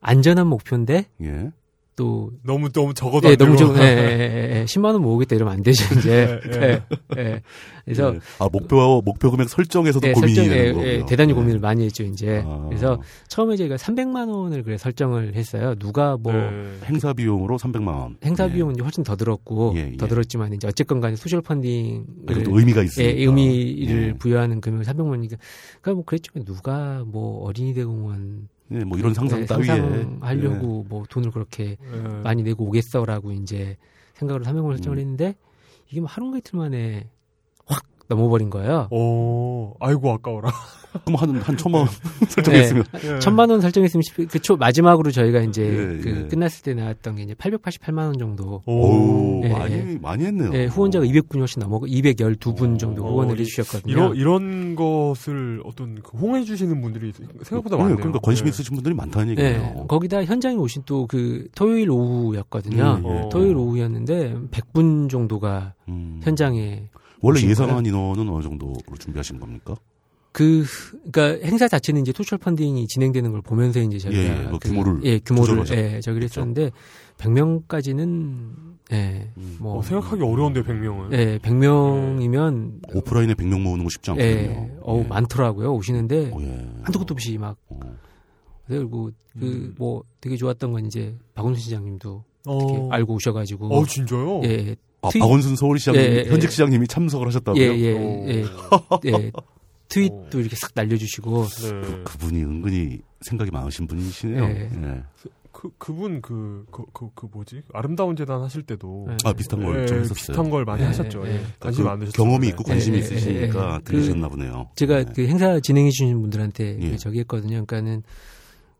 [SPEAKER 3] 안전한 목표인데
[SPEAKER 2] 예.
[SPEAKER 3] 또
[SPEAKER 1] 너무 너무 적어도
[SPEAKER 3] 예,
[SPEAKER 1] 안
[SPEAKER 3] 너무
[SPEAKER 1] 되고. 네.
[SPEAKER 3] 좀 예, 예, 예, 예. 10만 원 모으겠다 이러면 안 되죠 이제.
[SPEAKER 1] 예, 예.
[SPEAKER 3] 예, 예. 그래서
[SPEAKER 2] 예. 아 목표 목표 금액 설정에서도
[SPEAKER 3] 예,
[SPEAKER 2] 고민이
[SPEAKER 3] 설정,
[SPEAKER 2] 되는
[SPEAKER 3] 예,
[SPEAKER 2] 거고요.
[SPEAKER 3] 예, 대단히
[SPEAKER 2] 예.
[SPEAKER 3] 고민을 많이 했죠 이제.
[SPEAKER 2] 아,
[SPEAKER 3] 그래서 처음에 저희가 300만 원을 그래 설정을 했어요. 누가 뭐
[SPEAKER 1] 네.
[SPEAKER 2] 행사 비용으로 300만 원.
[SPEAKER 3] 행사
[SPEAKER 2] 예.
[SPEAKER 3] 비용은 훨씬 더 들었고
[SPEAKER 2] 예, 예.
[SPEAKER 3] 더 들었지만 이제 어쨌건 간에 소셜
[SPEAKER 2] 아, 그래도
[SPEAKER 3] 펀딩을
[SPEAKER 2] 의미가
[SPEAKER 3] 예,
[SPEAKER 2] 있으니까.
[SPEAKER 3] 의미를
[SPEAKER 2] 예.
[SPEAKER 3] 부여하는 금액을 300만 원이니까 그러니까 뭐 그랬죠. 누가 뭐 어린이 대공원
[SPEAKER 2] 예, 뭐 이런 상상
[SPEAKER 3] 예,
[SPEAKER 2] 따위에 예.
[SPEAKER 3] 상상하려고 뭐 돈을 그렇게 많이 내고 오겠어라고 이제 생각으로 300만 원 설정을
[SPEAKER 2] 음.
[SPEAKER 3] 했는데 이게 뭐 하루 이틀 만에 확 넘어버린 거예요.
[SPEAKER 1] 오, 아이고 아까워라.
[SPEAKER 2] 예. 그럼 한한 천만 원 설정했으면
[SPEAKER 1] 예.
[SPEAKER 3] 천만 원 설정했으면 싶- 그 초, 마지막으로 저희가 이제
[SPEAKER 2] 예,
[SPEAKER 3] 그
[SPEAKER 2] 예. 어,
[SPEAKER 3] 끝났을 때 나왔던 게 이제 888만 원 정도.
[SPEAKER 1] 오.
[SPEAKER 2] 오,
[SPEAKER 3] 예,
[SPEAKER 2] 많이
[SPEAKER 3] 예.
[SPEAKER 2] 많이 했네요.
[SPEAKER 3] 예, 후원자가 200분이 훨씬 넘어가 212분 정도
[SPEAKER 2] 어,
[SPEAKER 1] 오,
[SPEAKER 3] 후원을
[SPEAKER 1] 이-
[SPEAKER 3] 해주셨거든요.
[SPEAKER 1] 이런 이런 것을 어떤 그 홍해 주시는 분들이 생각보다
[SPEAKER 2] 예,
[SPEAKER 1] 많네요.
[SPEAKER 2] 그러니까 관심
[SPEAKER 1] 예.
[SPEAKER 2] 있으신 분들이 많다는
[SPEAKER 3] 예,
[SPEAKER 2] 얘기예요.
[SPEAKER 3] 거기다 현장에 오신 또 그 토요일 오후였거든요.
[SPEAKER 2] 음, 예.
[SPEAKER 3] 토요일 오후였는데 100분 정도가
[SPEAKER 2] 음.
[SPEAKER 3] 현장에
[SPEAKER 2] 원래
[SPEAKER 3] 오신
[SPEAKER 2] 예상한 인원은 어느 정도로 준비하신 겁니까?
[SPEAKER 3] 그 그러니까 행사 자체는 이제 소셜 펀딩이 진행되는 걸 보면서 이제 저희가
[SPEAKER 2] 예, 예, 그
[SPEAKER 3] 그-
[SPEAKER 2] 규모를 그렇죠.
[SPEAKER 3] 예, 규모를
[SPEAKER 2] 조절하셨-
[SPEAKER 3] 예, 저기를 했었는데 100명까지는 예,
[SPEAKER 2] 음.
[SPEAKER 3] 뭐
[SPEAKER 1] 어, 생각하기 어려운데 100명은.
[SPEAKER 3] 예, 100명이면
[SPEAKER 2] 오프라인에 100명 모으는 거 쉽지 않거든요.
[SPEAKER 3] 예, 어우
[SPEAKER 2] 음. 예.
[SPEAKER 3] 많더라고요. 오시는데
[SPEAKER 2] 어, 예.
[SPEAKER 3] 한두 끝도 없이 막
[SPEAKER 2] 어.
[SPEAKER 3] 그리고
[SPEAKER 1] 음.
[SPEAKER 3] 그뭐 되게 좋았던 건 이제 박원순 시장님도 이렇게
[SPEAKER 1] 어.
[SPEAKER 3] 알고 오셔가지고
[SPEAKER 1] 어, 진짜요?
[SPEAKER 3] 예, 예,
[SPEAKER 2] 아,
[SPEAKER 3] 트윗-
[SPEAKER 2] 박원순 서울시장님
[SPEAKER 3] 예, 예,
[SPEAKER 2] 현직
[SPEAKER 3] 예.
[SPEAKER 2] 시장님이 참석을 하셨다고요?
[SPEAKER 3] 예, 예,
[SPEAKER 1] 오.
[SPEAKER 3] 예, 예, 트윗도 이렇게 싹 날려주시고
[SPEAKER 1] 네.
[SPEAKER 2] 그분이 은근히 생각이 많으신 분이시네요.
[SPEAKER 3] 예.
[SPEAKER 2] 예.
[SPEAKER 1] 그 그분 그그그 그, 그- 그 뭐지? 아름다운 재단 하실 때도
[SPEAKER 3] 네.
[SPEAKER 2] 아 비슷한 걸
[SPEAKER 1] 예,
[SPEAKER 2] 좀 했었어요.
[SPEAKER 1] 비슷한 걸 많이
[SPEAKER 3] 예,
[SPEAKER 1] 하셨죠.
[SPEAKER 3] 예.
[SPEAKER 1] 예.
[SPEAKER 2] 그러니까
[SPEAKER 1] 관심
[SPEAKER 2] 그
[SPEAKER 1] 많으셨죠.
[SPEAKER 2] 경험이 있고 관심이
[SPEAKER 3] 예, 예,
[SPEAKER 2] 있으시니까
[SPEAKER 3] 예, 예.
[SPEAKER 2] 들으셨나 보네요.
[SPEAKER 3] 제가
[SPEAKER 2] 예.
[SPEAKER 3] 그 행사 진행해 주신 분들한테 그
[SPEAKER 2] 예.
[SPEAKER 3] 저기 했거든요. 그러니까는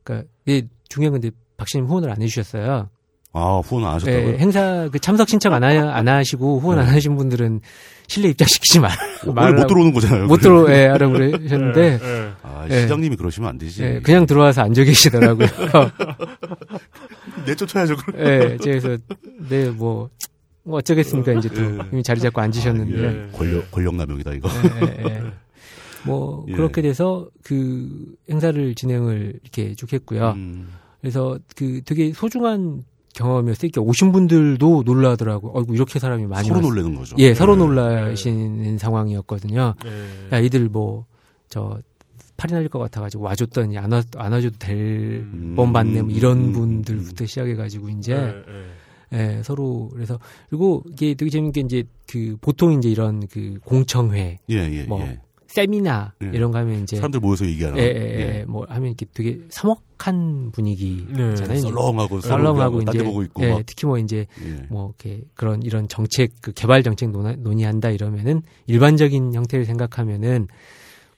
[SPEAKER 3] 그러니까 예, 중요한 건데 박신님 후원을 안 해주셨어요.
[SPEAKER 2] 아 후원 안 하셨다고요?
[SPEAKER 3] 예, 행사 그 참석 신청 안, 하, 안 하시고 후원 안 하신 분들은 실내 입장시키지 말.
[SPEAKER 2] 원래 못 들어오는 거잖아요.
[SPEAKER 3] 못
[SPEAKER 2] 그래서.
[SPEAKER 3] 들어 예, 하라고 그러셨는데
[SPEAKER 1] 예, 예.
[SPEAKER 2] 아,
[SPEAKER 3] 예.
[SPEAKER 2] 시장님이 그러시면 안 되지.
[SPEAKER 3] 예, 그냥 들어와서 앉아 계시더라고요.
[SPEAKER 2] 내쫓아야죠. 그럼.
[SPEAKER 3] 예, 그래서 네, 뭐, 뭐 어쩌겠습니까 이제 또
[SPEAKER 2] 예. 아,
[SPEAKER 3] 이미 자리 잡고 앉으셨는데.
[SPEAKER 1] 예.
[SPEAKER 2] 권력 권력 남용이다 이거.
[SPEAKER 3] 예, 예, 예. 뭐
[SPEAKER 2] 예.
[SPEAKER 3] 그렇게 돼서 그 행사를 진행을 이렇게 쭉 했고요.
[SPEAKER 2] 음.
[SPEAKER 3] 그래서 그 되게 소중한 경험이었어요. 이렇게 오신 분들도 놀라더라고. 어이구 이렇게 사람이 많이
[SPEAKER 2] 서로
[SPEAKER 3] 왔어.
[SPEAKER 2] 놀래는 거죠.
[SPEAKER 3] 예, 서로 놀라시는 상황이었거든요.
[SPEAKER 1] 예.
[SPEAKER 3] 야, 이들 뭐 저 팔이 날릴 것 같아가지고 와줬더니 안, 와, 안 와줘도 될
[SPEAKER 1] 음.
[SPEAKER 2] 음.
[SPEAKER 3] 뻔 봤네. 뭐 이런
[SPEAKER 2] 음.
[SPEAKER 3] 분들부터 시작해가지고 이제
[SPEAKER 1] 예, 예.
[SPEAKER 3] 예, 서로 그래서 그리고 이게 되게 재밌는 게 이제 그 보통 이제 이런 그 공청회,
[SPEAKER 2] 예, 예,
[SPEAKER 3] 뭐,
[SPEAKER 2] 예.
[SPEAKER 3] 세미나
[SPEAKER 2] 예.
[SPEAKER 3] 이런 거 하면 이제
[SPEAKER 2] 사람들 모여서 얘기하는.
[SPEAKER 3] 예, 예, 예, 뭐 하면 이렇게 되게 서먹한 분위기잖아요.
[SPEAKER 1] 네.
[SPEAKER 2] 썰렁하고 서로
[SPEAKER 3] 예.
[SPEAKER 2] 그냥
[SPEAKER 3] 썰렁하고
[SPEAKER 2] 뭐
[SPEAKER 3] 이제
[SPEAKER 2] 딴데 보고 있고
[SPEAKER 3] 예,
[SPEAKER 2] 막.
[SPEAKER 3] 특히 뭐 이제
[SPEAKER 2] 예.
[SPEAKER 3] 뭐 이렇게 그런 이런 정책 그 개발 정책 논, 논의한다 이러면은 일반적인 형태를 생각하면은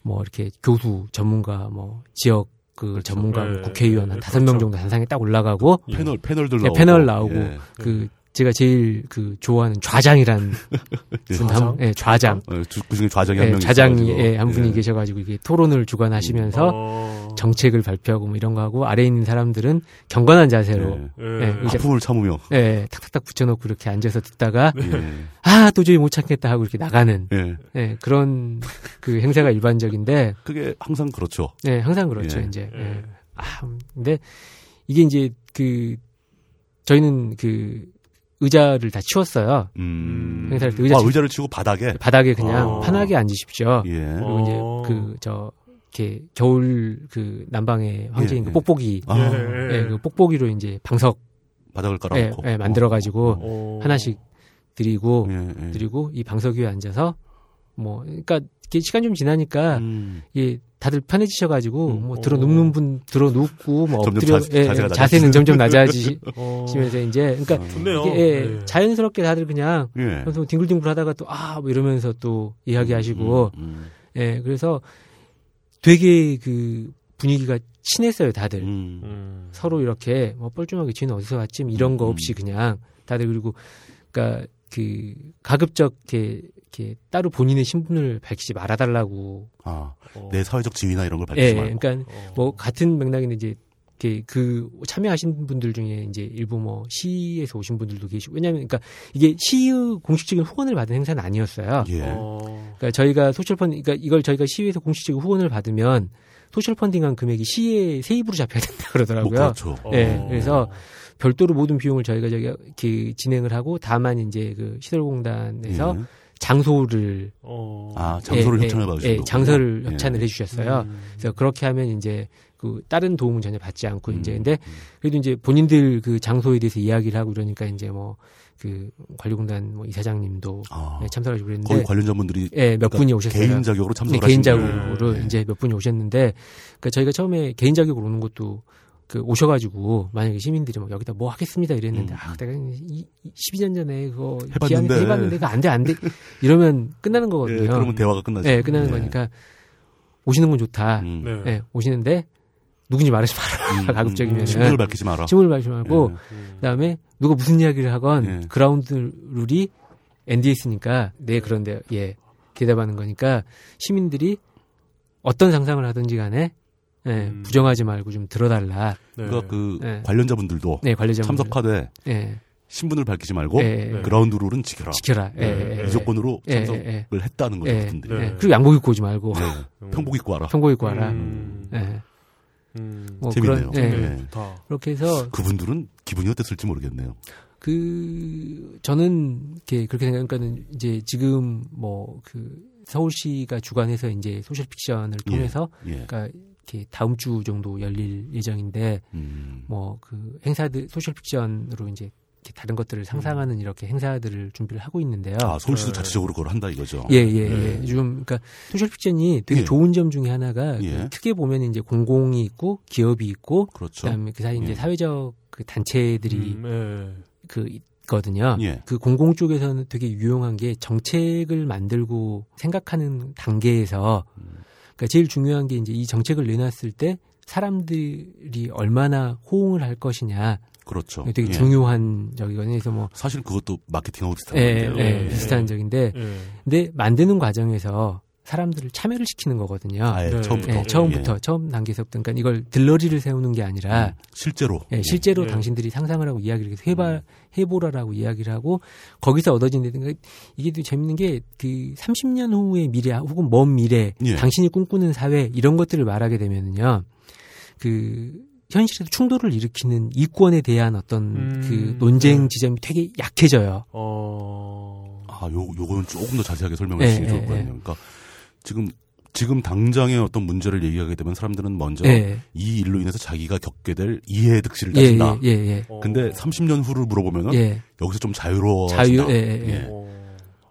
[SPEAKER 3] 뭐 이렇게 교수 전문가 뭐 지역 그 전문가
[SPEAKER 1] 예,
[SPEAKER 3] 국회의원
[SPEAKER 1] 예,
[SPEAKER 3] 한
[SPEAKER 1] 예,
[SPEAKER 3] 다섯 명
[SPEAKER 1] 그렇죠.
[SPEAKER 3] 정도 한상에 딱 올라가고
[SPEAKER 1] 예.
[SPEAKER 2] 패널 패널들
[SPEAKER 3] 예,
[SPEAKER 2] 나오고.
[SPEAKER 3] 패널 나오고.
[SPEAKER 2] 예.
[SPEAKER 3] 그 제가 제일 그 좋아하는 좌장이란 분
[SPEAKER 1] 좌장?
[SPEAKER 3] 한- 예, 좌장
[SPEAKER 2] 어, 주- 그중에 좌장이
[SPEAKER 3] 예,
[SPEAKER 2] 한명
[SPEAKER 3] 좌장이 예, 한 분이 계셔가지고 이게 토론을 주관하시면서
[SPEAKER 1] 어.
[SPEAKER 3] 정책을 발표하고 뭐 이런 거 하고 아래 에 있는 사람들은 경건한 자세로
[SPEAKER 2] 예.
[SPEAKER 1] 예.
[SPEAKER 3] 예, 이제-
[SPEAKER 2] 아픔을 참으며.
[SPEAKER 3] 예, 탁탁탁 붙여놓고 이렇게 앉아서 듣다가
[SPEAKER 2] 예.
[SPEAKER 3] 아 도저히 못 참겠다 하고 이렇게 나가는
[SPEAKER 2] 예.
[SPEAKER 3] 예, 그런 그 행사가 일반적인데
[SPEAKER 2] 그게 항상 그렇죠.
[SPEAKER 3] 예, 항상 그렇죠
[SPEAKER 2] 예.
[SPEAKER 3] 이제
[SPEAKER 1] 예.
[SPEAKER 3] 예. 아 근데 이게 이제 그 저희는 그 의자를 다 치웠어요
[SPEAKER 2] 음.
[SPEAKER 3] 행사를 때 의자
[SPEAKER 2] 아,
[SPEAKER 3] 치-
[SPEAKER 2] 의자를 치고 바닥에.
[SPEAKER 3] 바닥에 그냥
[SPEAKER 1] 어.
[SPEAKER 3] 편하게 앉으십시오
[SPEAKER 2] 예.
[SPEAKER 1] 어.
[SPEAKER 3] 그리고
[SPEAKER 1] 어.
[SPEAKER 3] 이제 그 저 이렇게 겨울 그 난방의 황제인
[SPEAKER 2] 예,
[SPEAKER 3] 그
[SPEAKER 2] 예.
[SPEAKER 3] 뽁뽁이
[SPEAKER 2] 아,
[SPEAKER 1] 예.
[SPEAKER 3] 예, 그 뽁뽁이로 이제 방석
[SPEAKER 2] 바닥을
[SPEAKER 3] 예,
[SPEAKER 2] 깔아놓고.
[SPEAKER 3] 예, 만들어가지고
[SPEAKER 1] 어.
[SPEAKER 3] 하나씩 드리고
[SPEAKER 2] 어. 예, 예.
[SPEAKER 3] 드리고 이 방석 위에 앉아서 뭐 그러니까 이게 시간 좀 지나니까
[SPEAKER 2] 음.
[SPEAKER 3] 예, 다들 편해지셔가지고
[SPEAKER 2] 음.
[SPEAKER 3] 뭐
[SPEAKER 1] 어.
[SPEAKER 3] 들어 눕는 분 들어 눕고 뭐
[SPEAKER 2] 점점
[SPEAKER 3] 엎드려
[SPEAKER 2] 자-
[SPEAKER 3] 예,
[SPEAKER 2] 자세가
[SPEAKER 3] 예, 자세는 점점 낮아지시면서
[SPEAKER 1] 어.
[SPEAKER 3] 이제 그러니까
[SPEAKER 2] 아.
[SPEAKER 1] 음. 좋네요.
[SPEAKER 3] 이게 예,
[SPEAKER 1] 예.
[SPEAKER 3] 자연스럽게 다들 그냥
[SPEAKER 2] 예.
[SPEAKER 3] 그래서 뒹굴뒹굴 하다가 또 아 뭐 이러면서 또 이야기하시고
[SPEAKER 2] 음,
[SPEAKER 3] 예, 그래서 되게 그 분위기가 친했어요, 다들.
[SPEAKER 2] 음, 음.
[SPEAKER 1] 음.
[SPEAKER 3] 서로 이렇게 뭐 뻘쭘하게 지는 어디서 왔지 뭐 이런 거
[SPEAKER 2] 음.
[SPEAKER 3] 없이 그냥 다들 그리고 그러니까 그 가급적 이렇게, 이렇게 따로 본인의 신분을 밝히지 말아달라고.
[SPEAKER 2] 아,
[SPEAKER 1] 어.
[SPEAKER 2] 내 사회적 지위나 이런 걸 밝히지
[SPEAKER 3] 예,
[SPEAKER 2] 말고.
[SPEAKER 3] 그러니까
[SPEAKER 1] 어.
[SPEAKER 3] 뭐 같은 맥락인데 이제 이렇게 그 참여하신 분들 중에 이제 일부 뭐 시에서 오신 분들도 계시고 왜냐하면 그러니까 이게 시의 공식적인 후원을 받은 행사는 아니었어요.
[SPEAKER 2] 예.
[SPEAKER 1] 어.
[SPEAKER 3] 그러니까 저희가 소셜펀 그러니까 이걸 저희가 시위에서 공식적으로 후원을 받으면 소셜 펀딩한 금액이 시의 세입으로 잡혀야 된다 그러더라고요.
[SPEAKER 2] 뭐 그렇죠.
[SPEAKER 3] 네,
[SPEAKER 1] 어.
[SPEAKER 3] 그래서 별도로 모든 비용을 저희가 저기 이렇게 진행을 하고 다만 이제 그 시설공단에서
[SPEAKER 2] 예.
[SPEAKER 3] 장소를
[SPEAKER 1] 어.
[SPEAKER 2] 아 장소를
[SPEAKER 3] 예,
[SPEAKER 2] 협찬을
[SPEAKER 3] 예,
[SPEAKER 2] 받으신
[SPEAKER 3] 예,
[SPEAKER 2] 거군요.
[SPEAKER 3] 장소를
[SPEAKER 2] 예.
[SPEAKER 3] 협찬을 해주셨어요.
[SPEAKER 1] 음.
[SPEAKER 3] 그래서 그렇게 하면 이제 그 다른 도움은 전혀 받지 않고 이제
[SPEAKER 2] 음,
[SPEAKER 3] 근데
[SPEAKER 2] 음.
[SPEAKER 3] 그래도 이제 본인들 그 장소에 대해서 이야기를 하고 이러니까 이제 뭐 그 관리공단 뭐 이사장님도
[SPEAKER 2] 아,
[SPEAKER 3] 예, 참석하시고 그랬는데
[SPEAKER 2] 거기 관련자분들이
[SPEAKER 3] 예, 몇
[SPEAKER 2] 그러니까
[SPEAKER 3] 분이 오셨어요.
[SPEAKER 2] 개인 자격으로
[SPEAKER 3] 네,
[SPEAKER 2] 참석을
[SPEAKER 3] 개인
[SPEAKER 2] 하신 거예요.
[SPEAKER 3] 자격으로
[SPEAKER 2] 예.
[SPEAKER 3] 이제 몇 분이 오셨는데 그러니까 저희가 처음에 개인 자격으로 오는 것도 그 오셔가지고 만약에 시민들이 막 여기다 뭐 하겠습니다 이랬는데
[SPEAKER 2] 음.
[SPEAKER 3] 아 내가 이- 이- 12년 전에 그거
[SPEAKER 2] 해봤는데.
[SPEAKER 3] 기한에 해봤는데 그거 안돼 안돼 이러면 끝나는 거거든요.
[SPEAKER 2] 예, 그러면 대화가 끝나죠. 예.
[SPEAKER 3] 네, 끝나는 거니까 오시는 건 좋다.
[SPEAKER 2] 음.
[SPEAKER 1] 네.
[SPEAKER 3] 네, 오시는데 누군지 말하지 마라.
[SPEAKER 2] 음,
[SPEAKER 3] 네, 가급적이면은.
[SPEAKER 2] 음, 신분을 밝히지 예. 마라.
[SPEAKER 3] 침을 말지
[SPEAKER 2] 네.
[SPEAKER 3] 말고
[SPEAKER 1] 음.
[SPEAKER 3] 그다음에 누가 무슨 이야기를 하건
[SPEAKER 2] 예.
[SPEAKER 3] 그라운드 룰이 NDS니까 네 그런데 예 대답하는 거니까 시민들이 어떤 상상을 하든지 간에 예,
[SPEAKER 1] 음.
[SPEAKER 3] 부정하지 말고 좀 들어달라.
[SPEAKER 1] 네.
[SPEAKER 2] 그러니까 그
[SPEAKER 3] 네.
[SPEAKER 2] 관련자분들도
[SPEAKER 3] 네 관리자
[SPEAKER 2] 참석하되 어?
[SPEAKER 3] 예,
[SPEAKER 2] 신분을 밝히지 말고
[SPEAKER 3] 예,
[SPEAKER 1] 네.
[SPEAKER 2] 그라운드 룰은 지켜라.
[SPEAKER 3] 지켜라. 예,
[SPEAKER 1] 네,
[SPEAKER 3] 예,
[SPEAKER 2] 이 조건으로
[SPEAKER 3] 예,
[SPEAKER 2] 참석을
[SPEAKER 3] 예, 예.
[SPEAKER 2] 했다는 거죠.
[SPEAKER 3] 예,
[SPEAKER 2] 그분들이. 네.
[SPEAKER 1] 네.
[SPEAKER 3] 예. 그리고 양복 입고 오지 말고
[SPEAKER 1] 음.
[SPEAKER 2] 평복 입고 와라.
[SPEAKER 3] 평복 입고 와라.
[SPEAKER 1] 음.
[SPEAKER 3] 예,
[SPEAKER 1] 음.
[SPEAKER 3] 뭐
[SPEAKER 2] 재밌네요.
[SPEAKER 3] 그런 예,
[SPEAKER 1] 네,
[SPEAKER 2] 예.
[SPEAKER 1] 좋다.
[SPEAKER 3] 그렇게 해서
[SPEAKER 2] 그분들은 기분이 어땠을지 모르겠네요.
[SPEAKER 3] 그 저는 이렇게 그렇게 생각하니까는 이제 지금 뭐 그 서울시가 주관해서 이제 소셜 픽션을
[SPEAKER 2] 예.
[SPEAKER 3] 통해서
[SPEAKER 2] 예.
[SPEAKER 3] 그러니까 이렇게 다음 주 정도 열릴 예정인데
[SPEAKER 2] 음.
[SPEAKER 3] 뭐 그 행사들 소셜 픽션으로 이제 이렇게 다른 것들을 상상하는 이렇게 행사들을 준비를 하고 있는데요.
[SPEAKER 2] 아, 서울시도
[SPEAKER 1] 네.
[SPEAKER 2] 자체적으로 그걸 한다 이거죠.
[SPEAKER 3] 예, 예,
[SPEAKER 1] 네.
[SPEAKER 3] 예. 지금, 그니까, 소셜 픽션이 되게
[SPEAKER 2] 예.
[SPEAKER 3] 좋은 점 중에 하나가,
[SPEAKER 2] 예.
[SPEAKER 3] 그 크게 보면 이제 공공이 있고, 기업이 있고, 그
[SPEAKER 2] 그렇죠.
[SPEAKER 3] 다음에 그 사이 이제
[SPEAKER 2] 예.
[SPEAKER 3] 사회적 그 단체들이
[SPEAKER 1] 음,
[SPEAKER 3] 그 있거든요.
[SPEAKER 2] 예.
[SPEAKER 3] 그 공공 쪽에서는 되게 유용한 게 정책을 만들고 생각하는 단계에서 그러니까 제일 중요한 게 이제 이 정책을 내놨을 때 사람들이 얼마나 호응을 할 것이냐
[SPEAKER 2] 그렇죠.
[SPEAKER 3] 되게
[SPEAKER 2] 예.
[SPEAKER 3] 중요한 적이거든요. 그래서 뭐
[SPEAKER 2] 사실 그것도 마케팅하고 비슷한
[SPEAKER 3] 예,
[SPEAKER 2] 건데요.
[SPEAKER 3] 예,
[SPEAKER 1] 예.
[SPEAKER 3] 비슷한 적인데
[SPEAKER 1] 예. 예.
[SPEAKER 3] 근데 만드는 과정에서 사람들을 참여를 시키는 거거든요.
[SPEAKER 2] 아예
[SPEAKER 1] 네.
[SPEAKER 2] 처음부터.
[SPEAKER 3] 예,
[SPEAKER 1] 예.
[SPEAKER 3] 처음부터 처음 단계에서부터 그러니까 이걸 들러리를 세우는 게 아니라
[SPEAKER 2] 음, 실제로.
[SPEAKER 3] 예, 실제로
[SPEAKER 1] 예.
[SPEAKER 3] 당신들이 상상을 하고 이야기를 계속 해봐
[SPEAKER 2] 음.
[SPEAKER 3] 해보라라고 이야기를 하고 거기서 얻어진다든가 이게 또 재밌는 게 그 30년 후의 미래 혹은 먼 미래
[SPEAKER 2] 예.
[SPEAKER 3] 당신이 꿈꾸는 사회 이런 것들을 말하게 되면은요 그 현실에서 충돌을 일으키는 이권에 대한 어떤
[SPEAKER 1] 음.
[SPEAKER 3] 그 논쟁
[SPEAKER 1] 네.
[SPEAKER 3] 지점이 되게 약해져요.
[SPEAKER 1] 어.
[SPEAKER 2] 아, 요, 요거는 조금 더 자세하게 설명해
[SPEAKER 3] 예,
[SPEAKER 2] 주시면
[SPEAKER 3] 예,
[SPEAKER 2] 좋을 거예요.
[SPEAKER 3] 예.
[SPEAKER 2] 그러니까 지금, 지금 당장의 어떤 문제를 얘기하게 되면 사람들은 먼저
[SPEAKER 3] 예,
[SPEAKER 2] 이 일로 인해서 자기가 겪게 될 이해의 득실을
[SPEAKER 3] 예, 예,
[SPEAKER 2] 따진다.
[SPEAKER 3] 예, 예,
[SPEAKER 1] 어.
[SPEAKER 2] 근데 30년 후를 물어보면은
[SPEAKER 3] 예.
[SPEAKER 2] 여기서 좀 자유로워진다.
[SPEAKER 3] 자유, 예, 예, 예.
[SPEAKER 1] 어.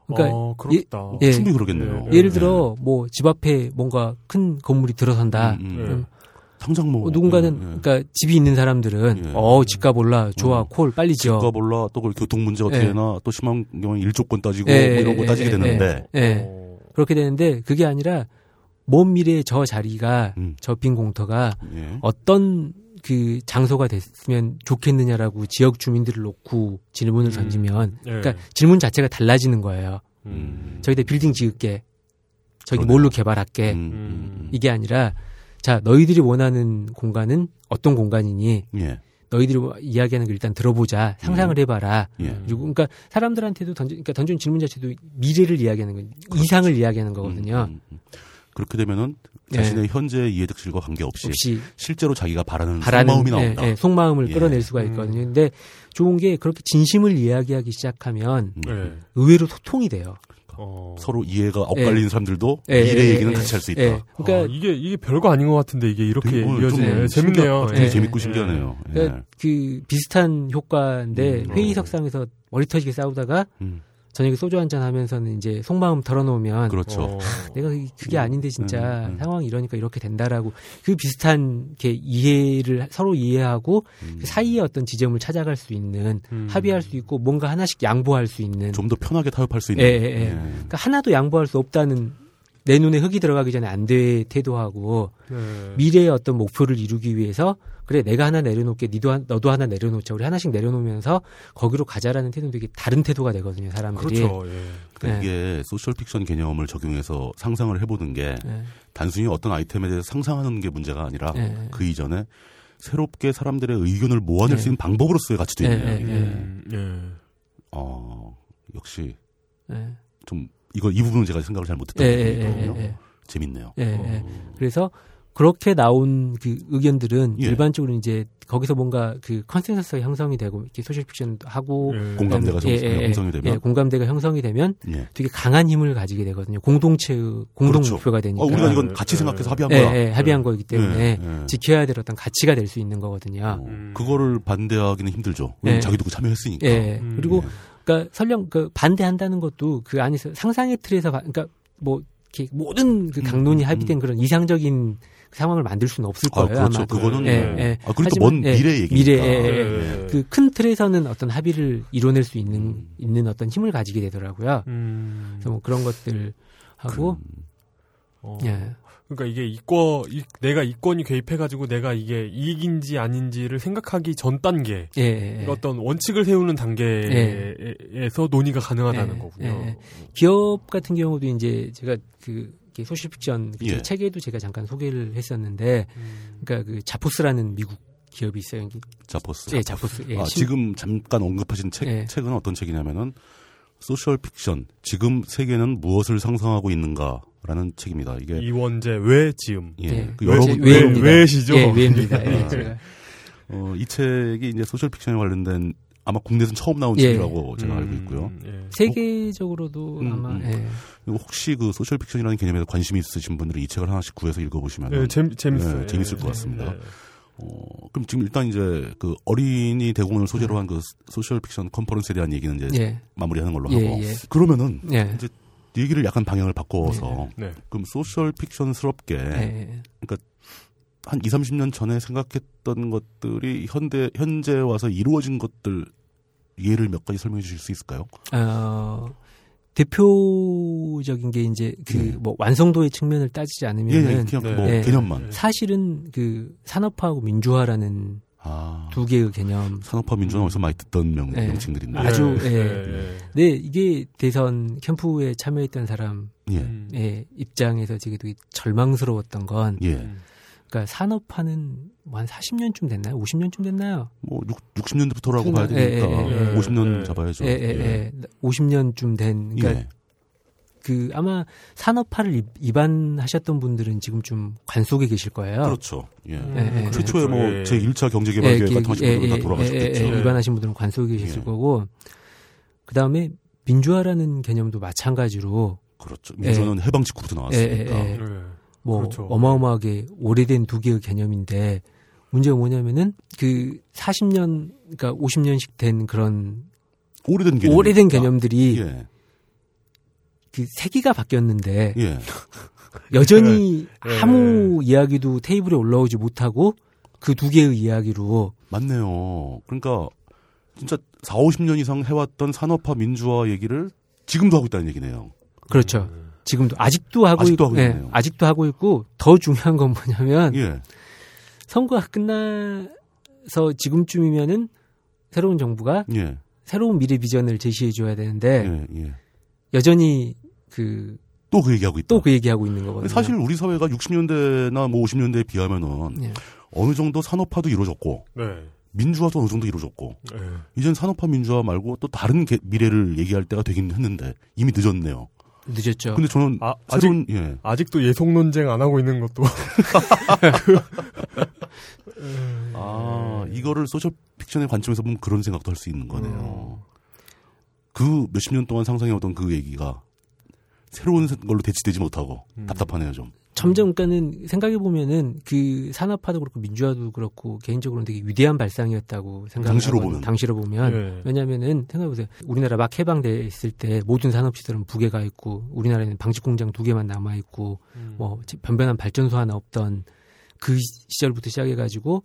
[SPEAKER 3] 그러니까
[SPEAKER 1] 어, 그렇다.
[SPEAKER 3] 예,
[SPEAKER 2] 충분히 그러겠네요.
[SPEAKER 1] 예.
[SPEAKER 3] 예를 들어 뭐 집 앞에 뭔가 큰 건물이 들어선다.
[SPEAKER 2] 음, 음.
[SPEAKER 1] 예.
[SPEAKER 2] 당장 뭐
[SPEAKER 3] 어, 누군가는
[SPEAKER 2] 예, 예.
[SPEAKER 3] 그러니까 집이 있는 사람들은
[SPEAKER 2] 예.
[SPEAKER 3] 어 집값 올라 좋아
[SPEAKER 2] 음.
[SPEAKER 3] 콜 빨리 지어
[SPEAKER 2] 누가 몰라 또그 교통 문제가
[SPEAKER 3] 예.
[SPEAKER 2] 어떻게 되나 또 심한 경우는 일조권 따지고
[SPEAKER 3] 예,
[SPEAKER 2] 뭐 이런 거
[SPEAKER 3] 예,
[SPEAKER 2] 따지게
[SPEAKER 3] 예,
[SPEAKER 2] 되는데
[SPEAKER 3] 예. 예.
[SPEAKER 1] 어.
[SPEAKER 3] 그렇게 되는데 그게 아니라 먼 미래에 저 자리가
[SPEAKER 2] 음.
[SPEAKER 3] 저 빈 공터가
[SPEAKER 2] 예.
[SPEAKER 3] 어떤 그 장소가 됐으면 좋겠느냐라고 지역 주민들을 놓고 질문을
[SPEAKER 1] 음.
[SPEAKER 3] 던지면
[SPEAKER 1] 예.
[SPEAKER 3] 그러니까
[SPEAKER 2] 네.
[SPEAKER 3] 질문 자체가 달라지는 거예요.
[SPEAKER 1] 음.
[SPEAKER 3] 저기다 예. 빌딩 지을게. 저기
[SPEAKER 2] 그러네요.
[SPEAKER 3] 뭘로 개발할게.
[SPEAKER 2] 음, 음,
[SPEAKER 3] 이게 아니라 자 너희들이 원하는 공간은 어떤 공간이니
[SPEAKER 2] 음. 예.
[SPEAKER 3] 너희들이 이야기하는 걸 일단 들어보자 상상을 해봐라
[SPEAKER 2] 예.
[SPEAKER 3] 그리고 그러니까 사람들한테도 던져 그러니까 던진 질문 자체도 미래를 이야기하는 거 이상을 이야기하는 거거든요.
[SPEAKER 2] 그렇죠.
[SPEAKER 3] 예.
[SPEAKER 2] 음, 음, 음. 그렇게 되면은 자신의 현재 이해득실과 관계없이
[SPEAKER 3] 혹시
[SPEAKER 2] 실제로 자기가 바라는
[SPEAKER 3] 바라는
[SPEAKER 2] 마음이 나온다.
[SPEAKER 3] 예, 예, 속마음을
[SPEAKER 2] 예.
[SPEAKER 3] 끌어낼 수가
[SPEAKER 1] 음.
[SPEAKER 3] 있거든요. 근데 좋은 게 그렇게 진심을 이야기하기 시작하면
[SPEAKER 2] 음.
[SPEAKER 1] 예.
[SPEAKER 3] 의외로 소통이 돼요.
[SPEAKER 1] 어.
[SPEAKER 2] 서로 이해가 엇갈린 사람들도
[SPEAKER 3] 예,
[SPEAKER 2] 미래
[SPEAKER 3] 예,
[SPEAKER 2] 얘기는
[SPEAKER 3] 예,
[SPEAKER 2] 같이 할 수 있다.
[SPEAKER 3] 예,
[SPEAKER 1] 그러니까
[SPEAKER 2] 아.
[SPEAKER 3] 그러니까
[SPEAKER 1] 이게 이게 별거 아닌 것 같은데 이게 이렇게
[SPEAKER 2] 되게 오늘
[SPEAKER 1] 이어지네.
[SPEAKER 2] 좀
[SPEAKER 1] 재밌네요.
[SPEAKER 3] 신기하-
[SPEAKER 2] 되게
[SPEAKER 3] 예.
[SPEAKER 2] 재밌고 신기하네요. 예.
[SPEAKER 3] 그- 그 비슷한 효과인데
[SPEAKER 1] 음, 어.
[SPEAKER 3] 회의석상에서 머리터지게 싸우다가
[SPEAKER 2] 음,
[SPEAKER 3] 저녁에 소주 한잔 하면서는 이제 속마음 털어놓으면
[SPEAKER 2] 그렇죠.
[SPEAKER 1] 어.
[SPEAKER 3] 내가 그- 그게 아닌데 진짜
[SPEAKER 2] 음, 음.
[SPEAKER 3] 상황이 이러니까 이렇게 된다라고 그 비슷한 게 이해를 서로 이해하고
[SPEAKER 2] 음.
[SPEAKER 3] 그 사이의 어떤 지점을 찾아갈 수 있는
[SPEAKER 1] 음.
[SPEAKER 3] 합의할 수 있고 뭔가 하나씩 양보할 수 있는
[SPEAKER 2] 좀 더 편하게 타협할 수 있는.
[SPEAKER 3] 예, 예, 예. 그러니까 하나도 양보할 수 없다는 내 눈에 흙이 들어가기 전에 안 돼 태도하고
[SPEAKER 1] 네.
[SPEAKER 3] 미래의 어떤 목표를 이루기 위해서 그래 내가 하나 내려놓게 니도 한- 너도 하나 내려놓자 우리 하나씩 내려놓으면서 거기로 가자라는 태도는 되게 다른 태도가 되거든요 사람들이
[SPEAKER 1] 그렇죠. 예.
[SPEAKER 2] 그러니까
[SPEAKER 3] 예.
[SPEAKER 2] 이게 소셜 픽션 개념을 적용해서 상상을 해보는 게
[SPEAKER 3] 예,
[SPEAKER 2] 단순히 어떤 아이템에 대해서 상상하는 게 문제가 아니라
[SPEAKER 3] 예.
[SPEAKER 2] 그 이전에 새롭게 사람들의 의견을 모아낼
[SPEAKER 3] 예.
[SPEAKER 2] 수 있는 방법으로서의 가치도 있네요.
[SPEAKER 3] 예, 예,
[SPEAKER 2] 이게.
[SPEAKER 3] 예.
[SPEAKER 1] 음, 예.
[SPEAKER 2] 어, 역시
[SPEAKER 3] 예.
[SPEAKER 1] 그렇죠.
[SPEAKER 2] 좀 이거 이 부분은 제가 생각을 잘 못했던
[SPEAKER 3] 예, 예, 예,
[SPEAKER 2] 부분이거든요.
[SPEAKER 3] 예,
[SPEAKER 2] 재밌네요.
[SPEAKER 3] 예, 예.
[SPEAKER 1] 어.
[SPEAKER 3] 그래서 그렇게 나온 그 의견들은
[SPEAKER 2] 예.
[SPEAKER 3] 일반적으로 이제 거기서 뭔가 그 컨센서스가 형성이 되고 이렇게 소셜 픽션도 하고
[SPEAKER 1] 예.
[SPEAKER 2] 공감대가 형성-
[SPEAKER 3] 예, 예, 예.
[SPEAKER 2] 형성이
[SPEAKER 3] 예,
[SPEAKER 2] 되면
[SPEAKER 3] 공감대가 형성이 되면
[SPEAKER 2] 예.
[SPEAKER 3] 되게 강한 힘을 가지게 되거든요. 공동체의 공동
[SPEAKER 2] 그렇죠.
[SPEAKER 3] 목표가 되니까.
[SPEAKER 2] 어, 우리가
[SPEAKER 1] 네,
[SPEAKER 2] 이건 같이
[SPEAKER 1] 네.
[SPEAKER 2] 생각해서 합의한
[SPEAKER 3] 예,
[SPEAKER 2] 거야.
[SPEAKER 3] 예, 합의한 거이기 때문에
[SPEAKER 2] 예, 예.
[SPEAKER 3] 지켜야 아. 될 어떤 가치가 될 수 있는 거거든요.
[SPEAKER 2] 어, 그거를 반대하기는 힘들죠.
[SPEAKER 3] 예.
[SPEAKER 2] 왜냐면 자기도 그 참여했으니까.
[SPEAKER 3] 예.
[SPEAKER 1] 음.
[SPEAKER 3] 그리고 그러니까 설령 그 반대한다는 것도 그 안에서 상상의 틀에서 바- 그러니까 뭐 이렇게 모든 그
[SPEAKER 2] 음,
[SPEAKER 3] 강론이
[SPEAKER 2] 음,
[SPEAKER 3] 합의된 그런 이상적인 그 상황을 만들 수는 없을
[SPEAKER 2] 아,
[SPEAKER 3] 거예요.
[SPEAKER 2] 그렇죠.
[SPEAKER 3] 아마.
[SPEAKER 2] 그거는
[SPEAKER 1] 예,
[SPEAKER 3] 예.
[SPEAKER 2] 아, 그리고
[SPEAKER 3] 하지만,
[SPEAKER 2] 또먼
[SPEAKER 3] 예,
[SPEAKER 2] 미래 얘기니까.
[SPEAKER 3] 미래, 예, 예.
[SPEAKER 1] 예.
[SPEAKER 3] 그 큰 틀에서는 어떤 합의를 이뤄낼 수 있는
[SPEAKER 2] 음.
[SPEAKER 3] 있는 어떤 힘을 가지게 되더라고요.
[SPEAKER 1] 음.
[SPEAKER 3] 그래서 뭐 그런 것들 하고
[SPEAKER 2] 음,
[SPEAKER 1] 어.
[SPEAKER 3] 예.
[SPEAKER 1] 그러니까 이게 이권 이- 내가 이권이 개입해 가지고 내가 이게 이익인지 아닌지를 생각하기 전 단계
[SPEAKER 3] 예, 예, 예.
[SPEAKER 1] 그러니까 어떤 원칙을 세우는 단계에서 논의가 가능하다는
[SPEAKER 3] 예,
[SPEAKER 1] 거군요.
[SPEAKER 3] 예. 기업 같은 경우도 이제 제가 그 이렇게 소시픽션 그
[SPEAKER 2] 예.
[SPEAKER 3] 책에도 제가 잠깐 소개를 했었는데
[SPEAKER 1] 음.
[SPEAKER 3] 그러니까 그 자포스라는 미국 기업이 있어요.
[SPEAKER 2] 자포스.
[SPEAKER 3] 예, 자포스. 예,
[SPEAKER 2] 아,
[SPEAKER 3] 심-
[SPEAKER 2] 지금 잠깐 언급하신 책,
[SPEAKER 3] 예.
[SPEAKER 2] 책은 어떤 책이냐면은 소셜 픽션. 지금 세계는 무엇을 상상하고 있는가라는 책입니다. 이게
[SPEAKER 1] 이원재 왜 지음?
[SPEAKER 2] 예.
[SPEAKER 3] 예.
[SPEAKER 2] 네. 그
[SPEAKER 1] 왜-
[SPEAKER 2] 여러분
[SPEAKER 1] 왜- 왜시죠?
[SPEAKER 3] 예, 왜입니다. 예,
[SPEAKER 2] 아.
[SPEAKER 3] 제가.
[SPEAKER 2] 어, 이 책이 이제 소셜 픽션에 관련된 아마 국내에서 처음 나온
[SPEAKER 3] 예.
[SPEAKER 2] 책이라고 뭐 제가 알고 있고요.
[SPEAKER 1] 음, 예.
[SPEAKER 3] 세계적으로도
[SPEAKER 2] 음,
[SPEAKER 3] 아마
[SPEAKER 2] 음.
[SPEAKER 3] 예.
[SPEAKER 2] 그리고 혹시 그 소셜 픽션이라는 개념에 관심이 있으신 분들은 이 책을 하나씩 구해서 읽어보시면
[SPEAKER 1] 예, 재미 재밌어요.
[SPEAKER 2] 예, 아, 재밌을 것 같습니다.
[SPEAKER 1] 예.
[SPEAKER 2] 어, 그럼 지금 일단 이제 그 어린이 대공원을 소재로 한 그 소셜 픽션 컨퍼런스에 대한 얘기는 이제
[SPEAKER 3] 예.
[SPEAKER 2] 마무리하는 걸로
[SPEAKER 3] 예,
[SPEAKER 2] 하고
[SPEAKER 3] 예.
[SPEAKER 2] 그러면은
[SPEAKER 3] 예.
[SPEAKER 2] 얘기를 약간 방향을 바꿔서
[SPEAKER 1] 네.
[SPEAKER 2] 그럼 소셜 픽션스럽게 네.
[SPEAKER 3] 예.
[SPEAKER 2] 한 2, 30년 전에 생각했던 것들이 현대 현재 와서 이루어진 것들 예를 몇 가지 설명해 주실 수 있을까요?
[SPEAKER 3] 어, 대표적인 게 이제 그
[SPEAKER 2] 예.
[SPEAKER 3] 뭐 완성도의 측면을 따지지
[SPEAKER 2] 예, 예,
[SPEAKER 3] 않으면은
[SPEAKER 2] 그냥
[SPEAKER 1] 네.
[SPEAKER 2] 뭐
[SPEAKER 3] 예.
[SPEAKER 2] 개념만.
[SPEAKER 3] 사실은 그 산업화하고 민주화라는
[SPEAKER 2] 아,
[SPEAKER 3] 두 개의 개념.
[SPEAKER 2] 산업화 민주화 어디서 많이 듣던 명,
[SPEAKER 3] 예.
[SPEAKER 2] 명칭들인데.
[SPEAKER 3] 아주-
[SPEAKER 1] 예,
[SPEAKER 3] 예.
[SPEAKER 1] 예.
[SPEAKER 3] 네, 이게 대선 캠프에 참여했던 사람의
[SPEAKER 2] 예.
[SPEAKER 1] 음.
[SPEAKER 3] 입장에서 되게 되게 절망스러웠던 건,
[SPEAKER 2] 예.
[SPEAKER 1] 음.
[SPEAKER 3] 그러니까 산업화는 뭐한 40년쯤 됐나요? 50년쯤 됐나요?
[SPEAKER 2] 뭐 6, 0년부터라고 봐야
[SPEAKER 3] 예, 예,
[SPEAKER 2] 되니까
[SPEAKER 1] 예, 예.
[SPEAKER 2] 50년
[SPEAKER 1] 예.
[SPEAKER 2] 잡아야죠.
[SPEAKER 3] 예, 예, 예. 50년쯤 된, 그러니까
[SPEAKER 2] 그렇죠. 예.
[SPEAKER 3] 그 아마 산업화를 입- 입안하셨던 분들은 지금쯤 관 속에 계실 거예요.
[SPEAKER 2] 그렇죠. 예.
[SPEAKER 1] 음,
[SPEAKER 3] 예, 예.
[SPEAKER 1] 그렇죠.
[SPEAKER 2] 최초에 뭐
[SPEAKER 1] 예.
[SPEAKER 2] 제 1차 경제개발 계획
[SPEAKER 3] 그
[SPEAKER 2] 같은 하신 분들은 다 돌아가셨겠죠.
[SPEAKER 1] 예, 예.
[SPEAKER 3] 입안하신 분들은 관 속에 계실
[SPEAKER 2] 예.
[SPEAKER 3] 거고, 그 다음에 민주화라는 개념도 마찬가지로
[SPEAKER 2] 그렇죠. 민주화는 해방 직후부터 나왔으니까.
[SPEAKER 3] 예, 예, 예.
[SPEAKER 1] 예.
[SPEAKER 3] 뭐
[SPEAKER 1] 그렇죠.
[SPEAKER 3] 어마어마하게 오래된 두 개의 개념인데 문제가 뭐냐면은 그 40년 그러니까 50년씩 된 그런
[SPEAKER 2] 오래된 개념.
[SPEAKER 3] 오래된 개념들이
[SPEAKER 2] 예.
[SPEAKER 3] 그 세기가 바뀌었는데
[SPEAKER 2] 예.
[SPEAKER 3] 여전히
[SPEAKER 1] 예.
[SPEAKER 3] 아무 이야기도 테이블에 올라오지 못하고 그 두 개의 이야기로
[SPEAKER 2] 맞네요. 그러니까 진짜 4, 50년 이상 해왔던 산업화 민주화 얘기를 지금도 하고 있다는 얘기네요.
[SPEAKER 3] 그렇죠. 지금도 아직도 하고
[SPEAKER 2] 음. 아직도
[SPEAKER 3] 있고
[SPEAKER 2] 하고
[SPEAKER 3] 예,
[SPEAKER 2] 있네요.
[SPEAKER 3] 아직도 하고 있고 더 중요한 건 뭐냐면
[SPEAKER 2] 예.
[SPEAKER 3] 선거가 끝나서 지금쯤이면은 새로운 정부가
[SPEAKER 2] 예.
[SPEAKER 3] 새로운 미래 비전을 제시해 줘야 되는데
[SPEAKER 2] 예. 예.
[SPEAKER 3] 여전히 그
[SPEAKER 2] 또 그 얘기하고 있다.
[SPEAKER 3] 또 그 얘기하고 있는 거거든요.
[SPEAKER 2] 사실 우리 사회가 60년대나 뭐 50년대에 비하면은
[SPEAKER 3] 예.
[SPEAKER 2] 어느 정도 산업화도 이루어졌고
[SPEAKER 1] 네.
[SPEAKER 2] 민주화도 어느 정도 이루어졌고
[SPEAKER 1] 예.
[SPEAKER 2] 이젠 산업화 민주화 말고 또 다른 개- 미래를 얘기할 때가 되긴 했는데 이미 늦었네요.
[SPEAKER 3] 늦었죠.
[SPEAKER 2] 근데 저는
[SPEAKER 1] 아, 아직
[SPEAKER 2] 새로운 예.
[SPEAKER 1] 아직도 예속 논쟁 안 하고 있는 것도
[SPEAKER 2] 아
[SPEAKER 3] 네.
[SPEAKER 2] 이거를 소셜 픽션의 관점에서 보면 그런 생각도 할 수 있는 거네요.
[SPEAKER 3] 음.
[SPEAKER 2] 그 몇십 년 동안 상상해오던 그 얘기가 새로운 걸로 대치되지 못하고
[SPEAKER 1] 음.
[SPEAKER 2] 답답하네요 좀.
[SPEAKER 3] 점점 그러니까는 생각해 보면은 그 산업화도 그렇고 민주화도 그렇고 개인적으로는 되게 위대한 발상이었다고 생각을
[SPEAKER 2] 당시로
[SPEAKER 3] 하거든요.
[SPEAKER 2] 보면. 네.
[SPEAKER 3] 당시로 보면
[SPEAKER 1] 예.
[SPEAKER 3] 아, 왜냐면은 생각해 보세요. 우리나라 막 해방됐을 때 모든 산업 시설은 북에 가 있고 우리나라에는 방직 공장 두 개만 남아 있고
[SPEAKER 2] 음.
[SPEAKER 3] 뭐 변변한 발전소 하나 없던 그 시절부터 시작해 가지고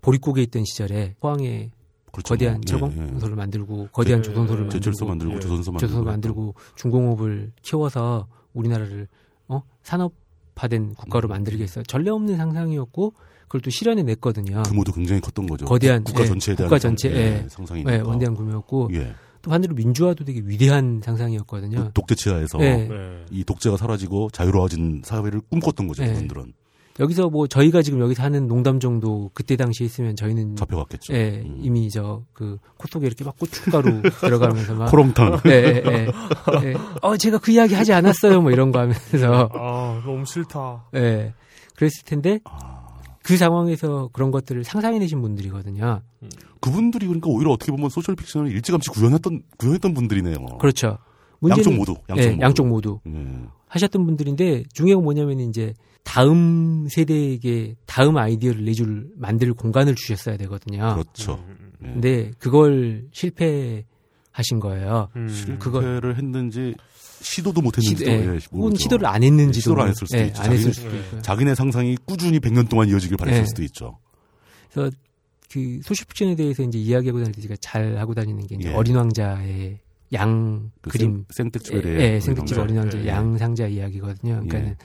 [SPEAKER 3] 보릿고개 있던 시절에 포항에
[SPEAKER 2] 그렇죠.
[SPEAKER 3] 거대한
[SPEAKER 2] 예,
[SPEAKER 3] 철공소를 만들고 거대한
[SPEAKER 1] 제-
[SPEAKER 3] 조선소를
[SPEAKER 2] 예.
[SPEAKER 3] 만들고
[SPEAKER 2] 제철소 만들고
[SPEAKER 1] 예.
[SPEAKER 2] 조선소 만들고.
[SPEAKER 3] 조선소 만들고 중공업을 키워서 우리나라를 어 산업화된 국가로 만들겠어 전례 없는 상상이었고 그걸 또 실현해 냈거든요.
[SPEAKER 2] 그 규모도 굉장히 컸던 거죠.
[SPEAKER 3] 거대한,
[SPEAKER 2] 국가
[SPEAKER 3] 예,
[SPEAKER 2] 전체에 대한
[SPEAKER 3] 국가 전체,
[SPEAKER 2] 상-
[SPEAKER 3] 예.
[SPEAKER 2] 상상이니까.
[SPEAKER 3] 네, 원대한 구매였고
[SPEAKER 2] 예.
[SPEAKER 3] 또 반대로 민주화도 되게 위대한
[SPEAKER 2] 그
[SPEAKER 3] 상상이었거든요.
[SPEAKER 2] 독재 치하에서
[SPEAKER 3] 예.
[SPEAKER 1] 네.
[SPEAKER 2] 이 독재가 사라지고 자유로워진 사회를 꿈꿨던 거죠.
[SPEAKER 3] 예.
[SPEAKER 2] 그분들은
[SPEAKER 3] 여기서 뭐 저희가 지금 여기서 하는 농담 정도 그때 당시에 있으면 저희는
[SPEAKER 2] 잡혀갔겠죠.
[SPEAKER 3] 예,
[SPEAKER 2] 음.
[SPEAKER 3] 이미 저 그 코톡에 이렇게 막 고춧가루 들어가면서 막
[SPEAKER 2] 코롱탕.
[SPEAKER 3] 예, 예, 예, 예. 어 제가 그 이야기 하지 않았어요 뭐 이런 거 하면서
[SPEAKER 1] 아 너무 싫다.
[SPEAKER 3] 예. 그랬을 텐데
[SPEAKER 2] 아,
[SPEAKER 3] 그 상황에서 그런 것들을 상상해내신 분들이거든요.
[SPEAKER 2] 그분들이 그러니까 오히려 어떻게 보면 소셜 픽션을 일찌감치 구현했던 구현했던 분들이네요.
[SPEAKER 3] 그렇죠.
[SPEAKER 2] 양쪽 모두. 양쪽
[SPEAKER 3] 예,
[SPEAKER 2] 모두.
[SPEAKER 3] 양쪽 모두.
[SPEAKER 2] 음,
[SPEAKER 3] 하셨던 분들인데 중요한 건 뭐냐면 이제 다음 세대에게 다음 아이디어를 내줄 만들 공간을 주셨어야 되거든요.
[SPEAKER 2] 그렇죠.
[SPEAKER 1] 아, 음,
[SPEAKER 2] 예.
[SPEAKER 3] 근데 그걸 실패하신 거예요.
[SPEAKER 1] 음.
[SPEAKER 3] 그걸-
[SPEAKER 2] 실패를 했는지 시도도 못했는지도
[SPEAKER 3] 시도, 예,
[SPEAKER 2] 예,
[SPEAKER 3] 혹은
[SPEAKER 2] 모르죠.
[SPEAKER 3] 시도를 안 했는지도
[SPEAKER 2] 시도를 안 했을 수도
[SPEAKER 3] 예,
[SPEAKER 2] 있죠.
[SPEAKER 3] 안 했을
[SPEAKER 2] 자기는-
[SPEAKER 3] 수도 있고요.
[SPEAKER 2] 자기네 상상이 꾸준히 100년 동안 이어지길 바랬을
[SPEAKER 3] 예.
[SPEAKER 2] 수도 있죠.
[SPEAKER 3] 그래서 그 소식픽션에 대해서 이제 이야기하고 다닐 때 제가 잘 하고 다니는 게 이제
[SPEAKER 2] 예.
[SPEAKER 3] 어린 왕자의 양
[SPEAKER 2] 그
[SPEAKER 3] 그림
[SPEAKER 2] 생- 생택집에 대해
[SPEAKER 3] 예, 예, 생택집
[SPEAKER 1] 왕자.
[SPEAKER 3] 어린 왕자
[SPEAKER 1] 예, 예.
[SPEAKER 3] 양 상자 이야기거든요. 그러니까
[SPEAKER 2] 예.
[SPEAKER 3] 는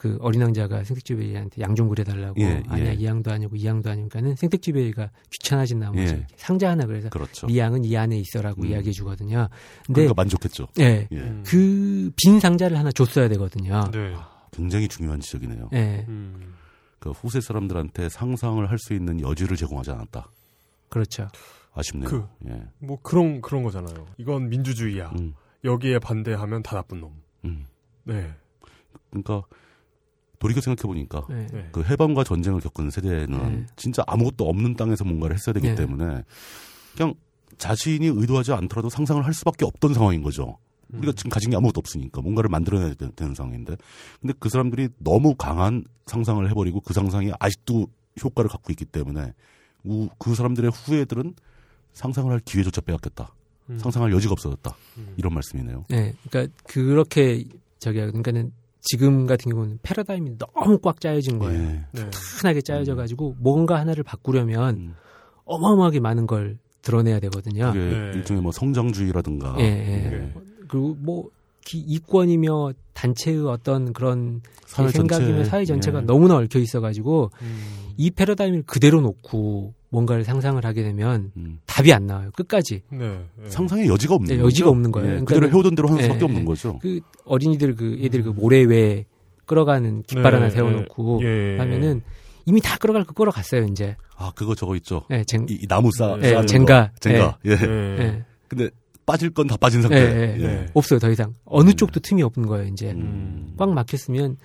[SPEAKER 3] 그 어린 왕자가 생택집애한테 양 좀 그려달라고
[SPEAKER 2] 예,
[SPEAKER 3] 아니야
[SPEAKER 2] 예.
[SPEAKER 3] 이 양도 아니고 이 양도 아니니까는 생택집애가 귀찮아진 나머지
[SPEAKER 2] 예.
[SPEAKER 3] 상자 하나 그래서
[SPEAKER 2] 그렇죠.
[SPEAKER 3] 이 양은 이 안에 있어라고
[SPEAKER 2] 음.
[SPEAKER 3] 이야기해 주거든요. 근데
[SPEAKER 2] 그러니까 만족했죠.
[SPEAKER 3] 예,
[SPEAKER 2] 예.
[SPEAKER 1] 음.
[SPEAKER 3] 그 아. 빈 상자를 하나 줬어야 되거든요.
[SPEAKER 1] 네.
[SPEAKER 2] 굉장히 중요한 지적이네요.
[SPEAKER 3] 예,
[SPEAKER 1] 음.
[SPEAKER 2] 그 후세 사람들한테 상상을 할 수 있는 여지를 제공하지 않았다.
[SPEAKER 3] 그렇죠.
[SPEAKER 2] 아쉽네요.
[SPEAKER 1] 그-
[SPEAKER 2] 예.
[SPEAKER 1] 뭐 그런 그런 거잖아요. 이건 민주주의야.
[SPEAKER 2] 음,
[SPEAKER 1] 여기에 반대하면 다 나쁜 놈.
[SPEAKER 2] 음.
[SPEAKER 1] 네.
[SPEAKER 2] 그러니까 돌이켜 생각해 보니까
[SPEAKER 3] 예.
[SPEAKER 1] 네.
[SPEAKER 2] 그 해방과 전쟁을 겪은 세대는
[SPEAKER 3] 네.
[SPEAKER 2] 진짜 아무것도 없는 땅에서 뭔가를 했어야 되기
[SPEAKER 3] 네.
[SPEAKER 2] 때문에 그냥 자신이 의도하지 않더라도 상상을 할 수밖에 없던 상황인 거죠. 우리가 지금 가진 게 아무것도 없으니까 뭔가를 만들어내야 되- 되는 상황인데 근데 그 사람들이 너무 강한 상상을 해버리고 그 상상이 아직도 효과를 갖고 있기 때문에 우- 그 사람들의 후예들은 상상을 할 기회조차 빼앗겼다.
[SPEAKER 1] 음.
[SPEAKER 2] 상상할 여지가 없어졌다.
[SPEAKER 1] 음.
[SPEAKER 2] 이런 말씀이네요.
[SPEAKER 3] 예, 그러니까 그렇게 저기 그러니까는 지금 같은 경우는 패러다임이 너무 꽉 짜여진 거예요.
[SPEAKER 2] 예.
[SPEAKER 1] 네.
[SPEAKER 3] 흔하게 짜여져 가지고 뭔가 하나를 바꾸려면
[SPEAKER 2] 음,
[SPEAKER 3] 어마어마하게 많은 걸 드러내야 되거든요.
[SPEAKER 2] 그게
[SPEAKER 1] 네.
[SPEAKER 2] 일종의 뭐 성장주의라든가
[SPEAKER 3] 예, 예.
[SPEAKER 2] 예.
[SPEAKER 3] 그리고 뭐 기- 이권이며 단체의 어떤 그런
[SPEAKER 2] 사회
[SPEAKER 3] 생각이며
[SPEAKER 2] 전체,
[SPEAKER 3] 사회 전체가
[SPEAKER 2] 예.
[SPEAKER 3] 너무나 얽혀 있어 가지고
[SPEAKER 1] 음.
[SPEAKER 3] 이 패러다임을 그대로 놓고 뭔가를 상상을 하게 되면
[SPEAKER 2] 음,
[SPEAKER 3] 답이 안 나와요. 끝까지.
[SPEAKER 1] 네. 네.
[SPEAKER 2] 상상의 여지가 없는
[SPEAKER 3] 네,
[SPEAKER 2] 거죠.
[SPEAKER 3] 여지가 없는 거예요.
[SPEAKER 2] 예,
[SPEAKER 3] 그러니까
[SPEAKER 2] 그대로 해오던 대로 하는
[SPEAKER 3] 예,
[SPEAKER 2] 수밖에
[SPEAKER 3] 예.
[SPEAKER 2] 없는 거죠.
[SPEAKER 3] 그 어린이들 그 애들 그
[SPEAKER 2] 음.
[SPEAKER 3] 모래 위에 끌어가는 깃발
[SPEAKER 1] 네,
[SPEAKER 3] 하나 세워 놓고
[SPEAKER 1] 예.
[SPEAKER 3] 하면은 이미 다 끌어갈 거 끌어갔어요, 이제.
[SPEAKER 2] 아 그거 저거 있죠.
[SPEAKER 3] 예, 쟁,
[SPEAKER 2] 이, 이 나무 싸
[SPEAKER 1] 예,
[SPEAKER 2] 싸는
[SPEAKER 3] 네. 아, 젠가.
[SPEAKER 2] 거. 젠가. 예.
[SPEAKER 1] 예.
[SPEAKER 3] 예,
[SPEAKER 2] 근데 빠질 건 다 빠진 상태.
[SPEAKER 3] 예, 예.
[SPEAKER 2] 예.
[SPEAKER 3] 없어요, 더 이상. 어느
[SPEAKER 2] 음.
[SPEAKER 3] 쪽도 틈이 없는 거예요, 이제.
[SPEAKER 2] 음.
[SPEAKER 3] 꽉 막혔으면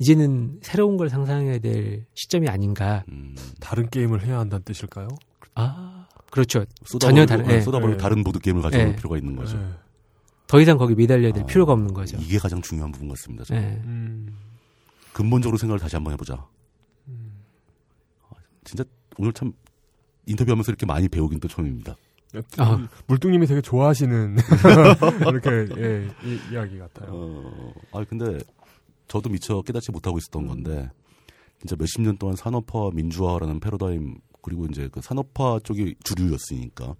[SPEAKER 3] 이제는 새로운 걸 상상해야 될 시점이 아닌가.
[SPEAKER 2] 음.
[SPEAKER 1] 다른 게임을 해야 한다는 뜻일까요?
[SPEAKER 3] 아, 그렇죠.
[SPEAKER 2] 쏟아버리고,
[SPEAKER 3] 전혀 다른-
[SPEAKER 2] 예,
[SPEAKER 3] 예.
[SPEAKER 2] 쏟아버리고
[SPEAKER 1] 예.
[SPEAKER 2] 다른 보드 게임을 가져올
[SPEAKER 3] 예.
[SPEAKER 2] 필요가 있는 거죠.
[SPEAKER 1] 네.
[SPEAKER 3] 더 이상 거기 매달려야 될
[SPEAKER 2] 아,
[SPEAKER 3] 필요가 없는 거죠.
[SPEAKER 2] 이게 가장 중요한 부분 같습니다. 저는.
[SPEAKER 3] 예.
[SPEAKER 1] 음.
[SPEAKER 2] 근본적으로 생각을 다시 한번 해보자.
[SPEAKER 1] 음.
[SPEAKER 2] 진짜 오늘 참 인터뷰하면서 이렇게 많이 배우긴 또 처음입니다.
[SPEAKER 3] 아.
[SPEAKER 1] 물뚱님이 되게 좋아하시는 이렇게 예, 이, 이야기 같아요.
[SPEAKER 2] 어, 아 근데 저도 미처 깨닫지 못하고
[SPEAKER 3] 음.
[SPEAKER 2] 있었던 건데 진짜 몇십 년 동안 산업화 민주화라는 패러다임 그리고 이제 그 산업화 쪽이 주류였으니까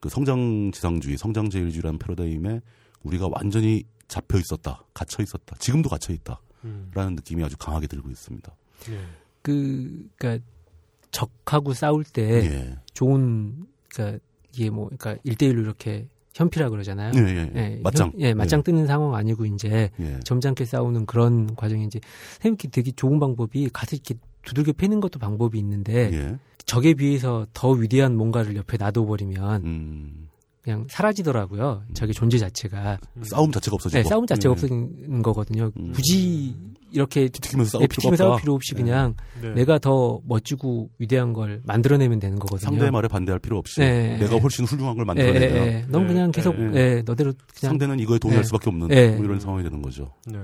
[SPEAKER 2] 그 성장 지상주의, 성장 제일주의라는 패러다임에 우리가 완전히 잡혀 있었다, 갇혀 있었다, 지금도 갇혀 있다라는
[SPEAKER 1] 음.
[SPEAKER 2] 느낌이 아주 강하게 들고 있습니다.
[SPEAKER 1] 예.
[SPEAKER 3] 그, 그니까 적하고 싸울 때
[SPEAKER 2] 예,
[SPEAKER 3] 좋은, 그니까 이게 뭐, 그니까 일대일로 이렇게 현피라 그러잖아요.
[SPEAKER 2] 예, 예, 예.
[SPEAKER 3] 예,
[SPEAKER 2] 맞짱,
[SPEAKER 3] 현- 예, 맞짱 뜨는 상황 아니고 이제
[SPEAKER 2] 예, 예.
[SPEAKER 3] 점잖게 싸우는 그런 과정이 이제 생각해 되게 좋은 방법이 가서 이렇게 두들겨 패는 것도 방법이 있는데
[SPEAKER 2] 예.
[SPEAKER 3] 적에 비해서 더 위대한 뭔가를 옆에 놔둬버리면
[SPEAKER 2] 음,
[SPEAKER 3] 그냥 사라지더라고요. 적의 존재 자체가
[SPEAKER 1] 음.
[SPEAKER 2] 싸움 자체가 없어지고
[SPEAKER 3] 네, 싸움 자체가
[SPEAKER 2] 예.
[SPEAKER 3] 없어지는 거거든요.
[SPEAKER 2] 음.
[SPEAKER 3] 굳이 이렇게
[SPEAKER 2] 튀기면서 싸울
[SPEAKER 3] 내
[SPEAKER 2] 필요가
[SPEAKER 3] 피팀에
[SPEAKER 2] 없다.
[SPEAKER 3] 네, 싸울 필요 없이
[SPEAKER 2] 예.
[SPEAKER 3] 그냥
[SPEAKER 1] 네.
[SPEAKER 3] 내가 더 멋지고 위대한 걸 만들어내면 되는 거거든요.
[SPEAKER 2] 상대의 말에 반대할 필요 없이
[SPEAKER 3] 예,
[SPEAKER 2] 내가
[SPEAKER 3] 예.
[SPEAKER 2] 훨씬 훌륭한 걸
[SPEAKER 3] 예, 예,
[SPEAKER 2] 만들어내야
[SPEAKER 3] 예. 넌
[SPEAKER 1] 예,
[SPEAKER 3] 그냥 계속
[SPEAKER 2] 예.
[SPEAKER 3] 예, 너대로 그냥
[SPEAKER 2] 상대는 이거에 동의할
[SPEAKER 3] 예.
[SPEAKER 2] 수밖에 없는
[SPEAKER 3] 예.
[SPEAKER 2] 뭐 이런 상황이 되는 거죠.
[SPEAKER 1] 네.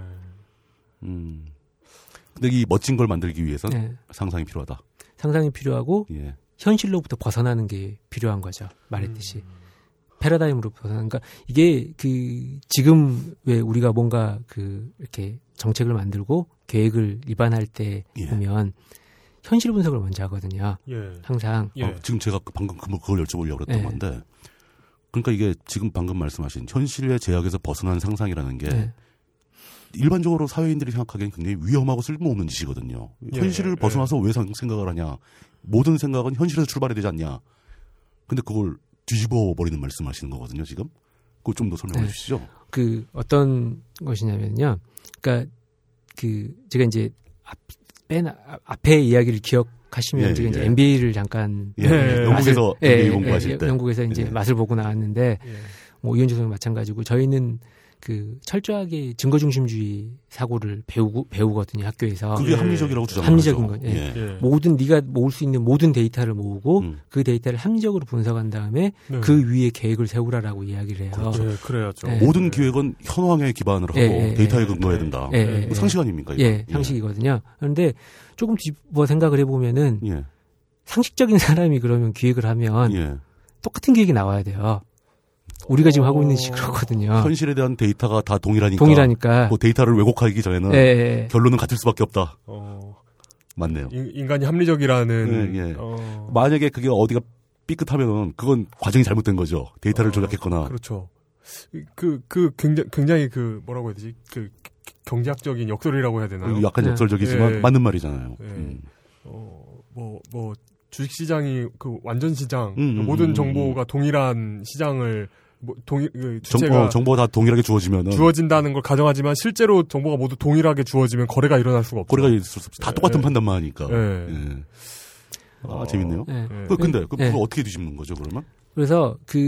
[SPEAKER 2] 음. 근데 이 멋진 걸 만들기 위해선
[SPEAKER 3] 예,
[SPEAKER 2] 상상이 필요하다.
[SPEAKER 3] 상상이 필요하고
[SPEAKER 2] 예.
[SPEAKER 3] 현실로부터 벗어나는 게 필요한 거죠. 말했듯이.
[SPEAKER 1] 음.
[SPEAKER 3] 패러다임으로 벗어나는 그러니까 이게 그 지금 왜 우리가 뭔가 그 이렇게 정책을 만들고 계획을 입안할 때
[SPEAKER 2] 예.
[SPEAKER 3] 보면 현실 분석을 먼저 하거든요.
[SPEAKER 1] 예.
[SPEAKER 3] 항상
[SPEAKER 1] 예.
[SPEAKER 2] 어, 지금 제가 그 방금 그- 그걸 여쭤보려고 그랬던
[SPEAKER 3] 예.
[SPEAKER 2] 건데 그러니까 이게 지금 방금 말씀하신 현실의 제약에서 벗어난 상상이라는 게
[SPEAKER 3] 예.
[SPEAKER 2] 일반적으로 사회인들이 생각하기엔 굉장히 위험하고 쓸모없는 짓이거든요.
[SPEAKER 1] 예,
[SPEAKER 2] 현실을
[SPEAKER 1] 예.
[SPEAKER 2] 벗어나서 왜 상- 생각을 하냐. 모든 생각은 현실에서 출발해야 되지 않냐. 근데 그걸 뒤집어 버리는 말씀하시는 거거든요, 지금. 그거 좀 더 설명해
[SPEAKER 3] 예.
[SPEAKER 2] 주시죠.
[SPEAKER 3] 그 어떤 것이냐면요. 그러니까 그 제가 이제 앞, 맨 앞- 앞에 이야기를 기억하시면
[SPEAKER 2] 예,
[SPEAKER 3] 제가 이제
[SPEAKER 2] 예.
[SPEAKER 3] MBA를 잠깐
[SPEAKER 2] 예, 예.
[SPEAKER 1] 예.
[SPEAKER 2] 영국에서
[SPEAKER 3] 예,
[SPEAKER 2] MBA
[SPEAKER 3] 예,
[SPEAKER 2] 공부하실
[SPEAKER 3] 예,
[SPEAKER 2] 때.
[SPEAKER 3] 영국에서 이제
[SPEAKER 2] 예.
[SPEAKER 3] 맛을 보고 나왔는데
[SPEAKER 1] 예.
[SPEAKER 3] 뭐 이현주 선생 마찬가지고 저희는 그 철저하게 증거 중심주의 사고를 배우고 배우거든요 학교에서
[SPEAKER 2] 그게
[SPEAKER 1] 예.
[SPEAKER 2] 합리적이라고 주장하죠.
[SPEAKER 3] 아, 합리적인 거죠. 예.
[SPEAKER 2] 예.
[SPEAKER 1] 예.
[SPEAKER 3] 모든 네가 모을 수 있는 모든 데이터를 모으고
[SPEAKER 2] 음.
[SPEAKER 3] 그 데이터를 합리적으로 분석한 다음에
[SPEAKER 1] 네.
[SPEAKER 3] 그 위에 계획을 세우라라고 이야기를 해요.
[SPEAKER 2] 그렇죠.
[SPEAKER 1] 예, 그래야죠.
[SPEAKER 3] 예.
[SPEAKER 2] 모든 기획은 현황에 기반을 하고
[SPEAKER 3] 예, 예,
[SPEAKER 2] 데이터에
[SPEAKER 1] 예.
[SPEAKER 2] 근거해야 된다.
[SPEAKER 3] 예,
[SPEAKER 1] 뭐
[SPEAKER 3] 예, 예.
[SPEAKER 2] 뭐 상식 아닙니까? 이거?
[SPEAKER 3] 예, 상식이거든요. 그런데 조금 집어 생각을 해보면은
[SPEAKER 2] 예.
[SPEAKER 3] 상식적인 사람이 그러면 기획을 하면
[SPEAKER 2] 예.
[SPEAKER 3] 똑같은 기획이 나와야 돼요. 우리가 지금 하고 있는 식이
[SPEAKER 1] 어.
[SPEAKER 3] 그렇거든요.
[SPEAKER 2] 현실에 대한 데이터가 다 동일하니까.
[SPEAKER 3] 아. 동일하니까.
[SPEAKER 2] 뭐 데이터를 왜곡하기 전에는
[SPEAKER 3] 예, 예.
[SPEAKER 2] 결론은 같을 수밖에 없다.
[SPEAKER 1] 어,
[SPEAKER 2] 맞네요.
[SPEAKER 1] 인- 인간이 합리적이라는
[SPEAKER 2] 예, 예.
[SPEAKER 1] 어,
[SPEAKER 2] 만약에 그게 어디가 삐끗하면은 그건 과정이 잘못된 거죠. 데이터를
[SPEAKER 1] 어,
[SPEAKER 2] 조작했거나.
[SPEAKER 1] 그렇죠. 그, 그, 굉장히, 굉장히 그, 뭐라고 해야 되지? 그, 경제학적인 역설이라고 해야 되나요?
[SPEAKER 2] 약간
[SPEAKER 3] 네.
[SPEAKER 2] 그 역설적이지만
[SPEAKER 1] 예.
[SPEAKER 2] 맞는 말이잖아요.
[SPEAKER 1] 예.
[SPEAKER 2] 음.
[SPEAKER 1] 어, 뭐, 뭐, 주식시장이 그 완전 시장, 그
[SPEAKER 2] 음, 음,
[SPEAKER 1] 모든
[SPEAKER 2] 음,
[SPEAKER 1] 정보가 동일한 시장을, 뭐, 동일, 그 주체가
[SPEAKER 2] 정보, 정보가 다 동일하게 주어지면은
[SPEAKER 1] 주어진다는 걸 가정하지만 실제로 정보가 모두 동일하게 주어지면 거래가 일어날 수가 없죠.
[SPEAKER 2] 거래가 있을 수 없지. 다 똑같은
[SPEAKER 1] 예.
[SPEAKER 2] 판단만 하니까.
[SPEAKER 1] 예.
[SPEAKER 2] 예. 아,
[SPEAKER 1] 어.
[SPEAKER 2] 재밌네요.
[SPEAKER 3] 예.
[SPEAKER 1] 예.
[SPEAKER 2] 그, 근데 그,
[SPEAKER 3] 예.
[SPEAKER 2] 그걸 어떻게 뒤집는 거죠, 그러면?
[SPEAKER 3] 그래서 그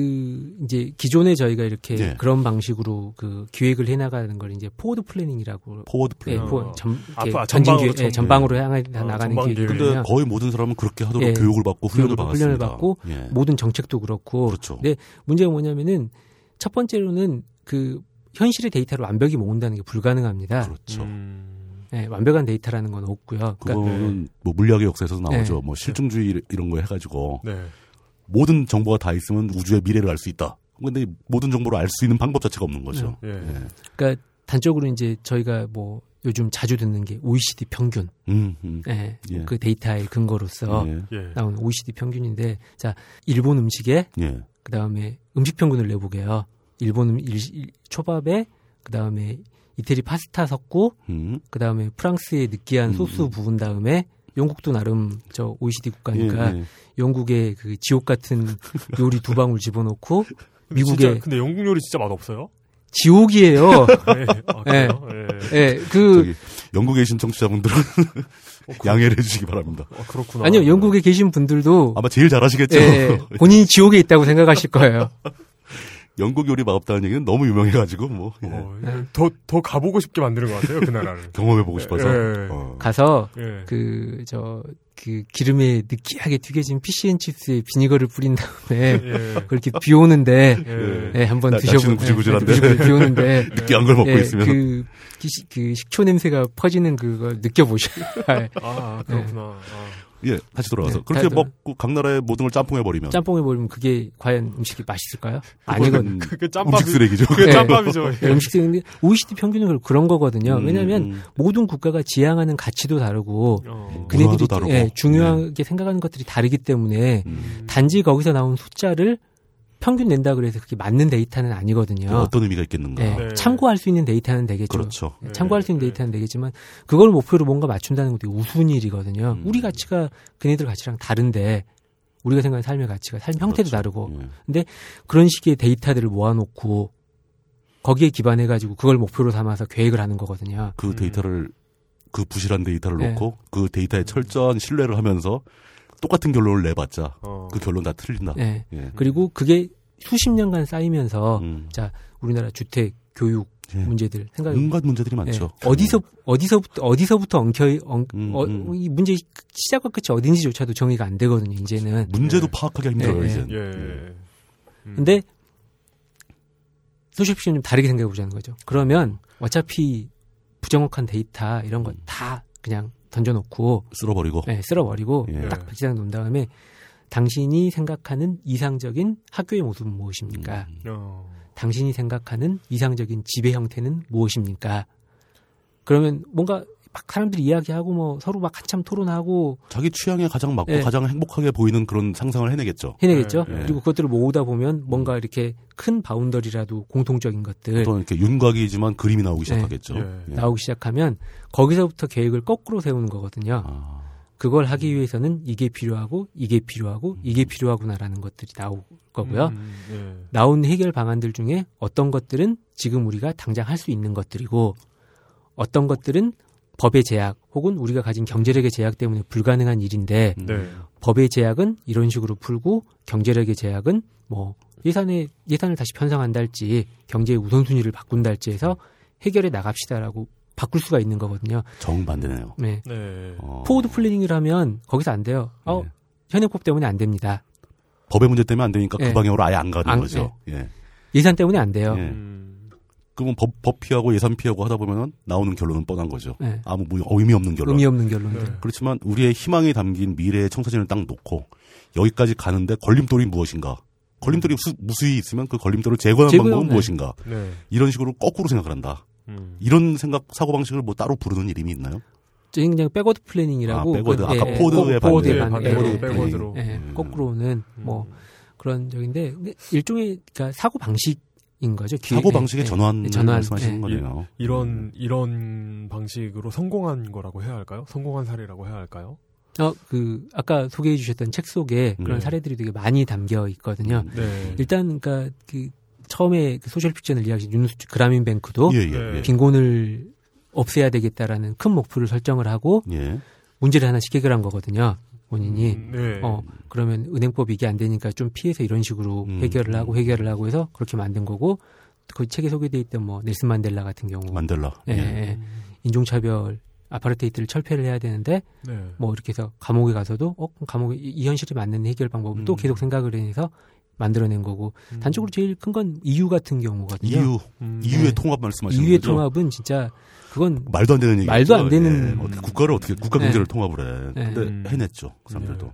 [SPEAKER 3] 이제 기존에 저희가 이렇게
[SPEAKER 2] 예.
[SPEAKER 3] 그런 방식으로 그 기획을 해나가는 걸 이제 포워드 플래닝이라고
[SPEAKER 2] 포워드
[SPEAKER 3] 예,
[SPEAKER 2] 플랜.
[SPEAKER 1] 어.
[SPEAKER 3] 포, 전, 이렇게
[SPEAKER 1] 앞으로, 아,
[SPEAKER 3] 전진 기획,
[SPEAKER 1] 전방으로,
[SPEAKER 3] 예, 전방으로 향해
[SPEAKER 1] 아,
[SPEAKER 3] 나가는
[SPEAKER 1] 전방
[SPEAKER 3] 기획이거든요.
[SPEAKER 2] 근데 거의 모든 사람은 그렇게 하도록
[SPEAKER 3] 예.
[SPEAKER 2] 교육을 받고 훈련을
[SPEAKER 3] 교육을-
[SPEAKER 2] 받았습니다.
[SPEAKER 3] 훈련을 받고
[SPEAKER 2] 예.
[SPEAKER 3] 모든 정책도 그렇고
[SPEAKER 2] 그렇죠.
[SPEAKER 3] 네. 문제가 뭐냐면은 첫 번째로는 그 현실의 데이터를 완벽히 모은다는 게 불가능합니다.
[SPEAKER 2] 그렇죠.
[SPEAKER 1] 음,
[SPEAKER 3] 예, 완벽한 데이터라는 건 없고요.
[SPEAKER 2] 그
[SPEAKER 3] 그러니까
[SPEAKER 2] 거는뭐 물리학의 역사에서 나오죠.
[SPEAKER 3] 네.
[SPEAKER 2] 뭐 실증주의 이런- 이런 거 해가지고
[SPEAKER 1] 네.
[SPEAKER 2] 모든 정보가 다 있으면 우주의 미래를 알 수 있다. 근데 모든 정보를 알 수 있는 방법 자체가 없는 거죠.
[SPEAKER 1] 예.
[SPEAKER 2] 예.
[SPEAKER 3] 그러니까 단적으로 이제 저희가 뭐 요즘 자주 듣는 게 OECD 평균,
[SPEAKER 2] 음, 음.
[SPEAKER 3] 예,
[SPEAKER 2] 예.
[SPEAKER 3] 그 데이터의 근거로서
[SPEAKER 2] 예.
[SPEAKER 1] 예.
[SPEAKER 3] 나온 OECD 평균인데, 자 일본 음식에
[SPEAKER 2] 예.
[SPEAKER 3] 그 다음에 음식 평균을 내보게요. 일본 음- 일, 일- 초밥에 그 다음에 이태리 파스타 섞고
[SPEAKER 2] 음.
[SPEAKER 3] 그 다음에 프랑스의 느끼한
[SPEAKER 2] 음,
[SPEAKER 3] 소스
[SPEAKER 2] 음.
[SPEAKER 3] 부은 다음에 영국도 나름 저 OECD 국가니까
[SPEAKER 2] 예, 예.
[SPEAKER 3] 영국의 그 지옥 같은 요리 두 방울 집어넣고
[SPEAKER 1] 근데
[SPEAKER 3] 미국의-
[SPEAKER 1] 진짜, 근데 영국 요리 진짜 맛없어요?
[SPEAKER 3] 지옥이에요.
[SPEAKER 1] 네. 아, 그래요? 예.
[SPEAKER 3] 예, 그 어,
[SPEAKER 2] 저기 영국에 계신 청취자분들은 양해를 해주시기 바랍니다.
[SPEAKER 1] 아, 그렇구나.
[SPEAKER 3] 아니요 영국에 계신 분들도
[SPEAKER 2] 아마 제일 잘하시겠죠.
[SPEAKER 3] 어. 예, 본인이 지옥에 있다고 생각하실 거예요.
[SPEAKER 2] 영국 요리 맛없다는 얘기는 너무 유명해가지고 뭐 예.
[SPEAKER 1] 어,
[SPEAKER 3] 네.
[SPEAKER 1] 예. 더, 더 가보고 싶게 만드는 것 같아요, 그 나라를.
[SPEAKER 2] 경험해보고 싶어서.
[SPEAKER 1] 예.
[SPEAKER 2] 어.
[SPEAKER 3] 가서
[SPEAKER 1] 예.
[SPEAKER 3] 그 저 그 기름에 느끼하게 튀겨진 피시앤칩스에 비니거를 뿌린 다음에
[SPEAKER 1] 예.
[SPEAKER 3] 그렇게 비 오는데
[SPEAKER 1] 예.
[SPEAKER 3] 예, 한번
[SPEAKER 2] 나-
[SPEAKER 3] 드셔보세요.
[SPEAKER 2] 날씨는 구질구질한데.
[SPEAKER 3] 비 오는데
[SPEAKER 2] 느끼한 걸 먹고
[SPEAKER 3] 예,
[SPEAKER 2] 있으면
[SPEAKER 3] 그, 기- 그 식초 냄새가 퍼지는 그걸 느껴보셔야 예. 할
[SPEAKER 1] 아, 아, 그렇구나. 아.
[SPEAKER 2] 예 다시 돌아와서
[SPEAKER 3] 네,
[SPEAKER 2] 그렇게
[SPEAKER 3] 다들-
[SPEAKER 2] 먹고 각 나라의 모든 걸 짬뽕해 버리면
[SPEAKER 3] 짬뽕에 버리면 그게 과연 음식이 맛있을까요? 아니거든.
[SPEAKER 1] 그게
[SPEAKER 2] 음식
[SPEAKER 1] 짬밥이,
[SPEAKER 2] 쓰레기죠.
[SPEAKER 1] 그게
[SPEAKER 3] 예.
[SPEAKER 1] 짬밥이죠. 예.
[SPEAKER 3] 음식인데 OECD 평균은 그런 거거든요. 왜냐하면
[SPEAKER 2] 음, 음.
[SPEAKER 3] 모든 국가가 지향하는 가치도 다르고
[SPEAKER 1] 어.
[SPEAKER 2] 그-
[SPEAKER 3] 그네들이
[SPEAKER 2] 문화도 다르고.
[SPEAKER 3] 예, 중요하게 생각하는 것들이 다르기 때문에
[SPEAKER 2] 음.
[SPEAKER 3] 단지 거기서 나온 숫자를 평균 낸다 그래서 그게 맞는 데이터는
[SPEAKER 2] 그
[SPEAKER 3] 아니거든요.
[SPEAKER 2] 어떤 의미가 있겠는가.
[SPEAKER 3] 예,
[SPEAKER 1] 네.
[SPEAKER 3] 참고할 수 있는 데이터는 되겠죠.
[SPEAKER 2] 그렇죠.
[SPEAKER 1] 네.
[SPEAKER 3] 참고할 수 있는
[SPEAKER 1] 네.
[SPEAKER 3] 데이터는 되겠지만 그걸 목표로 뭔가 맞춘다는 것도 우스운 일이거든요.
[SPEAKER 2] 음.
[SPEAKER 3] 우리 가치가 그네들 가치랑 다른데 우리가 생각하는 삶의 가치가 삶
[SPEAKER 2] 그렇죠.
[SPEAKER 3] 형태도 다르고
[SPEAKER 2] 예.
[SPEAKER 3] 그런 식의 데이터들을 모아놓고 거기에 기반해가지고 그걸 목표로 삼아서 계획을 하는 거거든요.
[SPEAKER 2] 그
[SPEAKER 1] 음.
[SPEAKER 2] 데이터를 그 부실한 데이터를
[SPEAKER 3] 네.
[SPEAKER 2] 놓고 그 데이터에 철저한 신뢰를 하면서 똑같은 결론을 내봤자
[SPEAKER 1] 어.
[SPEAKER 2] 그 결론 다 틀린다.
[SPEAKER 3] 예.
[SPEAKER 2] 예.
[SPEAKER 3] 그리고 그게 수십 년간 쌓이면서
[SPEAKER 2] 음.
[SPEAKER 3] 우리나라 주택, 교육
[SPEAKER 2] 예.
[SPEAKER 3] 문제들 생각해 보면
[SPEAKER 2] 온갖 문제들이 많죠.
[SPEAKER 3] 예. 어디서 어디서부터 어디서부터 엉켜 엉,
[SPEAKER 2] 음,
[SPEAKER 3] 어,
[SPEAKER 2] 음.
[SPEAKER 3] 이 문제 시작과 끝이 어딘지조차도 정의가 안 되거든요. 이제는.
[SPEAKER 2] 음. 문제도
[SPEAKER 1] 예.
[SPEAKER 2] 파악하기 힘들어요
[SPEAKER 3] 예,
[SPEAKER 2] 이제.
[SPEAKER 1] 예.
[SPEAKER 2] 는
[SPEAKER 1] 음.
[SPEAKER 3] 근데 소셜피션 좀 다르게 생각해 보자는 거죠. 그러면 어차피 부정확한 데이터 이런 거 다 그냥 던져놓고
[SPEAKER 2] 쓸어버리고.
[SPEAKER 3] 예, 쓸어버리고
[SPEAKER 2] 예.
[SPEAKER 3] 딱 백지장 놓은 다음에 당신이 생각하는 이상적인 학교의 모습은 무엇입니까?
[SPEAKER 2] 음.
[SPEAKER 1] 어.
[SPEAKER 3] 당신이 생각하는 이상적인 지배 형태는 무엇입니까? 그러면 뭔가 막 사람들이 이야기하고 뭐 서로 막 한참 토론하고
[SPEAKER 2] 자기 취향에 가장 맞고
[SPEAKER 3] 예.
[SPEAKER 2] 가장 행복하게 보이는 그런 상상을 해내겠죠.
[SPEAKER 3] 해내겠죠.
[SPEAKER 2] 네, 네.
[SPEAKER 3] 그리고 그것들을 모으다 보면 뭔가 이렇게 큰 바운더리라도 공통적인 것들
[SPEAKER 2] 어떤 이렇게 윤곽이지만 그림이 나오기 시작하겠죠.
[SPEAKER 1] 예.
[SPEAKER 2] 예.
[SPEAKER 3] 네. 나오기 시작하면 거기서부터 계획을 거꾸로 세우는 거거든요.
[SPEAKER 2] 아,
[SPEAKER 3] 그걸 하기 위해서는 이게 필요하고 이게 필요하고 이게 필요하구나라는 것들이 나올 거고요.
[SPEAKER 1] 음, 예.
[SPEAKER 3] 나온 해결 방안들 중에 어떤 것들은 지금 우리가 당장 할 수 있는 것들이고 어떤 것들은 법의 제약 혹은 우리가 가진 경제력의 제약 때문에 불가능한 일인데
[SPEAKER 2] 음.
[SPEAKER 1] 네.
[SPEAKER 3] 법의 제약은 이런 식으로 풀고 경제력의 제약은 뭐 예산에 예산을 다시 편성한다 할지 경제의 우선순위를 바꾼다 할지 해서 해결해 나갑시다라고 바꿀 수가 있는 거거든요.
[SPEAKER 2] 정반대네요.
[SPEAKER 3] 네.
[SPEAKER 1] 네.
[SPEAKER 2] 어,
[SPEAKER 3] 포워드 플래닝을 하면 거기서 안 돼요. 어,
[SPEAKER 2] 네.
[SPEAKER 3] 현행법 때문에 안 됩니다.
[SPEAKER 2] 법의 문제 때문에 안 되니까
[SPEAKER 3] 예.
[SPEAKER 2] 그 방향으로 아예 안 가는
[SPEAKER 3] 안-
[SPEAKER 2] 거죠. 예.
[SPEAKER 3] 예산 때문에 안 돼요.
[SPEAKER 2] 예.
[SPEAKER 1] 음.
[SPEAKER 2] 그러면 법, 법 피하고 예산 피하고 하다 보면 나오는 결론은 뻔한 거죠.
[SPEAKER 3] 네.
[SPEAKER 2] 아무 무- 의미 없는 결론.
[SPEAKER 3] 의미 없는 결론들.
[SPEAKER 1] 네.
[SPEAKER 2] 그렇지만 우리의 희망이 담긴 미래의 청사진을 딱 놓고 여기까지 가는데 걸림돌이 무엇인가? 걸림돌이 수- 무수히 있으면 그 걸림돌을 제거하는
[SPEAKER 3] 제거요,
[SPEAKER 2] 방법은
[SPEAKER 3] 네.
[SPEAKER 2] 무엇인가?
[SPEAKER 1] 네.
[SPEAKER 2] 이런 식으로 거꾸로 생각을 한다.
[SPEAKER 1] 음.
[SPEAKER 2] 이런 생각 사고 방식을 뭐 따로 부르는 이름이 있나요?
[SPEAKER 3] 저희는 그냥 백워드 플래닝이라고.
[SPEAKER 2] 아, 백워드.
[SPEAKER 3] 그-
[SPEAKER 2] 아까
[SPEAKER 3] 예,
[SPEAKER 2] 포드의
[SPEAKER 3] 포- 포드의
[SPEAKER 1] 네,
[SPEAKER 2] 반대.
[SPEAKER 3] 반대.
[SPEAKER 1] 백워드,
[SPEAKER 3] 예,
[SPEAKER 1] 백워드로.
[SPEAKER 3] 예, 예,
[SPEAKER 2] 음.
[SPEAKER 3] 거꾸로는 뭐 그런 적인데 근데 일종의 그러니까 사고 방식인 거죠. 기획-
[SPEAKER 2] 사고
[SPEAKER 3] 예,
[SPEAKER 2] 방식의
[SPEAKER 3] 예.
[SPEAKER 2] 전환을
[SPEAKER 3] 전환,
[SPEAKER 2] 말씀하시는
[SPEAKER 3] 예.
[SPEAKER 2] 거네요.
[SPEAKER 1] 이런
[SPEAKER 2] 음.
[SPEAKER 1] 이런 방식으로 성공한 거라고 해야 할까요? 성공한 사례라고 해야 할까요?
[SPEAKER 3] 어, 그 아까 소개해 주셨던 책 속에 그런
[SPEAKER 1] 네.
[SPEAKER 3] 사례들이 되게 많이 담겨 있거든요.
[SPEAKER 1] 네.
[SPEAKER 3] 일단 그러니까 그 처음에 그 소셜 픽션을 이야기하신 윤수 그라민 뱅크도
[SPEAKER 2] 예, 예,
[SPEAKER 1] 네.
[SPEAKER 2] 예.
[SPEAKER 3] 빈곤을 없애야 되겠다라는 큰 목표를 설정을 하고
[SPEAKER 2] 예.
[SPEAKER 3] 문제를 하나씩 해결한 거거든요. 본인이
[SPEAKER 1] 음, 네.
[SPEAKER 3] 어 그러면 은행법 이게 안 되니까 좀 피해서 이런 식으로
[SPEAKER 2] 음.
[SPEAKER 3] 해결을 하고 해결을 하고 해서 그렇게 만든 거고 그 책에 소개돼 있던 뭐 넬슨 만델라 같은 경우
[SPEAKER 2] 만델라.
[SPEAKER 1] 네.
[SPEAKER 3] 예,
[SPEAKER 2] 예.
[SPEAKER 3] 예.
[SPEAKER 1] 음.
[SPEAKER 3] 인종차별 아파르테이트를 철폐를 해야 되는데
[SPEAKER 1] 네.
[SPEAKER 3] 뭐 이렇게 해서 감옥에 가서도 어 그럼 감옥에 이, 이 현실이 맞는 해결 방법을
[SPEAKER 1] 음.
[SPEAKER 3] 또 계속 생각을 해서 만들어낸 거고
[SPEAKER 1] 음.
[SPEAKER 3] 단적으로 제일 큰 건 EU 같은 경우거든요.
[SPEAKER 2] 이유,
[SPEAKER 1] 음.
[SPEAKER 2] 이유의
[SPEAKER 3] 네.
[SPEAKER 2] 통합 말씀하시는
[SPEAKER 3] EU의
[SPEAKER 2] 거죠?
[SPEAKER 3] 통합은 진짜 그건
[SPEAKER 2] 말도 안 되는 얘기. 예.
[SPEAKER 3] 말도 안 되는-
[SPEAKER 2] 어떻게 그 국가를 어떻게 국가
[SPEAKER 3] 네.
[SPEAKER 2] 경제를 통합을 해.
[SPEAKER 3] 네.
[SPEAKER 2] 근데
[SPEAKER 1] 음.
[SPEAKER 2] 해냈죠. 그 사람들도.
[SPEAKER 1] 네.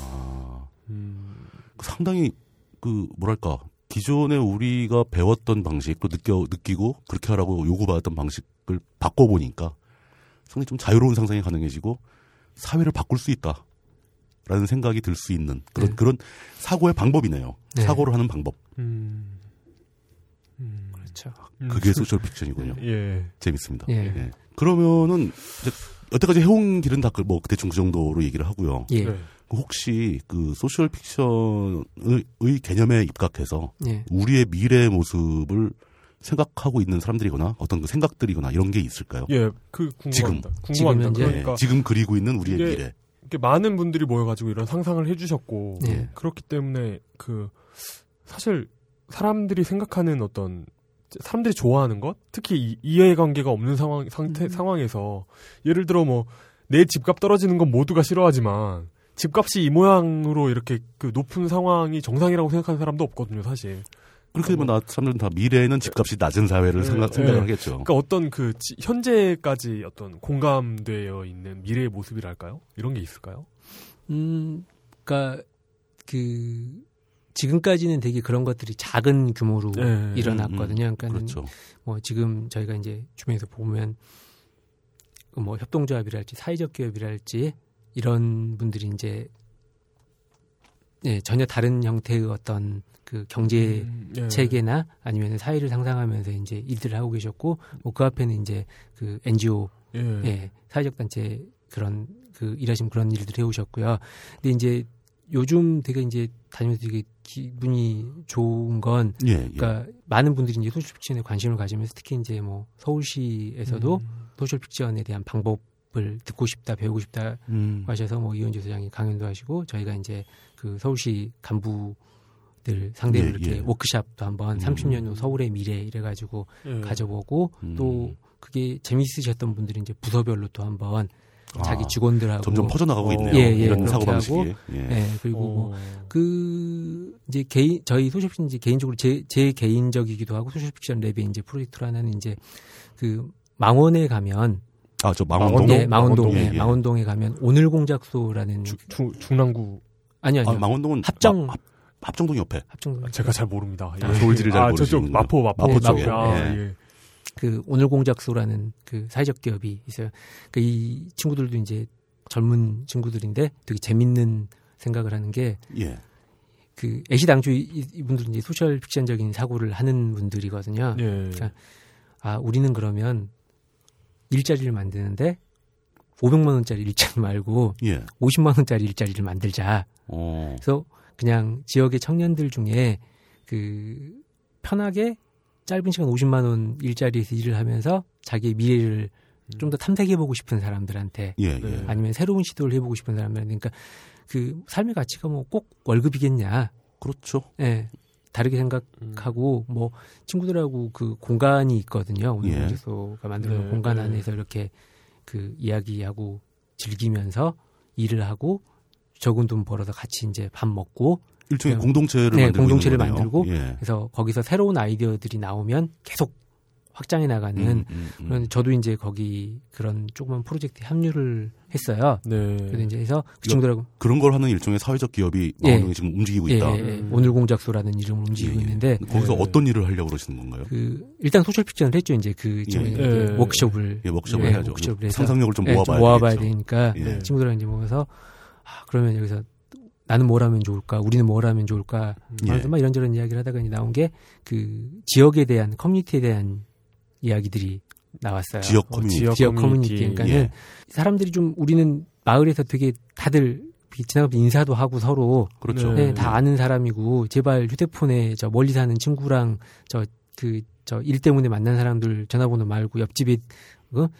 [SPEAKER 2] 아.
[SPEAKER 1] 음.
[SPEAKER 2] 상당히 그 뭐랄까 기존에 우리가 배웠던 방식 또 느껴 느끼고 그렇게 하라고 요구받았던 방식을 바꿔 보니까 상당히 좀 자유로운 상상이 가능해지고 사회를 바꿀 수 있다. 라는 생각이 들 수 있는 그런
[SPEAKER 3] 네.
[SPEAKER 2] 그런 사고의 방법이네요.
[SPEAKER 3] 네.
[SPEAKER 2] 사고를 하는 방법.
[SPEAKER 1] 음. 음.
[SPEAKER 3] 그렇죠.
[SPEAKER 1] 음.
[SPEAKER 2] 그게 소셜 픽션이군요.
[SPEAKER 1] 예.
[SPEAKER 2] 재밌습니다.
[SPEAKER 3] 예.
[SPEAKER 2] 예. 그러면은 이제 여태까지 해온 길은 다뭐 대충 그 정도로 얘기를 하고요.
[SPEAKER 3] 예.
[SPEAKER 1] 네.
[SPEAKER 2] 혹시 그 소셜 픽션의 의 개념에 입각해서
[SPEAKER 3] 예.
[SPEAKER 2] 우리의 미래의 모습을 생각하고 있는 사람들이거나 어떤 그 생각들이거나 이런 게 있을까요?
[SPEAKER 1] 예. 그 궁금합니다.
[SPEAKER 3] 지금
[SPEAKER 1] 궁금합니다.
[SPEAKER 3] 현재?
[SPEAKER 1] 그러니까
[SPEAKER 2] 예, 지금 그리고 있는 우리의
[SPEAKER 1] 이게-
[SPEAKER 2] 미래.
[SPEAKER 1] 이렇게 많은 분들이 모여가지고 이런 상상을 해주셨고
[SPEAKER 2] 네.
[SPEAKER 3] 예.
[SPEAKER 1] 그렇기 때문에 그 사실 사람들이 생각하는 어떤 사람들이 좋아하는 것 특히 이- 이해관계가 없는 상황 상태
[SPEAKER 3] 음.
[SPEAKER 1] 상황에서 예를 들어 뭐 내 집값 떨어지는 건 모두가 싫어하지만 집값이 이 모양으로 이렇게 그 높은 상황이 정상이라고 생각하는 사람도 없거든요 사실
[SPEAKER 2] 그렇게
[SPEAKER 3] 뭐
[SPEAKER 2] 되면 나 사람들은 다 미래에는 집값이 낮은 사회를
[SPEAKER 1] 예,
[SPEAKER 2] 생각,
[SPEAKER 1] 예.
[SPEAKER 2] 생각을 하겠죠.
[SPEAKER 1] 그러니까 어떤 그 지- 현재까지 어떤 공감되어 있는 미래의 모습이랄까요 이런 게 있을까요
[SPEAKER 3] 음 그러니까 그 지금까지는 되게 그런 것들이 작은 규모로
[SPEAKER 1] 예.
[SPEAKER 3] 일어났거든요. 그러니까 는
[SPEAKER 2] 네. 그렇죠.
[SPEAKER 3] 뭐 지금 저희가 이제 주변에서 보면 뭐 협동조합이랄지 사회적 기업이랄지 이런 분들이 이제 예, 전혀 다른 형태의 어떤 그 경제
[SPEAKER 1] 음, 예.
[SPEAKER 3] 체계나 아니면 사회를 상상하면서 이제 일들을 하고 계셨고 뭐 그 앞에는 이제 그 NGO
[SPEAKER 1] 예.
[SPEAKER 3] 예, 사회적 단체 그런 그 일하신 그런 일들 해오셨고요. 근데 이제 요즘 되게 이제 다니면서 되게 기분이 좋은 건
[SPEAKER 2] 예, 예.
[SPEAKER 3] 그러니까 많은 분들이 이제 소셜 픽션에 관심을 가지면서 특히 이제 뭐 서울시에서도
[SPEAKER 1] 음.
[SPEAKER 3] 소셜 픽션에 대한 방법을 듣고 싶다, 배우고 싶다
[SPEAKER 2] 음.
[SPEAKER 3] 하셔서 뭐 이현주 소장이 강연도 하시고 저희가 이제 그 서울시 간부들 상대로
[SPEAKER 2] 예,
[SPEAKER 3] 이렇게
[SPEAKER 2] 예.
[SPEAKER 3] 워크샵도 한번
[SPEAKER 2] 음.
[SPEAKER 3] 30년 후 서울의 미래 이래 가지고
[SPEAKER 1] 예.
[SPEAKER 3] 가져보고
[SPEAKER 2] 음.
[SPEAKER 3] 또 그게 재미있으셨던 분들이 이제 부서별로 또 한번
[SPEAKER 2] 아,
[SPEAKER 3] 자기 직원들하고
[SPEAKER 2] 점점 퍼져나가고
[SPEAKER 1] 어,
[SPEAKER 2] 있네요.
[SPEAKER 1] 예,
[SPEAKER 3] 예,
[SPEAKER 2] 이런
[SPEAKER 3] 그렇게
[SPEAKER 2] 사고 방식이. 예.
[SPEAKER 3] 예, 그리고 뭐
[SPEAKER 1] 어.
[SPEAKER 3] 그 이제 개인 저희 소셜픽션 이제 개인적으로 제, 제 개인적이기도 하고 소셜픽션 랩의 이제 프로젝트로 하나는 이제 그 망원에 가면
[SPEAKER 2] 아, 저 망원동.
[SPEAKER 1] 망원동?
[SPEAKER 3] 예, 망원동 예,
[SPEAKER 2] 예, 예.
[SPEAKER 3] 망원동에 가면 오늘 공작소라는
[SPEAKER 1] 주- 중- 중랑구
[SPEAKER 3] 아니 아니
[SPEAKER 2] 아,
[SPEAKER 3] 요
[SPEAKER 2] 망원동은
[SPEAKER 3] 합정
[SPEAKER 2] 합, 합정동 옆에.
[SPEAKER 3] 합정
[SPEAKER 1] 제가 잘 모릅니다. 예.
[SPEAKER 2] 아, 서울지를 잘
[SPEAKER 1] 아, 저쪽
[SPEAKER 2] 모르시는군요.
[SPEAKER 1] 마포 마포,
[SPEAKER 3] 마포
[SPEAKER 1] 쪽에.
[SPEAKER 3] 쪽에.
[SPEAKER 1] 아,
[SPEAKER 2] 예.
[SPEAKER 1] 예.
[SPEAKER 3] 그 오늘 공작소라는 그 사회적 기업이 있어요. 그 이 친구들도 이제 젊은 친구들인데 되게 재밌는 생각을 하는 게
[SPEAKER 2] 예.
[SPEAKER 3] 그 애시당초 이- 이- 이분들 이제 소셜 픽션적인 사고를 하는 분들이거든요.
[SPEAKER 1] 예.
[SPEAKER 3] 자, 아, 우리는 그러면 일자리를 만드는데 500만 원짜리 일자리 말고
[SPEAKER 2] 예.
[SPEAKER 3] 50만 원짜리 일자리를 만들자.
[SPEAKER 2] 어.
[SPEAKER 3] 그래서 그냥 지역의 청년들 중에 그 편하게 짧은 시간 50만 원 일자리에서 일을 하면서 자기의 미래를 좀 더 탐색해 보고 싶은 사람들한테
[SPEAKER 2] 예, 예.
[SPEAKER 1] 네.
[SPEAKER 3] 아니면 새로운 시도를 해보고 싶은 사람들한테 그러니까 그 삶의 가치가 뭐 꼭 월급이겠냐.
[SPEAKER 2] 그렇죠.
[SPEAKER 3] 예. 다르게 생각하고 뭐 친구들하고 그 공간이 있거든요. 오늘
[SPEAKER 2] 음. 예.
[SPEAKER 3] 문제소가 만들어놓은
[SPEAKER 1] 네,
[SPEAKER 3] 공간
[SPEAKER 1] 네.
[SPEAKER 3] 안에서 이렇게 그 이야기하고 즐기면서 일을 하고 적은 돈 벌어서 같이 이제 밥 먹고
[SPEAKER 2] 일종의
[SPEAKER 3] 그냥-
[SPEAKER 2] 공동체를
[SPEAKER 3] 네,
[SPEAKER 2] 만들고
[SPEAKER 3] 공동체를
[SPEAKER 2] 있는 거네요.
[SPEAKER 3] 만들고
[SPEAKER 2] 예.
[SPEAKER 3] 그래서 거기서 새로운 아이디어들이 나오면 계속 확장해 나가는
[SPEAKER 2] 음, 음, 음.
[SPEAKER 3] 그런 저도 이제 거기 그런 조그만 프로젝트에 합류를 했어요.
[SPEAKER 1] 네.
[SPEAKER 3] 그래서 이제 해서 그
[SPEAKER 2] 이거-
[SPEAKER 3] 친구들하고
[SPEAKER 2] 그런 걸 하는 일종의 사회적 기업이
[SPEAKER 3] 예.
[SPEAKER 2] 마원동에 지금 움직이고
[SPEAKER 3] 예,
[SPEAKER 2] 뭐 있다.
[SPEAKER 3] 예, 예.
[SPEAKER 1] 음.
[SPEAKER 3] 오늘 공작소라는 이름으로 움직이고
[SPEAKER 2] 예, 예.
[SPEAKER 3] 있는데
[SPEAKER 2] 거기서
[SPEAKER 1] 예.
[SPEAKER 2] 어떤 일을 하려고 그러시는 건가요?
[SPEAKER 3] 그 일단 소셜 픽션을 했죠. 이제 그
[SPEAKER 2] 예.
[SPEAKER 3] 좀 이제
[SPEAKER 1] 예.
[SPEAKER 3] 워크숍을
[SPEAKER 2] 예, 워크숍을
[SPEAKER 3] 예,
[SPEAKER 2] 해야죠.
[SPEAKER 3] 워크숍을 해서-
[SPEAKER 2] 상상력을 좀
[SPEAKER 3] 예,
[SPEAKER 2] 모아봐야, 되겠죠.
[SPEAKER 3] 되니까
[SPEAKER 2] 예.
[SPEAKER 3] 친구들이랑 이제 모여서 아, 그러면 여기서 나는 뭘 하면 좋을까? 우리는 뭘 하면 좋을까?
[SPEAKER 2] 예.
[SPEAKER 3] 하면서 막 이런저런 이야기를 하다가 이제 나온 게 그 지역에 대한 커뮤니티에 대한 이야기들이 나왔어요.
[SPEAKER 2] 지역
[SPEAKER 1] 어,
[SPEAKER 2] 커뮤니티.
[SPEAKER 1] 지역,
[SPEAKER 3] 지역
[SPEAKER 1] 커뮤니티.
[SPEAKER 3] 커뮤니티. 그러니까
[SPEAKER 2] 예.
[SPEAKER 3] 사람들이 좀 우리는 마을에서 되게 다들 지나가면 인사도 하고 서로
[SPEAKER 2] 그렇죠.
[SPEAKER 1] 네.
[SPEAKER 3] 예, 다 아는 사람이고 제발 휴대폰에 저 멀리 사는 친구랑 저 그 저 일 때문에 만난 사람들 전화번호 말고 옆집에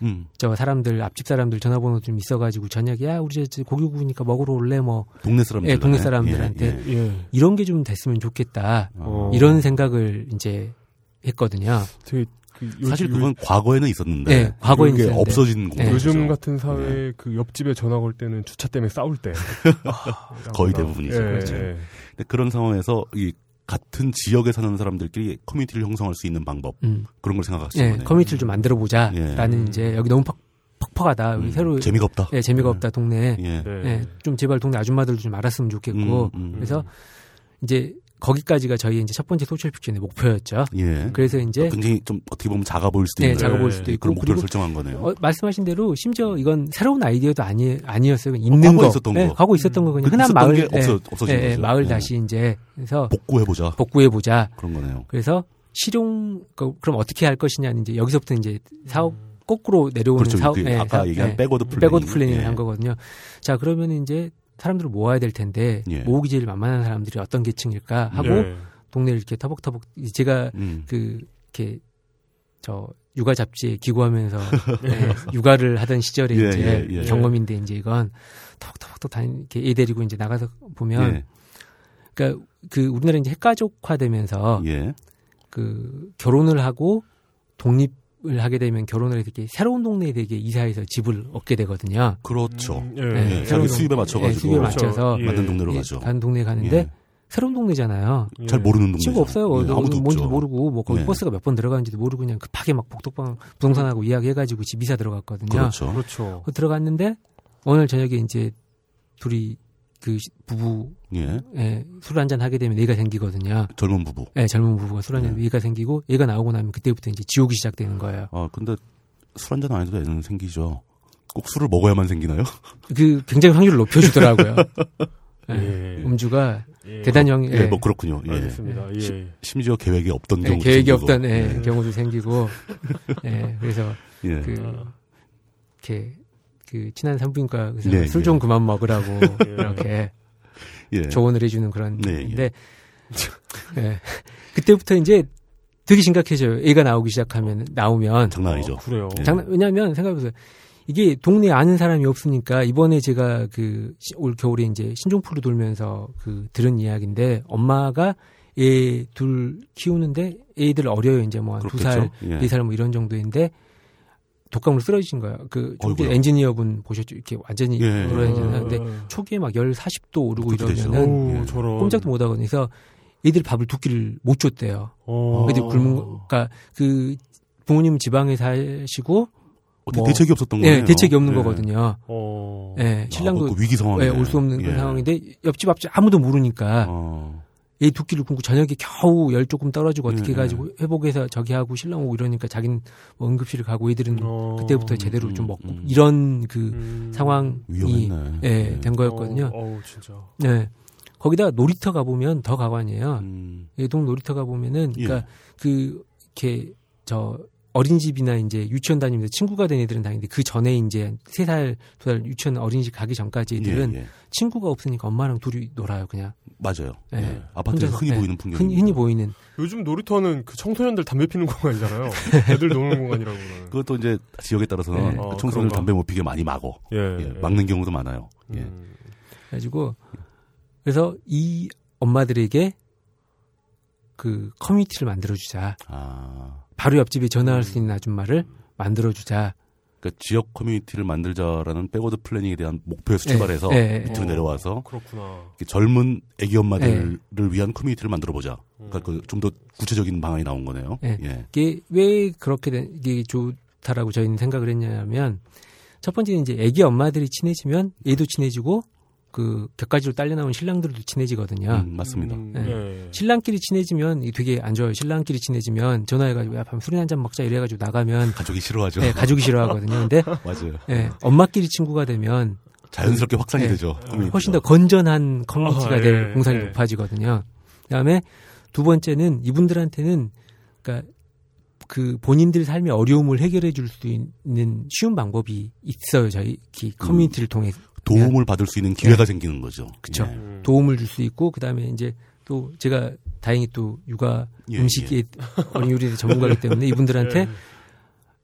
[SPEAKER 2] 음,
[SPEAKER 3] 저 사람들 앞집 사람들 전화번호 좀 있어가지고 저녁에 야 우리 저 고기 구우니까 먹으러 올래 뭐
[SPEAKER 2] 동네 사람들.
[SPEAKER 3] 예, 동네 사람들한테.
[SPEAKER 2] 예, 예.
[SPEAKER 1] 예.
[SPEAKER 3] 이런 게 좀 됐으면 좋겠다
[SPEAKER 1] 어.
[SPEAKER 3] 이런 생각을 이제 했거든요.
[SPEAKER 1] 되게 그 요-
[SPEAKER 2] 아, 사실
[SPEAKER 1] 요-
[SPEAKER 2] 그건 과거에는 있었는데
[SPEAKER 3] 네, 과거에는
[SPEAKER 2] 그게
[SPEAKER 3] 있었는데.
[SPEAKER 2] 없어진
[SPEAKER 3] 네.
[SPEAKER 2] 공간이죠.
[SPEAKER 1] 요즘 같은 사회 그 옆집에 전화 올 때는 주차 때문에 싸울 때 예,
[SPEAKER 2] 거의 대부분이죠. 그렇죠. 근데 그런 상황에서 이 같은 지역에 사는 사람들끼리 커뮤니티를 형성할 수 있는 방법
[SPEAKER 3] 음,
[SPEAKER 2] 그런 걸 생각하시는
[SPEAKER 3] 예,
[SPEAKER 2] 거네요.
[SPEAKER 3] 커뮤니티를 좀 만들어 보자라는
[SPEAKER 1] 예.
[SPEAKER 3] 이제 여기 너무 퍽, 퍽퍽하다 여기
[SPEAKER 2] 음,
[SPEAKER 3] 새로
[SPEAKER 2] 재미가 없다.
[SPEAKER 3] 예, 재미가 없다 동네에
[SPEAKER 2] 예.
[SPEAKER 1] 네.
[SPEAKER 3] 예, 좀 제발 동네 아줌마들도 좀 알았으면 좋겠고
[SPEAKER 2] 음, 음.
[SPEAKER 3] 그래서 이제 거기까지가 저희 이제 첫 번째 소셜 픽션의 목표였죠.
[SPEAKER 2] 예.
[SPEAKER 3] 그래서 이제
[SPEAKER 2] 굉장히 좀 어떻게 보면 작아 보일 수도
[SPEAKER 3] 예,
[SPEAKER 2] 있는
[SPEAKER 1] 작아
[SPEAKER 3] 작업
[SPEAKER 1] 보일
[SPEAKER 3] 볼
[SPEAKER 1] 네.
[SPEAKER 3] 수도
[SPEAKER 2] 그런
[SPEAKER 3] 있고
[SPEAKER 2] 목표를
[SPEAKER 3] 그리고
[SPEAKER 2] 설정한 거네요.
[SPEAKER 3] 어, 말씀하신 대로 심지어 이건 새로운 아이디어도 아니 아니었어요. 그냥 있는
[SPEAKER 2] 과거에
[SPEAKER 3] 거,
[SPEAKER 2] 있었던
[SPEAKER 3] 예,
[SPEAKER 2] 거.
[SPEAKER 3] 하고 있었던 거 그냥
[SPEAKER 2] 그
[SPEAKER 3] 흔한
[SPEAKER 2] 있었던
[SPEAKER 3] 마을
[SPEAKER 2] 게
[SPEAKER 3] 예,
[SPEAKER 2] 없어 없어진
[SPEAKER 3] 예, 예,
[SPEAKER 2] 거죠.
[SPEAKER 3] 마을
[SPEAKER 2] 예.
[SPEAKER 3] 다시 이제 그래서
[SPEAKER 2] 복구해 보자.
[SPEAKER 3] 복구해 보자.
[SPEAKER 2] 그런 거네요.
[SPEAKER 3] 그래서 실용 그- 그럼 어떻게 할 것이냐는 이제 여기서부터 이제 사업 거꾸로 내려오는
[SPEAKER 2] 그렇죠.
[SPEAKER 3] 사업
[SPEAKER 2] 그
[SPEAKER 3] 예,
[SPEAKER 2] 아까
[SPEAKER 3] 사업-
[SPEAKER 2] 얘기한
[SPEAKER 3] 예,
[SPEAKER 2] 백워드 플래닝.
[SPEAKER 3] 백워드 플래닝을
[SPEAKER 2] 예.
[SPEAKER 3] 한 거거든요. 자 그러면 이제 사람들을 모아야 될 텐데
[SPEAKER 2] 예.
[SPEAKER 3] 모으기 제일 만만한 사람들이 어떤 계층일까 하고
[SPEAKER 1] 예.
[SPEAKER 3] 동네를 이렇게 터벅터벅 제가
[SPEAKER 2] 음.
[SPEAKER 3] 그 이렇게 저 육아 잡지에 기고하면서 예, 육아를 하던 시절에
[SPEAKER 2] 예,
[SPEAKER 3] 이제
[SPEAKER 2] 예, 예.
[SPEAKER 3] 경험인데 이제 이건 터벅터벅 다니 이렇게 애 데리고 이제 나가서 보면
[SPEAKER 2] 예.
[SPEAKER 3] 그러니까 그 우리나라 이제 핵가족화되면서
[SPEAKER 2] 예.
[SPEAKER 3] 그 결혼을 하고 독립을 하게 되면 결혼을 해서 이렇게 새로운 동네에 되게 이사해서 집을 얻게 되거든요.
[SPEAKER 2] 그렇죠.
[SPEAKER 1] 음,
[SPEAKER 3] 예,
[SPEAKER 2] 예.
[SPEAKER 3] 새로운
[SPEAKER 2] 자기
[SPEAKER 3] 동-
[SPEAKER 2] 수입에
[SPEAKER 3] 예, 수입에
[SPEAKER 2] 맞춰가지고
[SPEAKER 3] 맞춰. 맞춰서
[SPEAKER 1] 예.
[SPEAKER 2] 맞는 동네로
[SPEAKER 3] 예,
[SPEAKER 2] 가죠.
[SPEAKER 3] 간 동네에 가는데
[SPEAKER 2] 예.
[SPEAKER 3] 새로운 동네잖아요.
[SPEAKER 1] 예.
[SPEAKER 2] 잘 모르는 동네.
[SPEAKER 3] 친구 없어요. 어디-
[SPEAKER 2] 아무도
[SPEAKER 3] 뭔지
[SPEAKER 2] 없죠.
[SPEAKER 3] 모르고 뭐 거기
[SPEAKER 2] 예.
[SPEAKER 3] 버스가 몇 번 들어가는지도 모르고 그냥 급하게 막 복덕방 부동산하고 이야기해가지고 집 이사 들어갔거든요.
[SPEAKER 2] 그렇죠.
[SPEAKER 1] 그렇죠.
[SPEAKER 3] 어, 들어갔는데 오늘 저녁에 이제 둘이 그 시- 부부
[SPEAKER 2] 예.
[SPEAKER 3] 예, 술 한잔 하게 되면 얘가 생기거든요.
[SPEAKER 2] 젊은 부부.
[SPEAKER 3] 예, 젊은 부부가 술 한잔
[SPEAKER 2] 네.
[SPEAKER 3] 얘가 생기고 얘가 나오고 나면 그때부터 이제 지옥이 시작되는 거예요.
[SPEAKER 2] 아 근데 술 한잔 안 해도 애는 생기죠. 꼭 술을 먹어야만 생기나요?
[SPEAKER 3] 그 굉장히 확률을 높여주더라고요. 예,
[SPEAKER 1] 예.
[SPEAKER 3] 음주가
[SPEAKER 1] 예.
[SPEAKER 3] 대단히 형,
[SPEAKER 2] 예.
[SPEAKER 3] 예,
[SPEAKER 2] 뭐 그렇군요. 예.
[SPEAKER 1] 알겠습니다. 예.
[SPEAKER 2] 심지어 계획이 없던
[SPEAKER 3] 예,
[SPEAKER 2] 경우.
[SPEAKER 3] 계획이 없던 예, 경우도 생기고 예, 그래서
[SPEAKER 2] 예.
[SPEAKER 3] 그
[SPEAKER 1] 아.
[SPEAKER 3] 이렇게 그 친한 산부인과 의사
[SPEAKER 2] 예,
[SPEAKER 3] 술
[SPEAKER 2] 예.
[SPEAKER 3] 좀 그만 먹으라고
[SPEAKER 1] 예.
[SPEAKER 3] 이렇게
[SPEAKER 2] 예.
[SPEAKER 3] 조언을 해주는 그런
[SPEAKER 2] 네, 예.
[SPEAKER 3] 건데 예. 그때부터 이제 되게 심각해져요. 애가 나오기 시작하면 나오면
[SPEAKER 2] 장난 아니죠.
[SPEAKER 1] 어, 그래요.
[SPEAKER 2] 예.
[SPEAKER 3] 장난 왜냐하면 생각해보세요. 이게 동네 에 아는 사람이 없으니까 이번에 제가 그 올 겨울에 이제 신종포로 돌면서 그 들은 이야기인데 엄마가 애 둘 키우는데 애들 어려요 이제 뭐 두
[SPEAKER 2] 그렇겠죠.
[SPEAKER 3] 살,
[SPEAKER 2] 예.
[SPEAKER 3] 네 살 뭐 이런 정도인데 독감으로 쓰러지신 거예요. 그
[SPEAKER 2] 어이구야.
[SPEAKER 3] 엔지니어분 보셨죠? 이렇게 완전히
[SPEAKER 2] 예.
[SPEAKER 3] 그러잖아요. 근데
[SPEAKER 1] 어.
[SPEAKER 3] 초기에 막 열 40도 오르고
[SPEAKER 2] 그렇게 되죠.
[SPEAKER 3] 이러면은
[SPEAKER 1] 어우,
[SPEAKER 2] 예.
[SPEAKER 1] 저런.
[SPEAKER 3] 꼼짝도 못 하거든요. 그래서 애들 밥을 두 끼를 못 줬대요.
[SPEAKER 1] 어.
[SPEAKER 3] 애들 굶은 거, 그러니까 그 부모님 지방에 사시고
[SPEAKER 2] 어떻게
[SPEAKER 3] 뭐-
[SPEAKER 2] 대책이 없었던
[SPEAKER 3] 예,
[SPEAKER 2] 거예요?
[SPEAKER 3] 대책이 없는
[SPEAKER 2] 예.
[SPEAKER 3] 거거든요.
[SPEAKER 1] 어.
[SPEAKER 3] 예,
[SPEAKER 2] 아,
[SPEAKER 3] 신랑도
[SPEAKER 2] 그 위기 상황.
[SPEAKER 3] 예, 올 수 없는 그런 상황인데 옆집 앞집 아무도 모르니까
[SPEAKER 2] 어.
[SPEAKER 3] 얘두 끼를 굶고 저녁에 겨우 열 조금 떨어지고
[SPEAKER 2] 예,
[SPEAKER 3] 어떻게
[SPEAKER 2] 예.
[SPEAKER 3] 해가지고 회복해서 저기 하고 신랑 오고 이러니까 자기는 뭐 응급실을 가고 애들은
[SPEAKER 1] 어.
[SPEAKER 3] 그때부터
[SPEAKER 2] 음,
[SPEAKER 3] 제대로
[SPEAKER 2] 음,
[SPEAKER 3] 좀 먹고
[SPEAKER 2] 음.
[SPEAKER 3] 이런 그
[SPEAKER 1] 음.
[SPEAKER 3] 상황이
[SPEAKER 2] 위험했네.
[SPEAKER 3] 예, 된 거였거든요.
[SPEAKER 1] 어, 어우, 진짜.
[SPEAKER 3] 네. 거기다 놀이터 가보면 더 가관이에요.
[SPEAKER 2] 음.
[SPEAKER 3] 예동 놀이터 가보면은,
[SPEAKER 2] 예.
[SPEAKER 3] 그니까 그, 이렇게, 저, 어린이집이나 이제 유치원 다니면서 친구가 된 애들은 다니는데 그 전에 이제 세 살, 두 살 유치원 어린이집 가기 전까지 애들은
[SPEAKER 2] 예, 예.
[SPEAKER 3] 친구가 없으니까 엄마랑 둘이 놀아요, 그냥.
[SPEAKER 2] 맞아요.
[SPEAKER 3] 예.
[SPEAKER 2] 예. 아파트에서
[SPEAKER 3] 혼자서,
[SPEAKER 2] 흔히
[SPEAKER 3] 예.
[SPEAKER 2] 보이는 풍경.
[SPEAKER 3] 흔히, 흔히 보이는.
[SPEAKER 1] 요즘 놀이터는 그 청소년들 담배 피는 공간이잖아요. 애들 노는 공간이라고 예. 그러는.
[SPEAKER 2] 그것도 이제 지역에 따라서는
[SPEAKER 3] 예.
[SPEAKER 2] 그
[SPEAKER 1] 어,
[SPEAKER 2] 청소년
[SPEAKER 1] 그런가.
[SPEAKER 2] 담배 못 피게 많이 막어.
[SPEAKER 1] 예.
[SPEAKER 2] 예, 막는 경우도 많아요. 예.
[SPEAKER 1] 음.
[SPEAKER 3] 그래가지고, 그래서 이 엄마들에게 그 커뮤니티를 만들어주자.
[SPEAKER 2] 아,
[SPEAKER 3] 바로 옆집에 전화할
[SPEAKER 2] 음.
[SPEAKER 3] 수 있는 아줌마를 만들어주자.
[SPEAKER 2] 그러니까 지역 커뮤니티를 만들자라는 백워드 플래닝에 대한 목표에서
[SPEAKER 3] 예,
[SPEAKER 2] 출발해서
[SPEAKER 3] 예, 예.
[SPEAKER 2] 밑으로
[SPEAKER 1] 어.
[SPEAKER 2] 내려와서
[SPEAKER 1] 그렇구나.
[SPEAKER 2] 이렇게 젊은 애기 엄마들을
[SPEAKER 3] 예.
[SPEAKER 2] 위한 커뮤니티를 만들어 보자. 그러니까
[SPEAKER 1] 음.
[SPEAKER 2] 좀 더 구체적인 방안이 나온 거네요.
[SPEAKER 3] 예.
[SPEAKER 2] 예.
[SPEAKER 3] 이게 왜 그렇게 된, 이게 좋다라고 저희는 생각을 했냐면 첫 번째는 이제 애기 엄마들이 친해지면 얘도 친해지고 그 곁가지로 딸려 나온 신랑들도 친해지거든요.
[SPEAKER 2] 음, 맞습니다.
[SPEAKER 1] 음,
[SPEAKER 3] 네.
[SPEAKER 1] 네.
[SPEAKER 3] 신랑끼리 친해지면 이게 되게 안 좋아요. 신랑끼리 친해지면 전화해가지고 야, 밤 술이나 한잔 먹자 이래가지고 나가면
[SPEAKER 2] 가족이 싫어하죠.
[SPEAKER 3] 예, 가족이 싫어하거든요. 근데
[SPEAKER 2] 맞아요.
[SPEAKER 3] 예, 엄마끼리 친구가 되면
[SPEAKER 2] 자연스럽게 확산이
[SPEAKER 3] 예.
[SPEAKER 2] 되죠. 커뮤니티가.
[SPEAKER 3] 훨씬 더 건전한 커뮤니티가
[SPEAKER 1] 아하,
[SPEAKER 3] 될
[SPEAKER 1] 예,
[SPEAKER 3] 공산이
[SPEAKER 1] 예.
[SPEAKER 3] 높아지거든요. 그다음에 두 번째는 이분들한테는 그러니까 그 본인들 삶의 어려움을 해결해 줄 수 있는 쉬운 방법이 있어요. 저희 기-
[SPEAKER 2] 음.
[SPEAKER 3] 커뮤니티를 통해
[SPEAKER 2] 도움을 받을 수 있는 기회가 생기는 거죠.
[SPEAKER 3] 예. 그쵸.
[SPEAKER 2] 예.
[SPEAKER 1] 음.
[SPEAKER 3] 도움을 줄 수 있고 그다음에 이제 또 제가 다행히 또 육아
[SPEAKER 2] 예,
[SPEAKER 3] 음식에 어린 요리에 대해서 전문가이기 때문에 이분들한테
[SPEAKER 1] 예.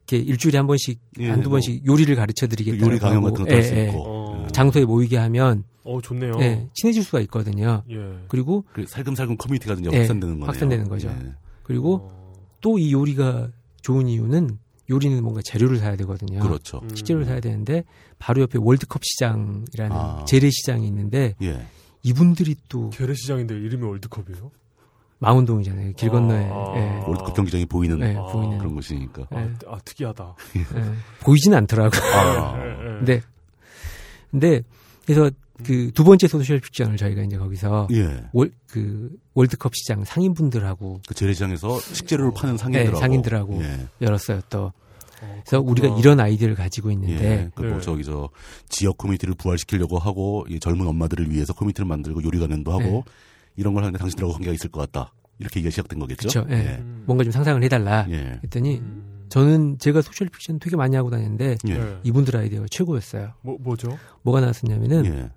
[SPEAKER 3] 이렇게 일주일에 한 번씩
[SPEAKER 2] 예,
[SPEAKER 3] 한두
[SPEAKER 2] 뭐그
[SPEAKER 3] 번씩 요리를 가르쳐 드리겠다.
[SPEAKER 2] 요리 강연 같은 것도 할 수 있고 그렇죠.
[SPEAKER 1] 어.
[SPEAKER 2] 예.
[SPEAKER 3] 장소에 모이게 하면
[SPEAKER 1] 어 좋네요.
[SPEAKER 3] 예, 친해질 수가 있거든요.
[SPEAKER 1] 예.
[SPEAKER 3] 그리고
[SPEAKER 2] 그 살금살금 커뮤니티가 이제
[SPEAKER 3] 예,
[SPEAKER 2] 확산되는 거네요.
[SPEAKER 3] 확산되는 거죠.
[SPEAKER 2] 예.
[SPEAKER 3] 그리고
[SPEAKER 1] 어,
[SPEAKER 3] 또 이 요리가 좋은 이유는 요리는 뭔가 재료를 사야 되거든요.
[SPEAKER 2] 그렇죠.
[SPEAKER 1] 음.
[SPEAKER 3] 식재료를 사야 되는데 바로 옆에 월드컵 시장이라는
[SPEAKER 2] 아.
[SPEAKER 3] 재래 시장이 있는데
[SPEAKER 2] 예.
[SPEAKER 3] 이분들이 또
[SPEAKER 1] 계래시장인데 이름이 월드컵이에요?
[SPEAKER 3] 망원동이잖아요. 길 건너에
[SPEAKER 1] 아.
[SPEAKER 3] 예,
[SPEAKER 2] 월드컵 경기장이 보이는
[SPEAKER 3] 예,
[SPEAKER 1] 아.
[SPEAKER 3] 보이는
[SPEAKER 2] 그런 곳이니까.
[SPEAKER 1] 아,
[SPEAKER 3] 예,
[SPEAKER 1] 아 특이하다.
[SPEAKER 3] 예. 보이진 않더라고. 요
[SPEAKER 2] 아,
[SPEAKER 1] 예, 예.
[SPEAKER 3] 근데 근데 그래서 그 두 번째 소셜 픽션을 저희가 이제 거기서
[SPEAKER 2] 예.
[SPEAKER 3] 월, 그 월드컵 시장 상인분들하고
[SPEAKER 2] 그 재래시장에서 식재료를 파는 상인들하고.
[SPEAKER 3] 예, 상인들하고.
[SPEAKER 2] 예.
[SPEAKER 3] 열었어요. 또
[SPEAKER 1] 어,
[SPEAKER 3] 그래서 우리가
[SPEAKER 1] 그렇구나.
[SPEAKER 3] 이런 아이디어를 가지고 있는데
[SPEAKER 2] 예. 그뭐
[SPEAKER 1] 네.
[SPEAKER 2] 저기 저 지역 커뮤니티를 부활시키려고 하고 이 젊은 엄마들을 위해서 커뮤니티를 만들고 요리 강연도 하고
[SPEAKER 3] 네.
[SPEAKER 2] 이런 걸 하는데 당신들하고 관계가 있을 것 같다. 이렇게 얘기가 시작된 거겠죠.
[SPEAKER 3] 그쵸, 예.
[SPEAKER 1] 음.
[SPEAKER 3] 뭔가 좀 상상을 해달라
[SPEAKER 2] 예. 예.
[SPEAKER 3] 했더니
[SPEAKER 1] 음.
[SPEAKER 3] 저는 제가 소셜 픽션 되게 많이 하고 다녔는데
[SPEAKER 2] 예.
[SPEAKER 1] 예.
[SPEAKER 3] 이분들 아이디어가 최고였어요.
[SPEAKER 1] 뭐 뭐죠?
[SPEAKER 3] 뭐가 나왔었냐면은
[SPEAKER 2] 예.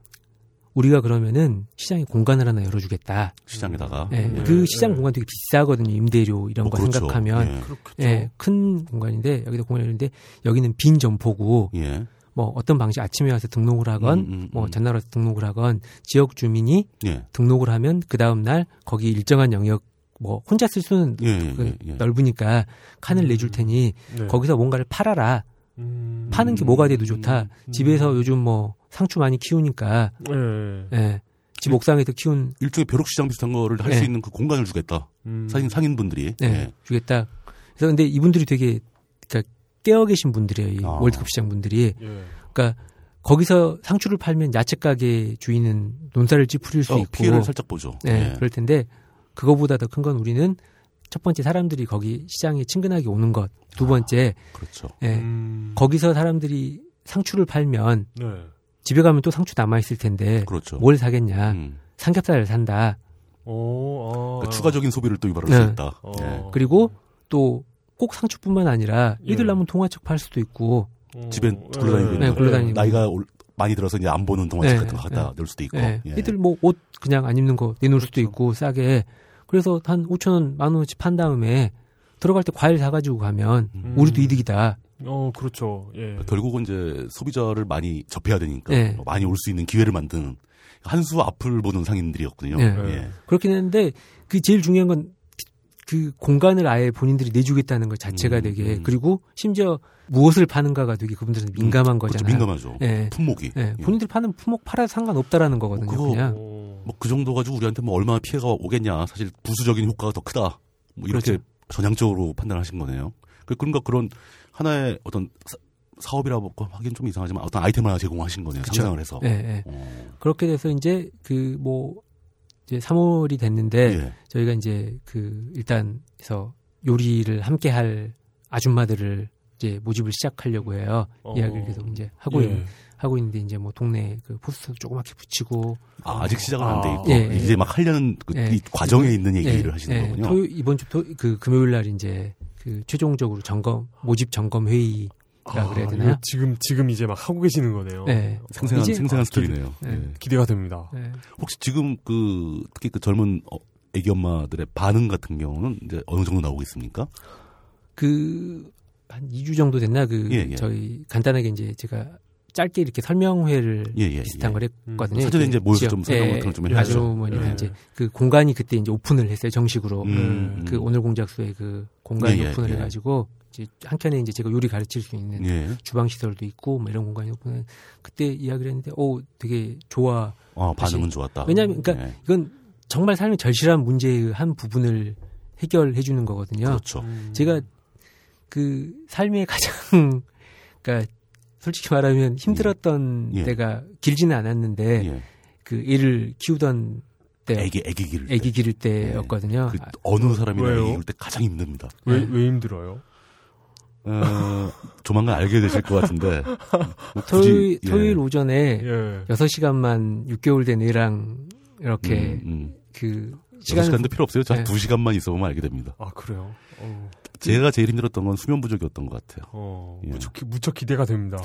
[SPEAKER 3] 우리가 그러면은 시장에 공간을 하나 열어주겠다.
[SPEAKER 2] 시장에다가.
[SPEAKER 3] 예,
[SPEAKER 1] 음.
[SPEAKER 3] 그
[SPEAKER 1] 네,
[SPEAKER 3] 시장
[SPEAKER 1] 네.
[SPEAKER 3] 공간 되게 비싸거든요. 임대료 이런
[SPEAKER 2] 뭐
[SPEAKER 3] 거
[SPEAKER 2] 아, 그렇죠.
[SPEAKER 3] 생각하면
[SPEAKER 1] 그렇겠죠.
[SPEAKER 3] 예, 큰 공간인데 여기다 공간을 했는데 여기는 빈 점포고
[SPEAKER 2] 예. 예.
[SPEAKER 3] 뭐 어떤 방식 아침에 와서 등록을 하건
[SPEAKER 2] 음, 음,
[SPEAKER 3] 뭐
[SPEAKER 2] 음.
[SPEAKER 3] 전날 와서 등록을 하건 지역 주민이
[SPEAKER 2] 예.
[SPEAKER 3] 등록을 하면 그 다음 날 거기 일정한 영역 뭐 혼자 쓸 수는
[SPEAKER 2] 예. 예.
[SPEAKER 3] 그
[SPEAKER 2] 예. 예. 음,
[SPEAKER 3] 넓으니까 칸을 내줄 테니
[SPEAKER 1] 네.
[SPEAKER 3] 거기서 뭔가를 팔아라
[SPEAKER 1] 음.
[SPEAKER 3] 파는 게 뭐가 돼도 좋다.
[SPEAKER 1] 음.
[SPEAKER 3] 집에서 요즘 뭐 상추 많이 키우니까
[SPEAKER 1] 예, 예.
[SPEAKER 3] 예. 집 옥상에서 키운
[SPEAKER 2] 일종의 벼룩시장 비슷한 거를 할 수
[SPEAKER 3] 예.
[SPEAKER 2] 있는 그 공간을 주겠다.
[SPEAKER 1] 음.
[SPEAKER 2] 사실 상인분들이.
[SPEAKER 3] 예, 주겠다. 그래서 근데 이분들이 되게 그러니까 깨어 계신 분들이에요. 이
[SPEAKER 2] 아.
[SPEAKER 3] 월드컵 시장 분들이.
[SPEAKER 1] 예.
[SPEAKER 3] 그러니까 거기서 상추를 팔면 야채 가게 주인은 논살을 찌푸릴 수
[SPEAKER 2] 어,
[SPEAKER 3] 있고
[SPEAKER 2] 피해를 살짝 보죠.
[SPEAKER 3] 예,
[SPEAKER 2] 예.
[SPEAKER 3] 그럴 텐데 그거보다 더 큰 건 우리는 첫 번째 사람들이 거기 시장에 친근하게 오는 것.
[SPEAKER 2] 아.
[SPEAKER 3] 두 번째
[SPEAKER 2] 그렇죠.
[SPEAKER 3] 예,
[SPEAKER 1] 음.
[SPEAKER 3] 거기서 사람들이 상추를 팔면
[SPEAKER 1] 네.
[SPEAKER 3] 집에 가면 또 상추 남아 있을 텐데
[SPEAKER 2] 그렇죠.
[SPEAKER 3] 뭘 사겠냐?
[SPEAKER 2] 음.
[SPEAKER 3] 삼겹살을 산다.
[SPEAKER 1] 오, 아.
[SPEAKER 2] 그러니까 추가적인 소비를 또 유발할 수
[SPEAKER 3] 네.
[SPEAKER 2] 있다.
[SPEAKER 1] 어.
[SPEAKER 2] 예.
[SPEAKER 3] 그리고 또 꼭 상추뿐만 아니라
[SPEAKER 1] 예.
[SPEAKER 3] 이들 남은 동화책 팔 수도 있고
[SPEAKER 1] 어,
[SPEAKER 2] 집에 굴러다니고
[SPEAKER 1] 예.
[SPEAKER 2] 있는
[SPEAKER 3] 네, 굴러다니고.
[SPEAKER 2] 나이가 올- 많이 들어서 이제 안 보는 동화책
[SPEAKER 3] 네,
[SPEAKER 2] 같은 거 갖다 넣을 수도 있고.
[SPEAKER 3] 예.
[SPEAKER 2] 예. 그렇죠.
[SPEAKER 3] 이들 뭐 옷 그냥 안 입는 거 내놓을 수도 있고 싸게 그래서 한 5천 원, 만 원어치 판 다음에 들어갈 때 과일 사가지고 가면
[SPEAKER 1] 음.
[SPEAKER 3] 우리도 이득이다.
[SPEAKER 1] 어, 그렇죠. 예.
[SPEAKER 2] 결국은 이제 소비자를 많이 접해야 되니까 뭐
[SPEAKER 3] 네.
[SPEAKER 2] 많이 올 수 있는 기회를 만드는 한 수 앞을 보는 상인들이었군요.
[SPEAKER 3] 네.
[SPEAKER 2] 예.
[SPEAKER 3] 그렇긴 했는데 그 제일 중요한 건 그 공간을 아예 본인들이 내주겠다는 것 자체가
[SPEAKER 2] 음,
[SPEAKER 3] 되게
[SPEAKER 2] 음.
[SPEAKER 3] 그리고 심지어 무엇을 파는가가 되게 그분들은 민감한
[SPEAKER 2] 그렇죠.
[SPEAKER 3] 거잖아요.
[SPEAKER 2] 민감하죠.
[SPEAKER 3] 예.
[SPEAKER 2] 품목이.
[SPEAKER 3] 예. 본인들 파는 품목 팔아도 상관없다라는 거거든요.
[SPEAKER 2] 그거
[SPEAKER 3] 그냥
[SPEAKER 1] 오.
[SPEAKER 2] 뭐 그 정도 가지고 우리한테 뭐 얼마나 피해가 오겠냐. 사실 부수적인 효과가 더 크다. 뭐 이렇게
[SPEAKER 3] 그렇죠.
[SPEAKER 2] 전향적으로 판단하신 거네요. 그- 그러니까 그런 하나의 어떤 사- 사업이라고 하긴 좀 이상하지만 어떤 아이템 하나 제공하신 거네요.
[SPEAKER 3] 그쵸.
[SPEAKER 2] 상상을 해서.
[SPEAKER 3] 예, 예.
[SPEAKER 2] 어.
[SPEAKER 3] 그렇게 돼서 이제 그 뭐 이제 3월이 됐는데
[SPEAKER 2] 예.
[SPEAKER 3] 저희가 이제 그 일단서 요리를 함께 할 아줌마들을 이제 모집을 시작하려고 해요.
[SPEAKER 1] 어.
[SPEAKER 3] 이야기를 계속 이제 하고
[SPEAKER 1] 예.
[SPEAKER 3] 있, 하고 있는데 이제 뭐 동네 그 포스터 조그맣게 붙이고
[SPEAKER 2] 아, 직 시작은 안 돼 있고
[SPEAKER 3] 예, 예.
[SPEAKER 2] 이제 막 하려는 그,
[SPEAKER 3] 예.
[SPEAKER 2] 이 과정에 있는
[SPEAKER 3] 예,
[SPEAKER 2] 얘기를 하시는
[SPEAKER 3] 예,
[SPEAKER 2] 거군요.
[SPEAKER 3] 토요, 이번 주 토, 그 금요일 날 이제 그 최종적으로 점검 모집 점검 회의 라 아, 그래야 되나요?
[SPEAKER 1] 아, 이거 지금 지금 이제 막 하고 계시는 거네요.
[SPEAKER 3] 예.
[SPEAKER 2] 생생한
[SPEAKER 3] 이제-
[SPEAKER 2] 생생한
[SPEAKER 1] 아,
[SPEAKER 2] 스토리네요.
[SPEAKER 3] 예.
[SPEAKER 2] 예.
[SPEAKER 1] 기대가 됩니다.
[SPEAKER 3] 예.
[SPEAKER 2] 혹시 지금 그 특히 그 젊은 어, 애기 엄마들의 반응 같은 경우는 이제 어느 정도 나오고 있습니까?
[SPEAKER 3] 그한 2주 정도 됐나 그
[SPEAKER 2] 예, 예.
[SPEAKER 3] 저희 간단하게 이제 제가 짧게 이렇게 설명회를
[SPEAKER 2] 예, 예,
[SPEAKER 3] 비슷한
[SPEAKER 2] 예.
[SPEAKER 3] 걸
[SPEAKER 1] 음.
[SPEAKER 3] 했거든요.
[SPEAKER 2] 사전에 이제 모여서 좀 설명
[SPEAKER 3] 을
[SPEAKER 2] 같은 걸좀
[SPEAKER 1] 예,
[SPEAKER 2] 해야죠.
[SPEAKER 3] 아주머니가
[SPEAKER 1] 예.
[SPEAKER 3] 이제 그 공간이 그때 이제 오픈을 했어요 정식으로.
[SPEAKER 2] 음, 음.
[SPEAKER 3] 그 오늘 공작소의 그 공간이
[SPEAKER 2] 예, 예,
[SPEAKER 3] 오픈을
[SPEAKER 2] 예.
[SPEAKER 3] 해가지고 이제 한켠에 이제 제가 요리 가르칠 수 있는
[SPEAKER 2] 예.
[SPEAKER 3] 주방 시설도 있고 뭐 이런 공간이 오픈을 그때 이야기를 했는데 오 되게 좋아.
[SPEAKER 2] 아, 반응은 좋았다.
[SPEAKER 3] 왜냐하면 그러니까
[SPEAKER 2] 예.
[SPEAKER 3] 이건 정말 삶의 절실한 문제의 한 부분을 해결해 주는 거거든요.
[SPEAKER 2] 그렇죠.
[SPEAKER 1] 음.
[SPEAKER 3] 제가 그 삶의 가장 그러니까 솔직히 말하면 힘들었던
[SPEAKER 2] 예. 예.
[SPEAKER 3] 때가 길지는 않았는데
[SPEAKER 2] 예.
[SPEAKER 3] 그 애를 키우던 때
[SPEAKER 2] 애기 애기 기를 때.
[SPEAKER 3] 네. 애기 기를 때였거든요.
[SPEAKER 2] 그 예.
[SPEAKER 3] 아, 네.
[SPEAKER 2] 어느 사람이나
[SPEAKER 1] 왜요?
[SPEAKER 2] 애기 기를 때 가장 힘듭니다.
[SPEAKER 1] 왜, 왜 힘들어요?
[SPEAKER 2] 어, 조만간 알게 되실 것 같은데. 뭐 굳이-
[SPEAKER 3] 토요일,
[SPEAKER 2] 예.
[SPEAKER 3] 토요일 오전에
[SPEAKER 1] 예.
[SPEAKER 3] 여섯 시간만 6개월 된 애랑 이렇게
[SPEAKER 2] 음, 음.
[SPEAKER 3] 그
[SPEAKER 2] 시간
[SPEAKER 3] 시간을
[SPEAKER 2] 시간도 필요 없어요.
[SPEAKER 3] 예.
[SPEAKER 2] 저두 시간만 있어보면 알게 됩니다.
[SPEAKER 1] 아, 그래요? 어,
[SPEAKER 2] 제가 제일 힘들었던 건 수면 부족이었던 것 같아요.
[SPEAKER 1] 어,
[SPEAKER 2] 예.
[SPEAKER 1] 무척, 기- 무척 기대가 됩니다.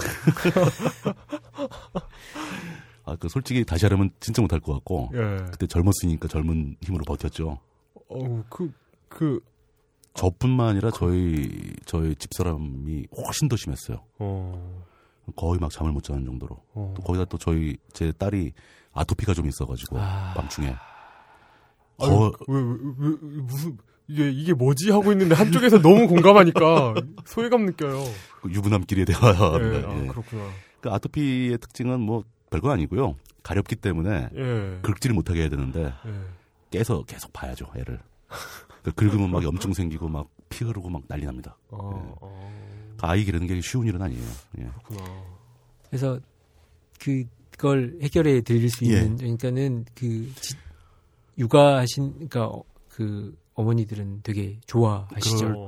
[SPEAKER 2] 아, 그 솔직히 다시 하려면 진짜 못할 것 같고
[SPEAKER 1] 예.
[SPEAKER 2] 그때 젊었으니까 젊은 힘으로 버텼죠.
[SPEAKER 1] 어우, 그, 그,
[SPEAKER 2] 저뿐만 아니라 저희 저희 집사람이 훨씬 더 심했어요.
[SPEAKER 1] 어,
[SPEAKER 2] 거의 막 잠을 못 자는 정도로.
[SPEAKER 1] 어.
[SPEAKER 2] 또 거기다 또 저희 제 딸이 아토피가 좀 있어가지고
[SPEAKER 3] 아.
[SPEAKER 2] 밤중에
[SPEAKER 1] 아유,
[SPEAKER 2] 거-
[SPEAKER 1] 왜, 왜, 왜, 왜- 무슨, 이게, 이게 뭐지? 하고 있는데 한쪽에서 너무 공감하니까 소외감 느껴요.
[SPEAKER 2] 그 유부남끼리의 대화인데
[SPEAKER 1] 예, 아,
[SPEAKER 2] 예.
[SPEAKER 1] 그렇구나.
[SPEAKER 2] 그 아토피의 특징은 뭐 별거 아니고요. 가렵기 때문에
[SPEAKER 1] 예.
[SPEAKER 2] 긁지를 못하게 해야 되는데
[SPEAKER 1] 예.
[SPEAKER 2] 깨서 계속 봐야죠 애를. 그 긁으면 막 염증 생기고 막 피 흐르고 막 난리 납니다.
[SPEAKER 1] 아, 아,
[SPEAKER 2] 그 아이 기르는 게 쉬운 일은 아니에요. 예.
[SPEAKER 1] 그렇구나.
[SPEAKER 3] 그래서 그걸 해결해 드릴 수
[SPEAKER 2] 예.
[SPEAKER 3] 있는 그러니까는 그 지- 육아하신 그러니까 어- 그 어머니들은 되게 좋아하시죠.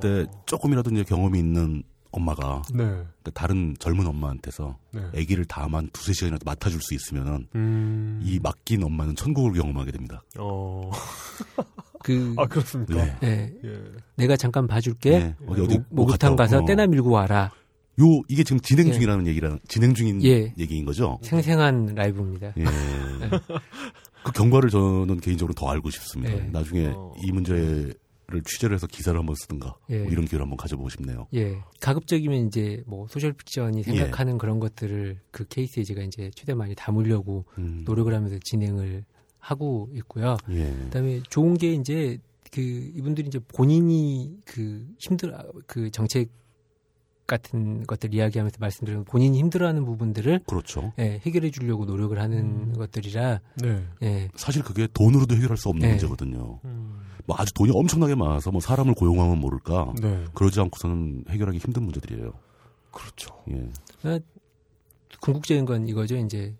[SPEAKER 1] 그럴-
[SPEAKER 2] 그때 조금이라도 이제 경험이 있는 엄마가
[SPEAKER 1] 네.
[SPEAKER 2] 그러니까 다른 젊은 엄마한테서
[SPEAKER 1] 네.
[SPEAKER 2] 아기를 다만 두세 시간이라도 맡아줄 수 있으면은
[SPEAKER 1] 음.
[SPEAKER 2] 이 맡긴 엄마는 천국을 경험하게 됩니다.
[SPEAKER 1] 어.
[SPEAKER 3] 그
[SPEAKER 1] 아, 그렇습니까?
[SPEAKER 2] 네.
[SPEAKER 3] 네,
[SPEAKER 1] 예.
[SPEAKER 3] 내가 잠깐 봐줄게.
[SPEAKER 2] 예. 어디 어디 뭐
[SPEAKER 3] 목욕탕
[SPEAKER 2] 갔다
[SPEAKER 3] 가서
[SPEAKER 2] 오- 어.
[SPEAKER 3] 때나 밀고 와라.
[SPEAKER 2] 요 이게 지금 진행
[SPEAKER 3] 예.
[SPEAKER 2] 중이라는 얘기라 진행 중인
[SPEAKER 3] 예.
[SPEAKER 2] 얘기인 거죠.
[SPEAKER 3] 생생한 라이브입니다.
[SPEAKER 2] 예. 그 경과를 저는 개인적으로 더 알고 싶습니다.
[SPEAKER 3] 예.
[SPEAKER 2] 나중에
[SPEAKER 1] 어.
[SPEAKER 2] 이 문제를 취재를 해서 기사를 한번 쓰든가
[SPEAKER 3] 예.
[SPEAKER 2] 뭐 이런 기회를 한번 가져보고 싶네요.
[SPEAKER 3] 예. 가급적이면 이제 뭐 소셜 픽션이 생각하는 그런 것들을 그 케이스에 제가 이제 최대 한 많이 담으려고
[SPEAKER 2] 음.
[SPEAKER 3] 노력을 하면서 진행을 하고 있고요.
[SPEAKER 2] 예.
[SPEAKER 3] 그다음에 좋은 게 이제 그 이분들이 이제 본인이 그 힘들 그 정책 같은 것들 이야기하면서 말씀드린 본인이 힘들어하는 부분들을
[SPEAKER 2] 그렇죠.
[SPEAKER 3] 예, 해결해 주려고 노력을 하는 것들이라
[SPEAKER 1] 네.
[SPEAKER 3] 예.
[SPEAKER 2] 사실 그게 돈으로도 해결할 수 없는
[SPEAKER 3] 예.
[SPEAKER 2] 문제거든요.
[SPEAKER 1] 음.
[SPEAKER 2] 뭐 아주 돈이 엄청나게 많아서 뭐 사람을 고용하면 모를까.
[SPEAKER 1] 네.
[SPEAKER 2] 그러지 않고서는 해결하기 힘든 문제들이에요.
[SPEAKER 1] 그렇죠.
[SPEAKER 2] 예.
[SPEAKER 3] 궁극적인 건 이거죠. 이제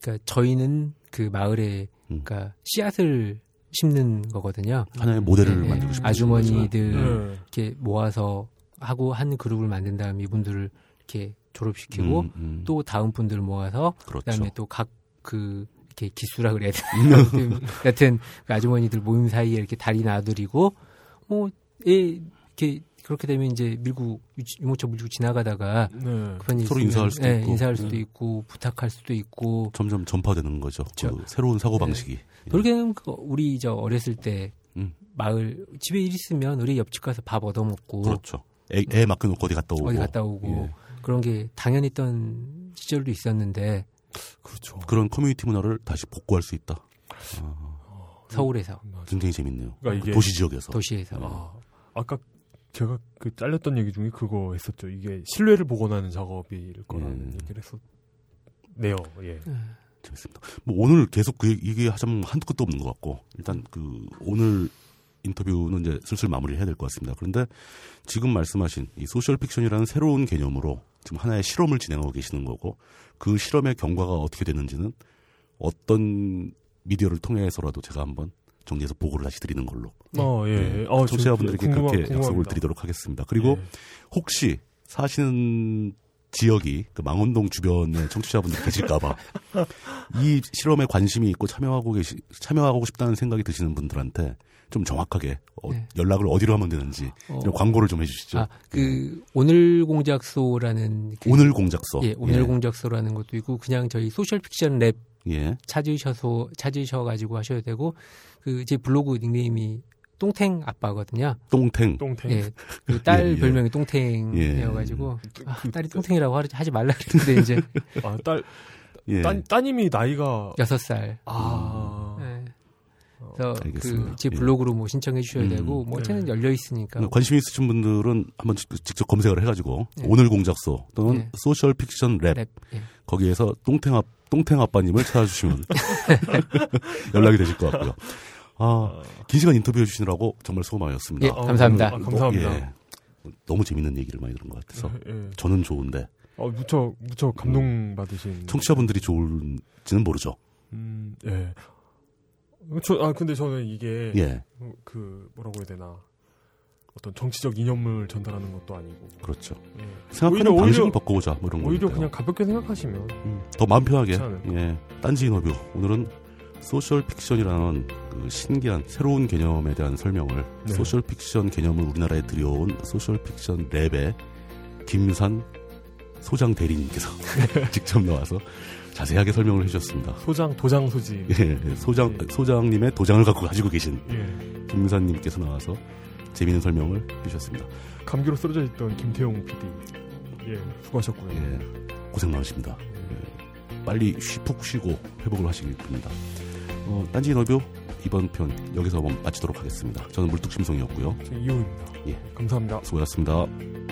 [SPEAKER 3] 그러니까 저희는 그 마을에
[SPEAKER 2] 음.
[SPEAKER 3] 그러니까 씨앗을 심는 거거든요.
[SPEAKER 2] 하나의 모델을
[SPEAKER 3] 예, 예.
[SPEAKER 2] 만들고 싶은
[SPEAKER 3] 아주머니들
[SPEAKER 1] 네.
[SPEAKER 3] 이렇게 모아서 하고 한 그룹을 만든 다음에 이분들을 이렇게 졸업시키고
[SPEAKER 2] 음, 음.
[SPEAKER 3] 또 다음 분들 모아서
[SPEAKER 2] 그렇죠.
[SPEAKER 3] 그다음에 또 각 그 이렇게 기수라 그래야 되나 같은 그 아주머니들 모임 사이에 이렇게 다리 놔드리고 뭐예 이렇게 그렇게 되면 이제 밀고 유- 유모차 밀고 지나가다가
[SPEAKER 1] 네.
[SPEAKER 3] 급한 일
[SPEAKER 2] 서로
[SPEAKER 3] 있으면,
[SPEAKER 2] 인사할 수도
[SPEAKER 3] 예,
[SPEAKER 2] 있고.
[SPEAKER 3] 인사할 수도
[SPEAKER 2] 네.
[SPEAKER 3] 있고 부탁할 수도 있고
[SPEAKER 2] 점점 전파되는 거죠. 그
[SPEAKER 3] 그렇죠.
[SPEAKER 2] 새로운 사고 방식이.
[SPEAKER 3] 그렇게 되면 그 우리 저 어렸을 때
[SPEAKER 2] 음.
[SPEAKER 3] 마을 집에 일 있으면 우리 옆집 가서 밥 얻어먹고
[SPEAKER 2] 그렇죠. 애, 애 맡겨놓고 어디 갔다 오고.
[SPEAKER 3] 어디 갔다 오고
[SPEAKER 2] 예.
[SPEAKER 3] 그런 게 당연했던 시절도 있었는데
[SPEAKER 1] 그렇죠.
[SPEAKER 2] 그런 커뮤니티 문화를 다시 복구할 수 있다.
[SPEAKER 3] 서울에서
[SPEAKER 2] 굉장히 재밌네요.
[SPEAKER 1] 그러니까 이게-
[SPEAKER 2] 도시 지역에서.
[SPEAKER 3] 도시에서
[SPEAKER 2] 어.
[SPEAKER 1] 아, 아까 제가 그 잘렸던 얘기 중에 그거 했었죠. 이게 신뢰를 복원하는 작업일 거라는
[SPEAKER 2] 음.
[SPEAKER 1] 얘기를 했었네요. 예.
[SPEAKER 3] 어.
[SPEAKER 2] 재밌습니다. 뭐 오늘 계속 그 얘기 하자면 한 끝도 없는 것 같고 일단 그 오늘 인터뷰는 이제 슬슬 마무리해야 될 것 같습니다. 그런데 지금 말씀하신 이 소셜 픽션이라는 새로운 개념으로 지금 하나의 실험을 진행하고 계시는 거고 그 실험의 경과가 어떻게 되는지는 어떤 미디어를 통해서라도 제가 한번 정리해서 보고를 다시 드리는 걸로
[SPEAKER 1] 어, 예.
[SPEAKER 2] 네.
[SPEAKER 1] 어, 저-
[SPEAKER 2] 청취자분들에게
[SPEAKER 1] 궁금하-
[SPEAKER 2] 그렇게 약속을
[SPEAKER 1] 궁금합니다. 예.
[SPEAKER 2] 드리도록 하겠습니다. 그리고 혹시 사시는 지역이 그 망원동 주변에 청취자분들 계실까봐 이 실험에 관심이 있고 참여하고 계시 참여하고 싶다는 생각이 드시는 분들한테 좀 정확하게 어,
[SPEAKER 3] 네.
[SPEAKER 2] 연락을 어디로 하면 되는지
[SPEAKER 3] 어.
[SPEAKER 2] 이런 광고를 좀 해주시죠. 예.
[SPEAKER 3] 아, 그 오늘 공작소라는 그-
[SPEAKER 2] 오늘 공작서.
[SPEAKER 3] 예, 오늘 공작소라는 것도 있고 그냥 저희 소셜 픽션 랩
[SPEAKER 2] 예.
[SPEAKER 3] 찾으셔서 찾으셔 가지고 하셔도 되고 그 제 블로그 닉네임이 똥탱 아빠거든요.
[SPEAKER 2] 똥탱.
[SPEAKER 1] 똥탱.
[SPEAKER 3] 예. 그딸
[SPEAKER 2] 예, 예.
[SPEAKER 3] 별명이 똥탱이어가지고 아, 딸이 똥탱이라고 하지- 하지 말라 그랬는데 이제
[SPEAKER 1] 그, 아, 딸,
[SPEAKER 2] 예.
[SPEAKER 1] 따, 따님이 나이가.
[SPEAKER 3] 여섯 살.
[SPEAKER 1] 아.
[SPEAKER 3] 예. 그래서
[SPEAKER 2] 어. 알겠습니다.
[SPEAKER 3] 그제
[SPEAKER 2] 예.
[SPEAKER 3] 블로그로 뭐 신청해 주셔야
[SPEAKER 2] 음.
[SPEAKER 3] 되고 뭐
[SPEAKER 1] 네.
[SPEAKER 3] 채널 열려 있으니까
[SPEAKER 2] 관심 있으신 분들은 한번 직- 직접 검색을 해가지고
[SPEAKER 3] 예.
[SPEAKER 2] 오늘 공작소 또는
[SPEAKER 3] 예.
[SPEAKER 2] 소셜 픽션 랩
[SPEAKER 3] 랩. 예.
[SPEAKER 2] 거기에서 똥탱아 똥탱 아빠님을 찾아주시면 연락이 되실 것 같고요.
[SPEAKER 1] 어.
[SPEAKER 2] 아, 긴 시간 인터뷰해 주시느라고 정말 수고 많으셨습니다.
[SPEAKER 3] 예, 감사합니다. 음.
[SPEAKER 1] 아, 감사합니다.
[SPEAKER 2] 예. 너무 재밌는 얘기를 많이 들은 것 같아서
[SPEAKER 1] 예.
[SPEAKER 2] 저는 좋은데
[SPEAKER 1] 어, 무척, 무척
[SPEAKER 2] 음.
[SPEAKER 1] 감동받으신.
[SPEAKER 2] 청취자분들이 좋을지는 모르죠.
[SPEAKER 1] 음, 예. 저, 아, 근데 저는 이게,
[SPEAKER 2] 예,
[SPEAKER 1] 어, 그, 뭐라고 해야 되나. 어떤 정치적 이념을 전달하는 것도 아니고.
[SPEAKER 2] 그렇죠.
[SPEAKER 1] 예.
[SPEAKER 2] 생각하는
[SPEAKER 1] 오히려-
[SPEAKER 2] 방식을
[SPEAKER 1] 오히려-
[SPEAKER 2] 바꿔보자 뭐 이런
[SPEAKER 1] 오히려
[SPEAKER 2] 거니까요.
[SPEAKER 1] 그냥 가볍게 생각하시면.
[SPEAKER 2] 음, 더 마음 편하게
[SPEAKER 1] 괜찮을까?
[SPEAKER 2] 예, 딴지 인터뷰 오늘은 소셜 픽션이라는 그 신기한 새로운 개념에 대한 설명을
[SPEAKER 1] 네.
[SPEAKER 2] 소셜 픽션 개념을 우리나라에 들여온 소셜 픽션 랩의 김유산 소장 대리님께서 직접 나와서 자세하게 설명을 해주셨습니다.
[SPEAKER 1] 소장, 도장 소지.
[SPEAKER 2] 예, 소장
[SPEAKER 1] 네.
[SPEAKER 2] 소장님의 도장을 갖고 가지고 계신
[SPEAKER 1] 예.
[SPEAKER 2] 김유산님께서 나와서 재미있는 설명을 해주셨습니다.
[SPEAKER 1] 감기로 쓰러져 있던 김태용 PD. 예, 수고하셨고요.
[SPEAKER 2] 예, 고생 많으십니다. 예, 빨리 쉬, 푹 쉬고 회복을 하시길 바랍니다. 어, 딴지 인터뷰 이번 편 여기서 마치도록 하겠습니다. 저는 물뚝심송이었고요.
[SPEAKER 1] 저 이호입니다.
[SPEAKER 2] 예.
[SPEAKER 1] 감사합니다.
[SPEAKER 2] 수고하셨습니다.